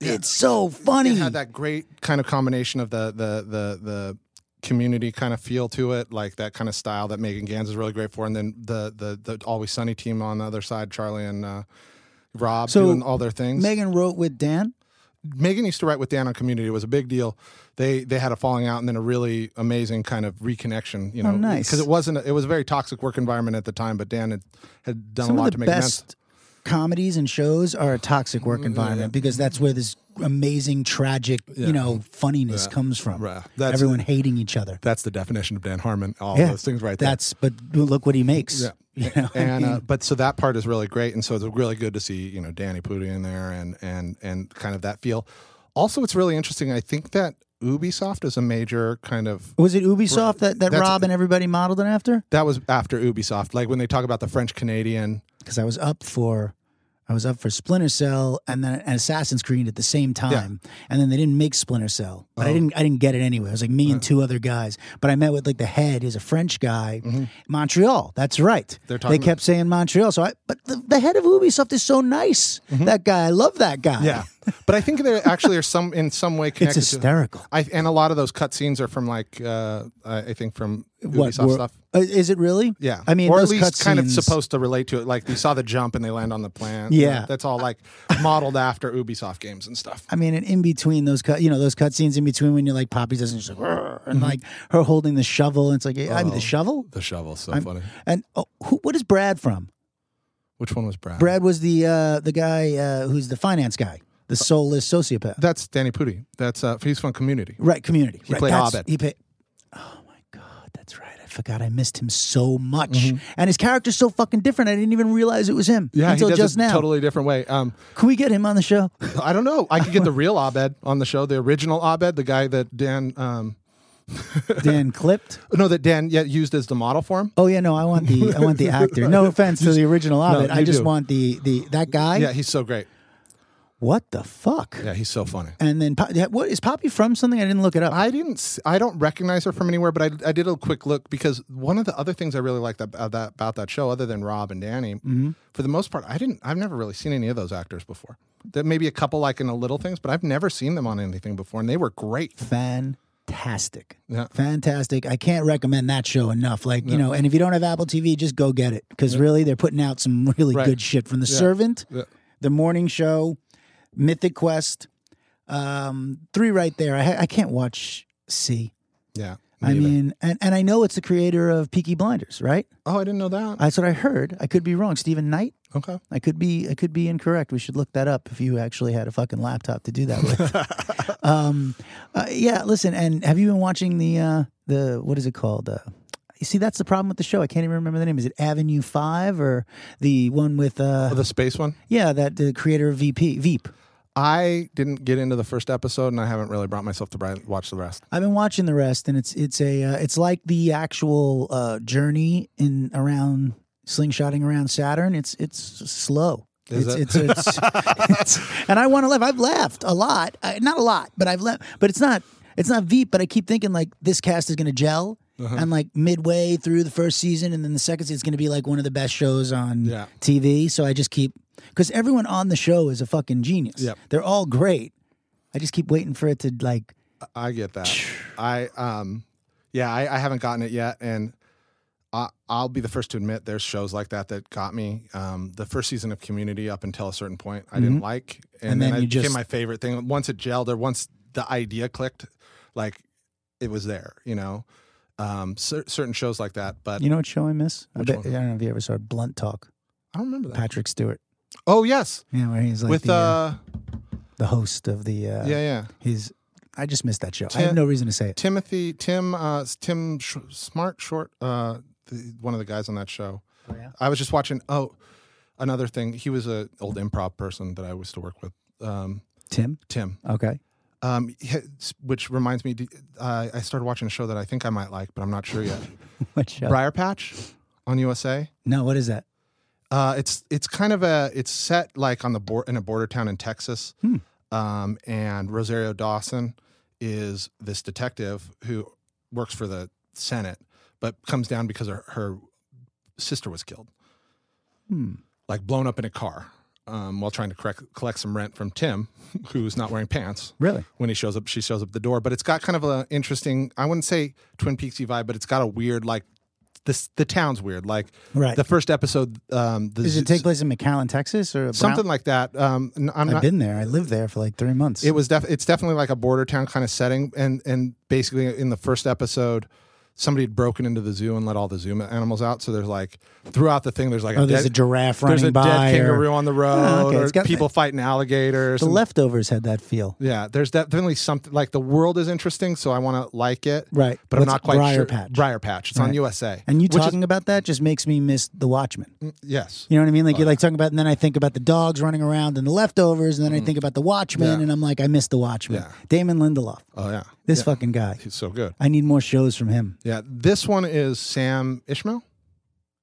Speaker 1: it's so funny.
Speaker 2: It had that great kind of combination of the the the the community kind of feel to it, like that kind of style that Megan Gans is really great for, and then the the the Always Sunny team on the other side, Charlie and uh, Rob
Speaker 1: So,
Speaker 2: doing all their things.
Speaker 1: Megan wrote with Dan.
Speaker 2: Megan used to write with Dan on Community. It was a big deal. They they had a falling out and then a really amazing kind of reconnection. You know,
Speaker 1: Oh, nice.
Speaker 2: because it wasn't a, it was a very toxic work environment at the time, but Dan had, had done
Speaker 1: Some
Speaker 2: a lot
Speaker 1: of
Speaker 2: to
Speaker 1: the
Speaker 2: make amends. Mm,
Speaker 1: best comedies and shows are a toxic work environment because that's where this amazing tragic, you know, funniness comes from.
Speaker 2: Right. That's-
Speaker 1: Everyone hating each other.
Speaker 2: That's the definition of Dan Harmon. All those things right there.
Speaker 1: That's but look what he makes. You know?
Speaker 2: and uh, but so that part is really great, and so it's really good to see you know Danny Pudi in there and and and kind of that feel. Also, it's really interesting. I think that Ubisoft is a major kind of
Speaker 1: Was it Ubisoft that, that
Speaker 2: That's-
Speaker 1: Rob and everybody modeled it after?
Speaker 2: that was after Ubisoft, like when they talk about the French Canadian.
Speaker 1: Because I was up for I was up for Splinter Cell and then and Assassin's Creed at the same time. And then they didn't make Splinter Cell. But I didn't I didn't get it anyway. It was like me and two other guys. But I met with like the head is a French guy. Montreal. That's right.
Speaker 2: They're
Speaker 1: they
Speaker 2: talking-
Speaker 1: kept saying Montreal. So I but the, the head of Ubisoft is so nice. That guy, I love that guy.
Speaker 2: but I think they actually are some in some way
Speaker 1: it's
Speaker 2: connected. to,
Speaker 1: hysterical.
Speaker 2: I and a lot of those cutscenes are from like uh, I I think from Ubisoft
Speaker 1: were-
Speaker 2: stuff.
Speaker 1: uh, Is it really?
Speaker 2: Yeah,
Speaker 1: I mean,
Speaker 2: or at
Speaker 1: those
Speaker 2: least kind of
Speaker 1: cutscenes-
Speaker 2: supposed to relate to it. Like you saw the jump and they land on the plant.
Speaker 1: Yeah.
Speaker 2: that's all like modeled after Ubisoft games and stuff.
Speaker 1: I mean, and in between those cut, you know, those cut scenes in between when you're like Poppy doesn't just like "Rrr," and
Speaker 2: Mm-hmm.
Speaker 1: like her holding the shovel. And it's like I mean the shovel.
Speaker 2: The shovel's so funny.
Speaker 1: And oh, who, what is Brad from?
Speaker 2: Which one was Brad?
Speaker 1: Brad was the uh, the guy uh, who's the finance guy,
Speaker 2: Uh,
Speaker 1: the soulless sociopath.
Speaker 2: That's Danny Pudi. That's uh, he's from Community.
Speaker 1: right, community. He right,
Speaker 2: played
Speaker 1: that's-
Speaker 2: Abed.
Speaker 1: He played. Oh my god, that's right. I forgot. I missed him so much, and his character's so fucking different. I didn't even realize it was him until
Speaker 2: Mm-hmm. he does
Speaker 1: just
Speaker 2: it
Speaker 1: now.
Speaker 2: totally different way. Um,
Speaker 1: Can we get him on the show?
Speaker 2: I don't know. I could get the real Abed on the show, the original Abed, the guy that Dan, um,
Speaker 1: Dan clipped.
Speaker 2: no, that Dan yet used as the model for him.
Speaker 1: Oh yeah, no, I want the I want the actor. No offense to the original of it. I
Speaker 2: you
Speaker 1: just
Speaker 2: do.
Speaker 1: want the the that guy.
Speaker 2: Yeah, he's so great.
Speaker 1: What the fuck?
Speaker 2: Yeah, he's so funny.
Speaker 1: And then Pop- yeah, what is Poppy from? Something I didn't look it up.
Speaker 2: I didn't. s- I don't recognize her from anywhere, but I, I did a quick look because one of the other things I really liked about that, about that show, other than Rob and Danny, for the most part, I didn't. I've never really seen any of those actors before. There may be a couple like in the little things, but I've never seen them on anything before, and they were great.
Speaker 1: Fantastic. fantastic.
Speaker 2: Yeah.
Speaker 1: Fantastic. I can't recommend that show enough. Like, you
Speaker 2: Yeah.
Speaker 1: know, and if you don't have Apple TV, just go get it because really they're putting out some really
Speaker 2: Right.
Speaker 1: good shit from The
Speaker 2: Yeah.
Speaker 1: Servant,
Speaker 2: Yeah.
Speaker 1: The Morning Show, Mythic Quest. Um, three right there. I, ha- I can't watch C.
Speaker 2: Yeah.
Speaker 1: I
Speaker 2: neither.
Speaker 1: mean, and, and I know it's the creator of Peaky Blinders, right?
Speaker 2: oh, I didn't know that.
Speaker 1: That's what I heard. I could be wrong. Stephen Knight.
Speaker 2: okay.
Speaker 1: I could be I could be incorrect. We should look that up if you actually had a fucking laptop to do that with. um, uh, yeah, listen. And have you been watching the uh, the what is it called? Uh, you see, that's the problem with the show. I can't even remember the name. Is it Avenue Five or the one with uh,
Speaker 2: Oh, the space one.
Speaker 1: yeah that the creator of VP Veep?
Speaker 2: I didn't get into the first episode, and I haven't really brought myself to bri- watch the rest.
Speaker 1: I've been watching the rest, and it's it's a uh, it's like the actual uh, journey in around slingshotting around Saturn. It's it's slow.
Speaker 2: Is
Speaker 1: it's,
Speaker 2: it?
Speaker 1: it's, it's, it's- and I want to laugh. I've laughed a lot, I, not a lot, but I've laughed. But it's not it's not Veep. But I keep thinking like this cast is going to gel.
Speaker 2: Uh-huh.
Speaker 1: And like midway through the first season, and then the second season is going to be like one of the best shows on
Speaker 2: Yeah.
Speaker 1: TV. So I just keep because everyone on the show is a fucking genius.
Speaker 2: Yep.
Speaker 1: They're all great. I just keep waiting for it to like
Speaker 2: I get that. I um, yeah, I, I haven't gotten it yet, and I, I'll be the first to admit there's shows like that that got me. Um, the first season of Community up until a certain point, I didn't like, and,
Speaker 1: Mm-hmm. And
Speaker 2: then,
Speaker 1: then
Speaker 2: it
Speaker 1: you
Speaker 2: became
Speaker 1: just-
Speaker 2: my favorite thing. Once it gelled, or once the idea clicked, like it was there, you know. Um, cer- certain shows like that, but
Speaker 1: You know what show I miss? I,
Speaker 2: Which
Speaker 1: bet,
Speaker 2: one?
Speaker 1: I don't know if you ever saw Blunt Talk.
Speaker 2: I don't remember that.
Speaker 1: Patrick Stewart.
Speaker 2: Oh yes,
Speaker 1: Yeah, where he's like
Speaker 2: with
Speaker 1: the, uh,
Speaker 2: uh,
Speaker 1: the host of the. Uh,
Speaker 2: yeah, yeah,
Speaker 1: He's. I just missed that show. I
Speaker 2: Tim-
Speaker 1: have no reason to say it.
Speaker 2: Timothy Tim uh, Tim Sh- Smart Short, uh, the, one of the guys on that show.
Speaker 1: Oh, yeah?
Speaker 2: I was just watching. Oh, another thing. He was an old improv person that I used to work with. Um,
Speaker 1: Tim.
Speaker 2: Tim,
Speaker 1: Okay.
Speaker 2: um, he- which reminds me, d- uh, I started watching a show that I think I might like, but I'm not sure yet.
Speaker 1: What show?
Speaker 2: Briar Patch on USA.
Speaker 1: No, what is that?
Speaker 2: Uh, it's it's kind of a it's set like on the bor- in a border town in Texas, um, and Rosario Dawson is this detective who works for the Senate, but comes down because her, her sister was killed, like blown up in a car, um, while trying to correct, collect some rent from Tim, who's not wearing pants
Speaker 1: Really?
Speaker 2: when he shows up, she shows up at the door. But it's got kind of an interesting, I wouldn't say Twin Peaksy vibe, but it's got a weird like this. The town's weird. Like
Speaker 1: Right.
Speaker 2: the first episode, um, the
Speaker 1: Does
Speaker 2: zoo-
Speaker 1: it take place in McAllen, Texas, or Brown-
Speaker 2: something like that. Um, n- I'm
Speaker 1: I've
Speaker 2: not.
Speaker 1: been there. I lived there for like three months.
Speaker 2: It was def- it's definitely like a border town kind of setting, and and basically in the first episode. Somebody had broken into the zoo and let all the zoo animals out. So there's like throughout the thing, there's like
Speaker 1: oh, there's a
Speaker 2: dead-
Speaker 1: giraffe running
Speaker 2: there's a
Speaker 1: by.
Speaker 2: dead
Speaker 1: or-
Speaker 2: kangaroo on the road,
Speaker 1: Oh, okay,
Speaker 2: or
Speaker 1: it's got-
Speaker 2: people fighting alligators.
Speaker 1: the
Speaker 2: and-
Speaker 1: leftovers had that feel.
Speaker 2: Yeah, there's definitely something like the world is interesting, so I want to like it.
Speaker 1: Right.
Speaker 2: But
Speaker 1: What's
Speaker 2: I'm not quite
Speaker 1: Briar
Speaker 2: sure.
Speaker 1: Patch?
Speaker 2: Briar Patch. It's on USA.
Speaker 1: And you
Speaker 2: Which is- Mm.
Speaker 1: talking about that just makes me miss The Watchmen.
Speaker 2: yes.
Speaker 1: You know what I mean? Like you're like talking about, and then I think about the dogs running around and the leftovers, and then I think about the Watchmen,
Speaker 2: Yeah.
Speaker 1: and I'm like, I miss the Watchmen.
Speaker 2: Yeah.
Speaker 1: Damon Lindelof,
Speaker 2: Oh yeah.
Speaker 1: this
Speaker 2: yeah.
Speaker 1: fucking guy.
Speaker 2: He's so good.
Speaker 1: I need more shows from him.
Speaker 2: Yeah. This one is Sam Ishmael,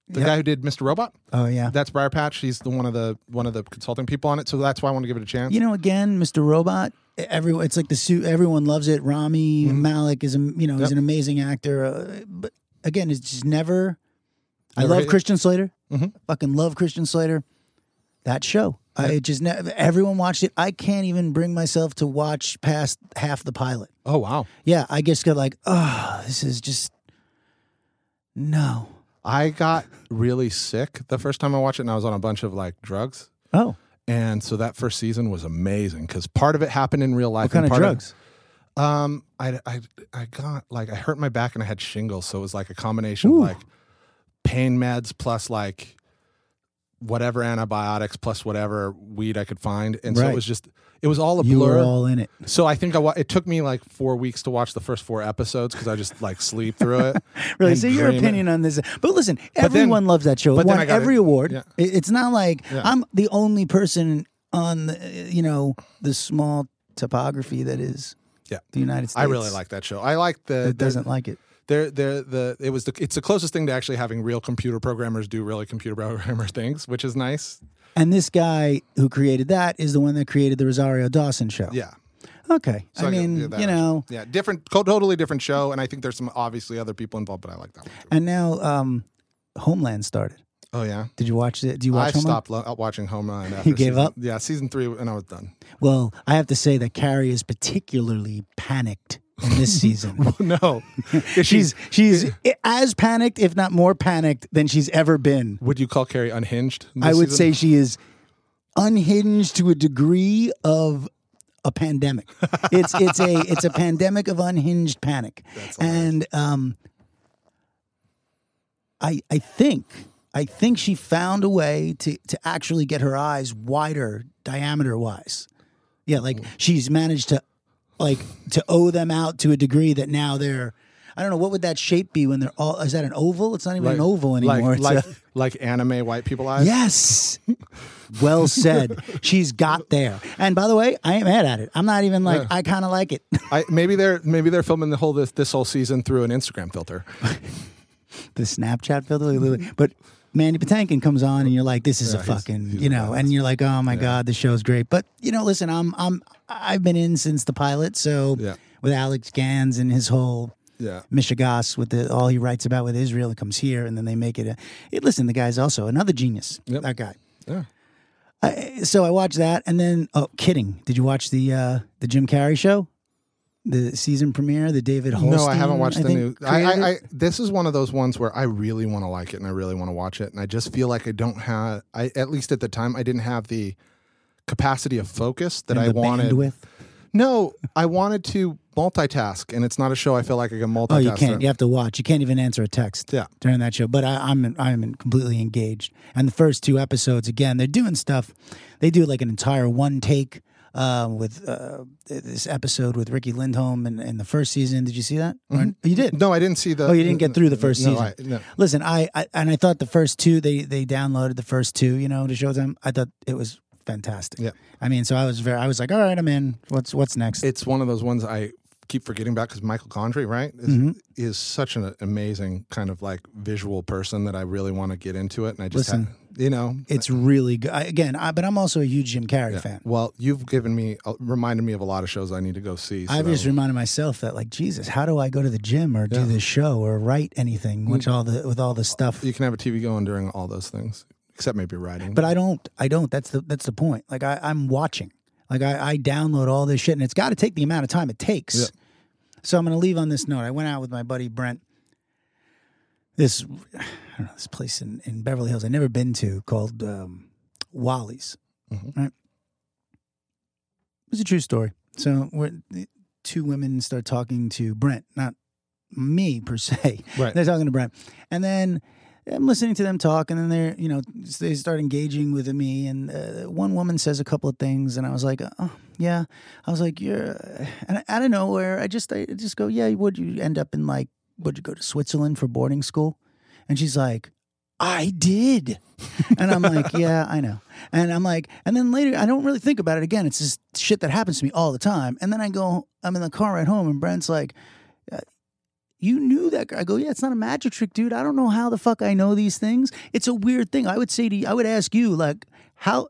Speaker 2: the guy who did Mr. Robot.
Speaker 1: Oh yeah.
Speaker 2: That's Briar Patch. He's the one of the one of the consulting people on it. So that's why I want to give it a chance.
Speaker 1: you know, again, Mr. Robot. Mm-hmm. Everyone, E-, it's like the suit. Everyone loves it. Rami Malik is a you know he's
Speaker 2: Yep.
Speaker 1: an amazing actor, uh, but again, it's just never. Mm-hmm. I
Speaker 2: Never
Speaker 1: love
Speaker 2: hit-
Speaker 1: Christian Slater. Fucking love Christian Slater. That show. I it just ne- everyone watched it. I can't even bring myself to watch past half the pilot.
Speaker 2: Oh wow.
Speaker 1: Yeah, I just got like, oh, this is just no.
Speaker 2: I got really sick the first time I watched it, and I was on a bunch of like drugs.
Speaker 1: Oh,
Speaker 2: And so that first season was amazing because part of it happened in real life.
Speaker 1: what kind
Speaker 2: and
Speaker 1: of
Speaker 2: part
Speaker 1: drugs?
Speaker 2: Um, I, I, I got like I hurt my back and I had shingles, so it was like a combination
Speaker 1: Ooh.
Speaker 2: of like pain meds plus like whatever antibiotics plus whatever weed I could find, and so
Speaker 1: Right.
Speaker 2: it was just it was all a
Speaker 1: you were
Speaker 2: blur.
Speaker 1: all in it.
Speaker 2: so I think I wa- it took me like four weeks to watch the first four episodes because I just like sleep through it.
Speaker 1: Really?
Speaker 2: and
Speaker 1: So your
Speaker 2: dream it.
Speaker 1: opinion on this? But listen,
Speaker 2: But then-
Speaker 1: everyone loves that show. It
Speaker 2: but then
Speaker 1: won
Speaker 2: I got
Speaker 1: every
Speaker 2: it.
Speaker 1: award.
Speaker 2: Yeah.
Speaker 1: It- It's not like
Speaker 2: Yeah.
Speaker 1: I'm the only person on the you know the small topography that is
Speaker 2: Yeah.
Speaker 1: the United States.
Speaker 2: I really like that show. I like the
Speaker 1: That doesn't like it.
Speaker 2: They're, they're, the it was the it's the closest thing to actually having real computer programmers do really computer programmer things, which is nice.
Speaker 1: And this guy who created that is the one that created the Rosario Dawson show.
Speaker 2: Yeah.
Speaker 1: Okay.
Speaker 2: So
Speaker 1: I
Speaker 2: get-
Speaker 1: mean,
Speaker 2: yeah, that
Speaker 1: you
Speaker 2: actually.
Speaker 1: know,
Speaker 2: yeah, different, co- totally different show, and I think there's some obviously other people involved, but I like that one. Too.
Speaker 1: and now um, Homeland started.
Speaker 2: Oh yeah,
Speaker 1: Did you watch it? Do you
Speaker 2: I
Speaker 1: watch Homeland?
Speaker 2: stopped lo- uh, watching Homeland. After
Speaker 1: You gave
Speaker 2: season-
Speaker 1: up?
Speaker 2: Yeah, season three, and I was done.
Speaker 1: Well, I have to say that Carrie is particularly panicked in this season.
Speaker 2: no, Is she-
Speaker 1: she's she's as panicked, if not more panicked, than she's ever been.
Speaker 2: Would you call Carrie unhinged? this
Speaker 1: I would
Speaker 2: season?
Speaker 1: say she is unhinged to a degree of a pandemic. It's it's a it's a pandemic of unhinged panic, and um, I I think I think she found a way to to actually get her eyes wider diameter wise. Yeah,
Speaker 2: Mm.
Speaker 1: like she's managed to like to owe them out to a degree that now they're. I don't know what would that shape be when they're all. Is that an oval? It's not even an oval anymore.
Speaker 2: Like
Speaker 1: It's
Speaker 2: like,
Speaker 1: a-
Speaker 2: like anime white people eyes.
Speaker 1: Yes. Well said. She's got there. And by the way, I ain't mad at it. I'm not even like I kind of like it.
Speaker 2: I, maybe they're maybe they're filming the whole this this whole season through an Instagram filter.
Speaker 1: the Snapchat filter, but Mandy Patinkin comes on and you're like, this is a fucking, you know, and you're like, oh my god, the show's great. But you know, listen, I'm I'm I've been in since the pilot, so
Speaker 2: Yeah.
Speaker 1: with Alex Gans and his whole
Speaker 2: Yeah.
Speaker 1: Mishigas with the, all he writes about with Israel, it comes here, and then they make it a. It, listen, the guy's also another genius.
Speaker 2: Yep.
Speaker 1: That guy.
Speaker 2: Yeah.
Speaker 1: I, so I watched that, and then oh, kidding! Did you watch the uh, the Jim Carrey show, the season premiere, the David Holstein?
Speaker 2: No, I haven't watched the
Speaker 1: think,
Speaker 2: new. I,
Speaker 1: created
Speaker 2: I, I
Speaker 1: it?
Speaker 2: this is one of those ones where I really want to like it and I really want to watch it, and I just feel like I don't have. I at least at the time I didn't have the capacity of focus that
Speaker 1: And
Speaker 2: I
Speaker 1: the
Speaker 2: wanted.
Speaker 1: bandwidth.
Speaker 2: No, I wanted to multitask, and it's not a show I feel like I can multitask.
Speaker 1: Oh, you can't.
Speaker 2: on.
Speaker 1: You have to watch. You can't even answer a text
Speaker 2: Yeah.
Speaker 1: during that show. But I, I'm I'm completely engaged. And the first two episodes, again, they're doing stuff. They do like an entire one take uh, with uh, this episode with Ricky Lindholm in, in the first season. Did you see that? Or- you did.
Speaker 2: No, I didn't see the.
Speaker 1: Oh, you didn't get through the first
Speaker 2: no,
Speaker 1: season.
Speaker 2: I- no.
Speaker 1: Listen, I, I and I thought the first two they they downloaded the first two, you know, to Showtime. I thought it was fantastic.
Speaker 2: Yeah.
Speaker 1: I mean, so I was very, I was like, all right, I'm in. What's what's next?
Speaker 2: It's one of those ones I keep forgetting about because Michael Gondry, right, is,
Speaker 1: Mm-hmm.
Speaker 2: is such an amazing kind of like visual person that I really want to get into it, and I just,
Speaker 1: Listen.
Speaker 2: ha- you know,
Speaker 1: it's really good. I, again, I, but I'm also a huge Jim Carrey fan.
Speaker 2: Well, you've given me uh, reminded me of a lot of shows I need to go see. so
Speaker 1: I've
Speaker 2: that-
Speaker 1: just reminded myself that, like, Jesus, how do I go to the gym or do this show or write anything? Which all the with all the stuff,
Speaker 2: you can have a TV going during all those things, except maybe writing.
Speaker 1: but I don't. I don't. That's the that's the point. Like, I, I'm watching. Like, I, I download all this shit, and it's got to take the amount of time it takes.
Speaker 2: Yeah.
Speaker 1: So I'm going to leave on this note. I went out with my buddy Brent. This, I don't know, this place in, in Beverly Hills I've never been to called um, Wally's.
Speaker 2: Mhm.
Speaker 1: Right? It's a true story. So we're, two women start talking to Brent, not me per se.
Speaker 2: Right.
Speaker 1: They're talking to Brent, and then I'm listening to them talk, and then they're you know they start engaging with me, and uh, one woman says a couple of things, and I was like, oh yeah, I was like you're, and out of nowhere I just I just go yeah, would you end up in like would you go to Switzerland for boarding school? And she's like, I did. And I'm like, yeah, I know. And I'm like, and then later, I don't really think about it again. It's just shit that happens to me all the time. And then I go, I'm in the car ride home, and Brent's like, uh, you knew that. guy. I go, yeah, it's not a magic trick, dude. I don't know how the fuck I know these things. It's a weird thing. I would say to you, I would ask you, like, how.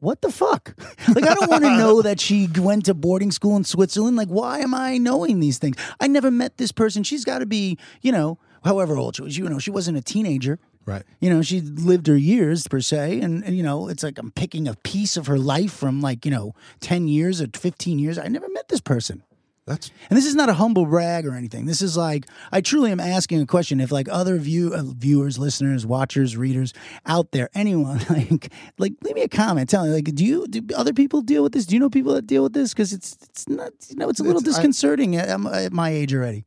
Speaker 1: What the fuck? Like, I don't want to know that she went to boarding school in Switzerland. Like, why am I knowing these things? I never met this person. She's got to be, you know, however old she was. You know, she wasn't a teenager.
Speaker 2: right.
Speaker 1: You know, she lived her years per se, and, and you know, it's like I'm picking a piece of her life from like you know, ten years or fifteen years. I never met this person,
Speaker 2: That's
Speaker 1: and this is not a humble brag or anything. This is like I truly am asking a question. If like other view uh, viewers, listeners, watchers, readers out there, anyone like like leave me a comment. Tell me like, do you do other people deal with this? Do you know people that deal with this? Because it's it's not you know, it's a little
Speaker 2: It's- I-
Speaker 1: disconcerting at, um, at my age already.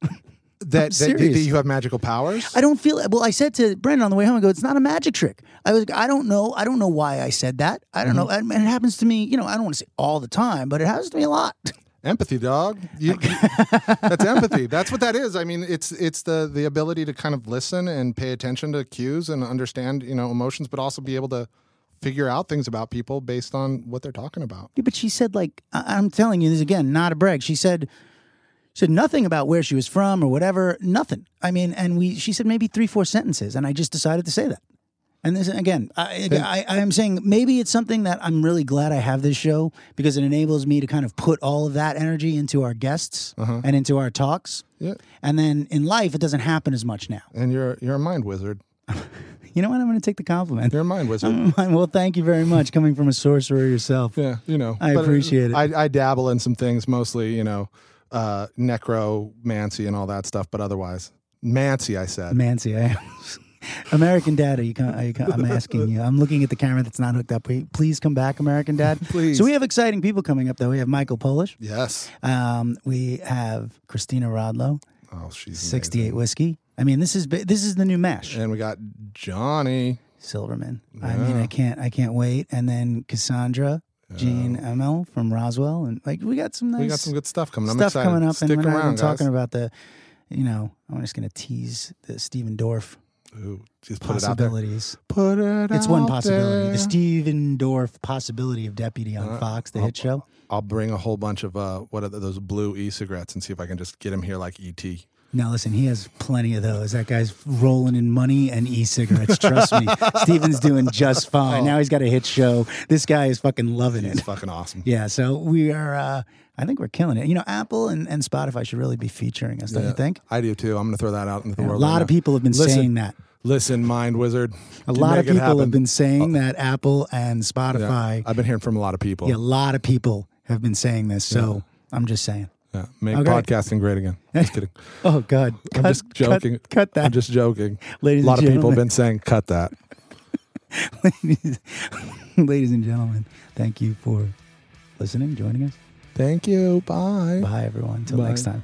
Speaker 2: that, that, that
Speaker 1: serious.
Speaker 2: you have magical powers.
Speaker 1: I don't feel well. I said to Brendan on the way home, I go, "It's not a magic trick." I was, I don't know, I don't know why I said that. I
Speaker 2: Mm-hmm.
Speaker 1: don't know, and, and it happens to me. You know, I don't want to say all the time, but it happens to me a lot.
Speaker 2: empathy, dog. You, that's empathy. That's what that is. I mean, it's it's the the ability to kind of listen and pay attention to cues and understand you know emotions, but also be able to figure out things about people based on what they're talking about.
Speaker 1: Yeah, but she said, like, I- I'm telling you this again, not a brag. She said, she said nothing about where she was from or whatever, nothing. I mean, and we, she said maybe three, four sentences, and I just decided to say that. And this again, I, I, I am saying maybe it's something that I'm really glad I have this show because it enables me to kind of put all of that energy into our guests and into our talks.
Speaker 2: Yeah.
Speaker 1: And then in life, it doesn't happen as much now.
Speaker 2: And you're you're a mind wizard.
Speaker 1: You know what? I'm going to take the compliment.
Speaker 2: You're a mind wizard.
Speaker 1: well, thank you very much. Coming from a sorcerer yourself.
Speaker 2: Yeah, you know.
Speaker 1: I appreciate it.
Speaker 2: I, I dabble in some things, mostly you know uh, necromancy and all that stuff. But otherwise, mancy, I said.
Speaker 1: Mancy, I American Dad, are you, con- are you con- I'm asking you. I'm looking at the camera that's not hooked up. Please- Please come back, American Dad.
Speaker 2: Please.
Speaker 1: So we have exciting people coming up, though. We have Michael Polish.
Speaker 2: yes.
Speaker 1: Um, we have Christina Rodlow,
Speaker 2: Oh, she's
Speaker 1: 68
Speaker 2: amazing.
Speaker 1: Whiskey. I mean, this is bi- this is the new mesh.
Speaker 2: And we got Johnny.
Speaker 1: Silverman. I mean, I can't I can't wait. And then Cassandra Jean Emel from Roswell, and like we got some nice
Speaker 2: We got some good stuff coming. I'm
Speaker 1: stuff
Speaker 2: excited.
Speaker 1: coming up.
Speaker 2: Stick
Speaker 1: and we're not even
Speaker 2: around, guys.
Speaker 1: talking about the, you know, I'm just gonna tease the Stephen Dorff
Speaker 2: Ooh, just put it out there.
Speaker 1: possibilities.
Speaker 2: Put it.
Speaker 1: It's one
Speaker 2: out
Speaker 1: possibility.
Speaker 2: there.
Speaker 1: The Stephen Dorff possibility of deputy on
Speaker 2: Uh,
Speaker 1: Fox,
Speaker 2: oh.
Speaker 1: the hit show.
Speaker 2: I'll bring a whole bunch of uh, what are th- those blue e-cigarettes and see if I can just get him here like E ET.
Speaker 1: Now listen, he has plenty of those. That guy's rolling in money and e-cigarettes. Trust me, Steven's doing just
Speaker 2: Oh.
Speaker 1: fine. Now he's got a hit show. This guy is fucking loving it.
Speaker 2: It's fucking awesome.
Speaker 1: Yeah, so we are. Uh, I think we're killing it. You know, Apple and, and Spotify should really be featuring us, don't you think?
Speaker 2: I do too. I'm going to throw that out into the
Speaker 1: A
Speaker 2: world.
Speaker 1: lot
Speaker 2: right
Speaker 1: of
Speaker 2: now.
Speaker 1: people have been
Speaker 2: Listen,
Speaker 1: saying that.
Speaker 2: Listen, mind wizard.
Speaker 1: A
Speaker 2: You
Speaker 1: lot of
Speaker 2: make it
Speaker 1: people
Speaker 2: happen. Uh,
Speaker 1: have been saying that Apple and
Speaker 2: Yeah.
Speaker 1: Spotify. Yeah.
Speaker 2: I've been hearing from a lot of people.
Speaker 1: a lot of people have been saying this. So I'm just saying.
Speaker 2: Yeah. Make
Speaker 1: Okay.
Speaker 2: podcasting great again. Just kidding.
Speaker 1: Oh God,
Speaker 2: I'm
Speaker 1: Cut-
Speaker 2: just joking.
Speaker 1: Cut, cut that,
Speaker 2: I'm just joking.
Speaker 1: ladies.
Speaker 2: a lot of
Speaker 1: and
Speaker 2: people
Speaker 1: gentlemen.
Speaker 2: have been saying, cut that.
Speaker 1: ladies, ladies and gentlemen, thank you for listening, joining us.
Speaker 2: Thank you. Bye.
Speaker 1: Bye, everyone. Until
Speaker 2: Bye.
Speaker 1: next time.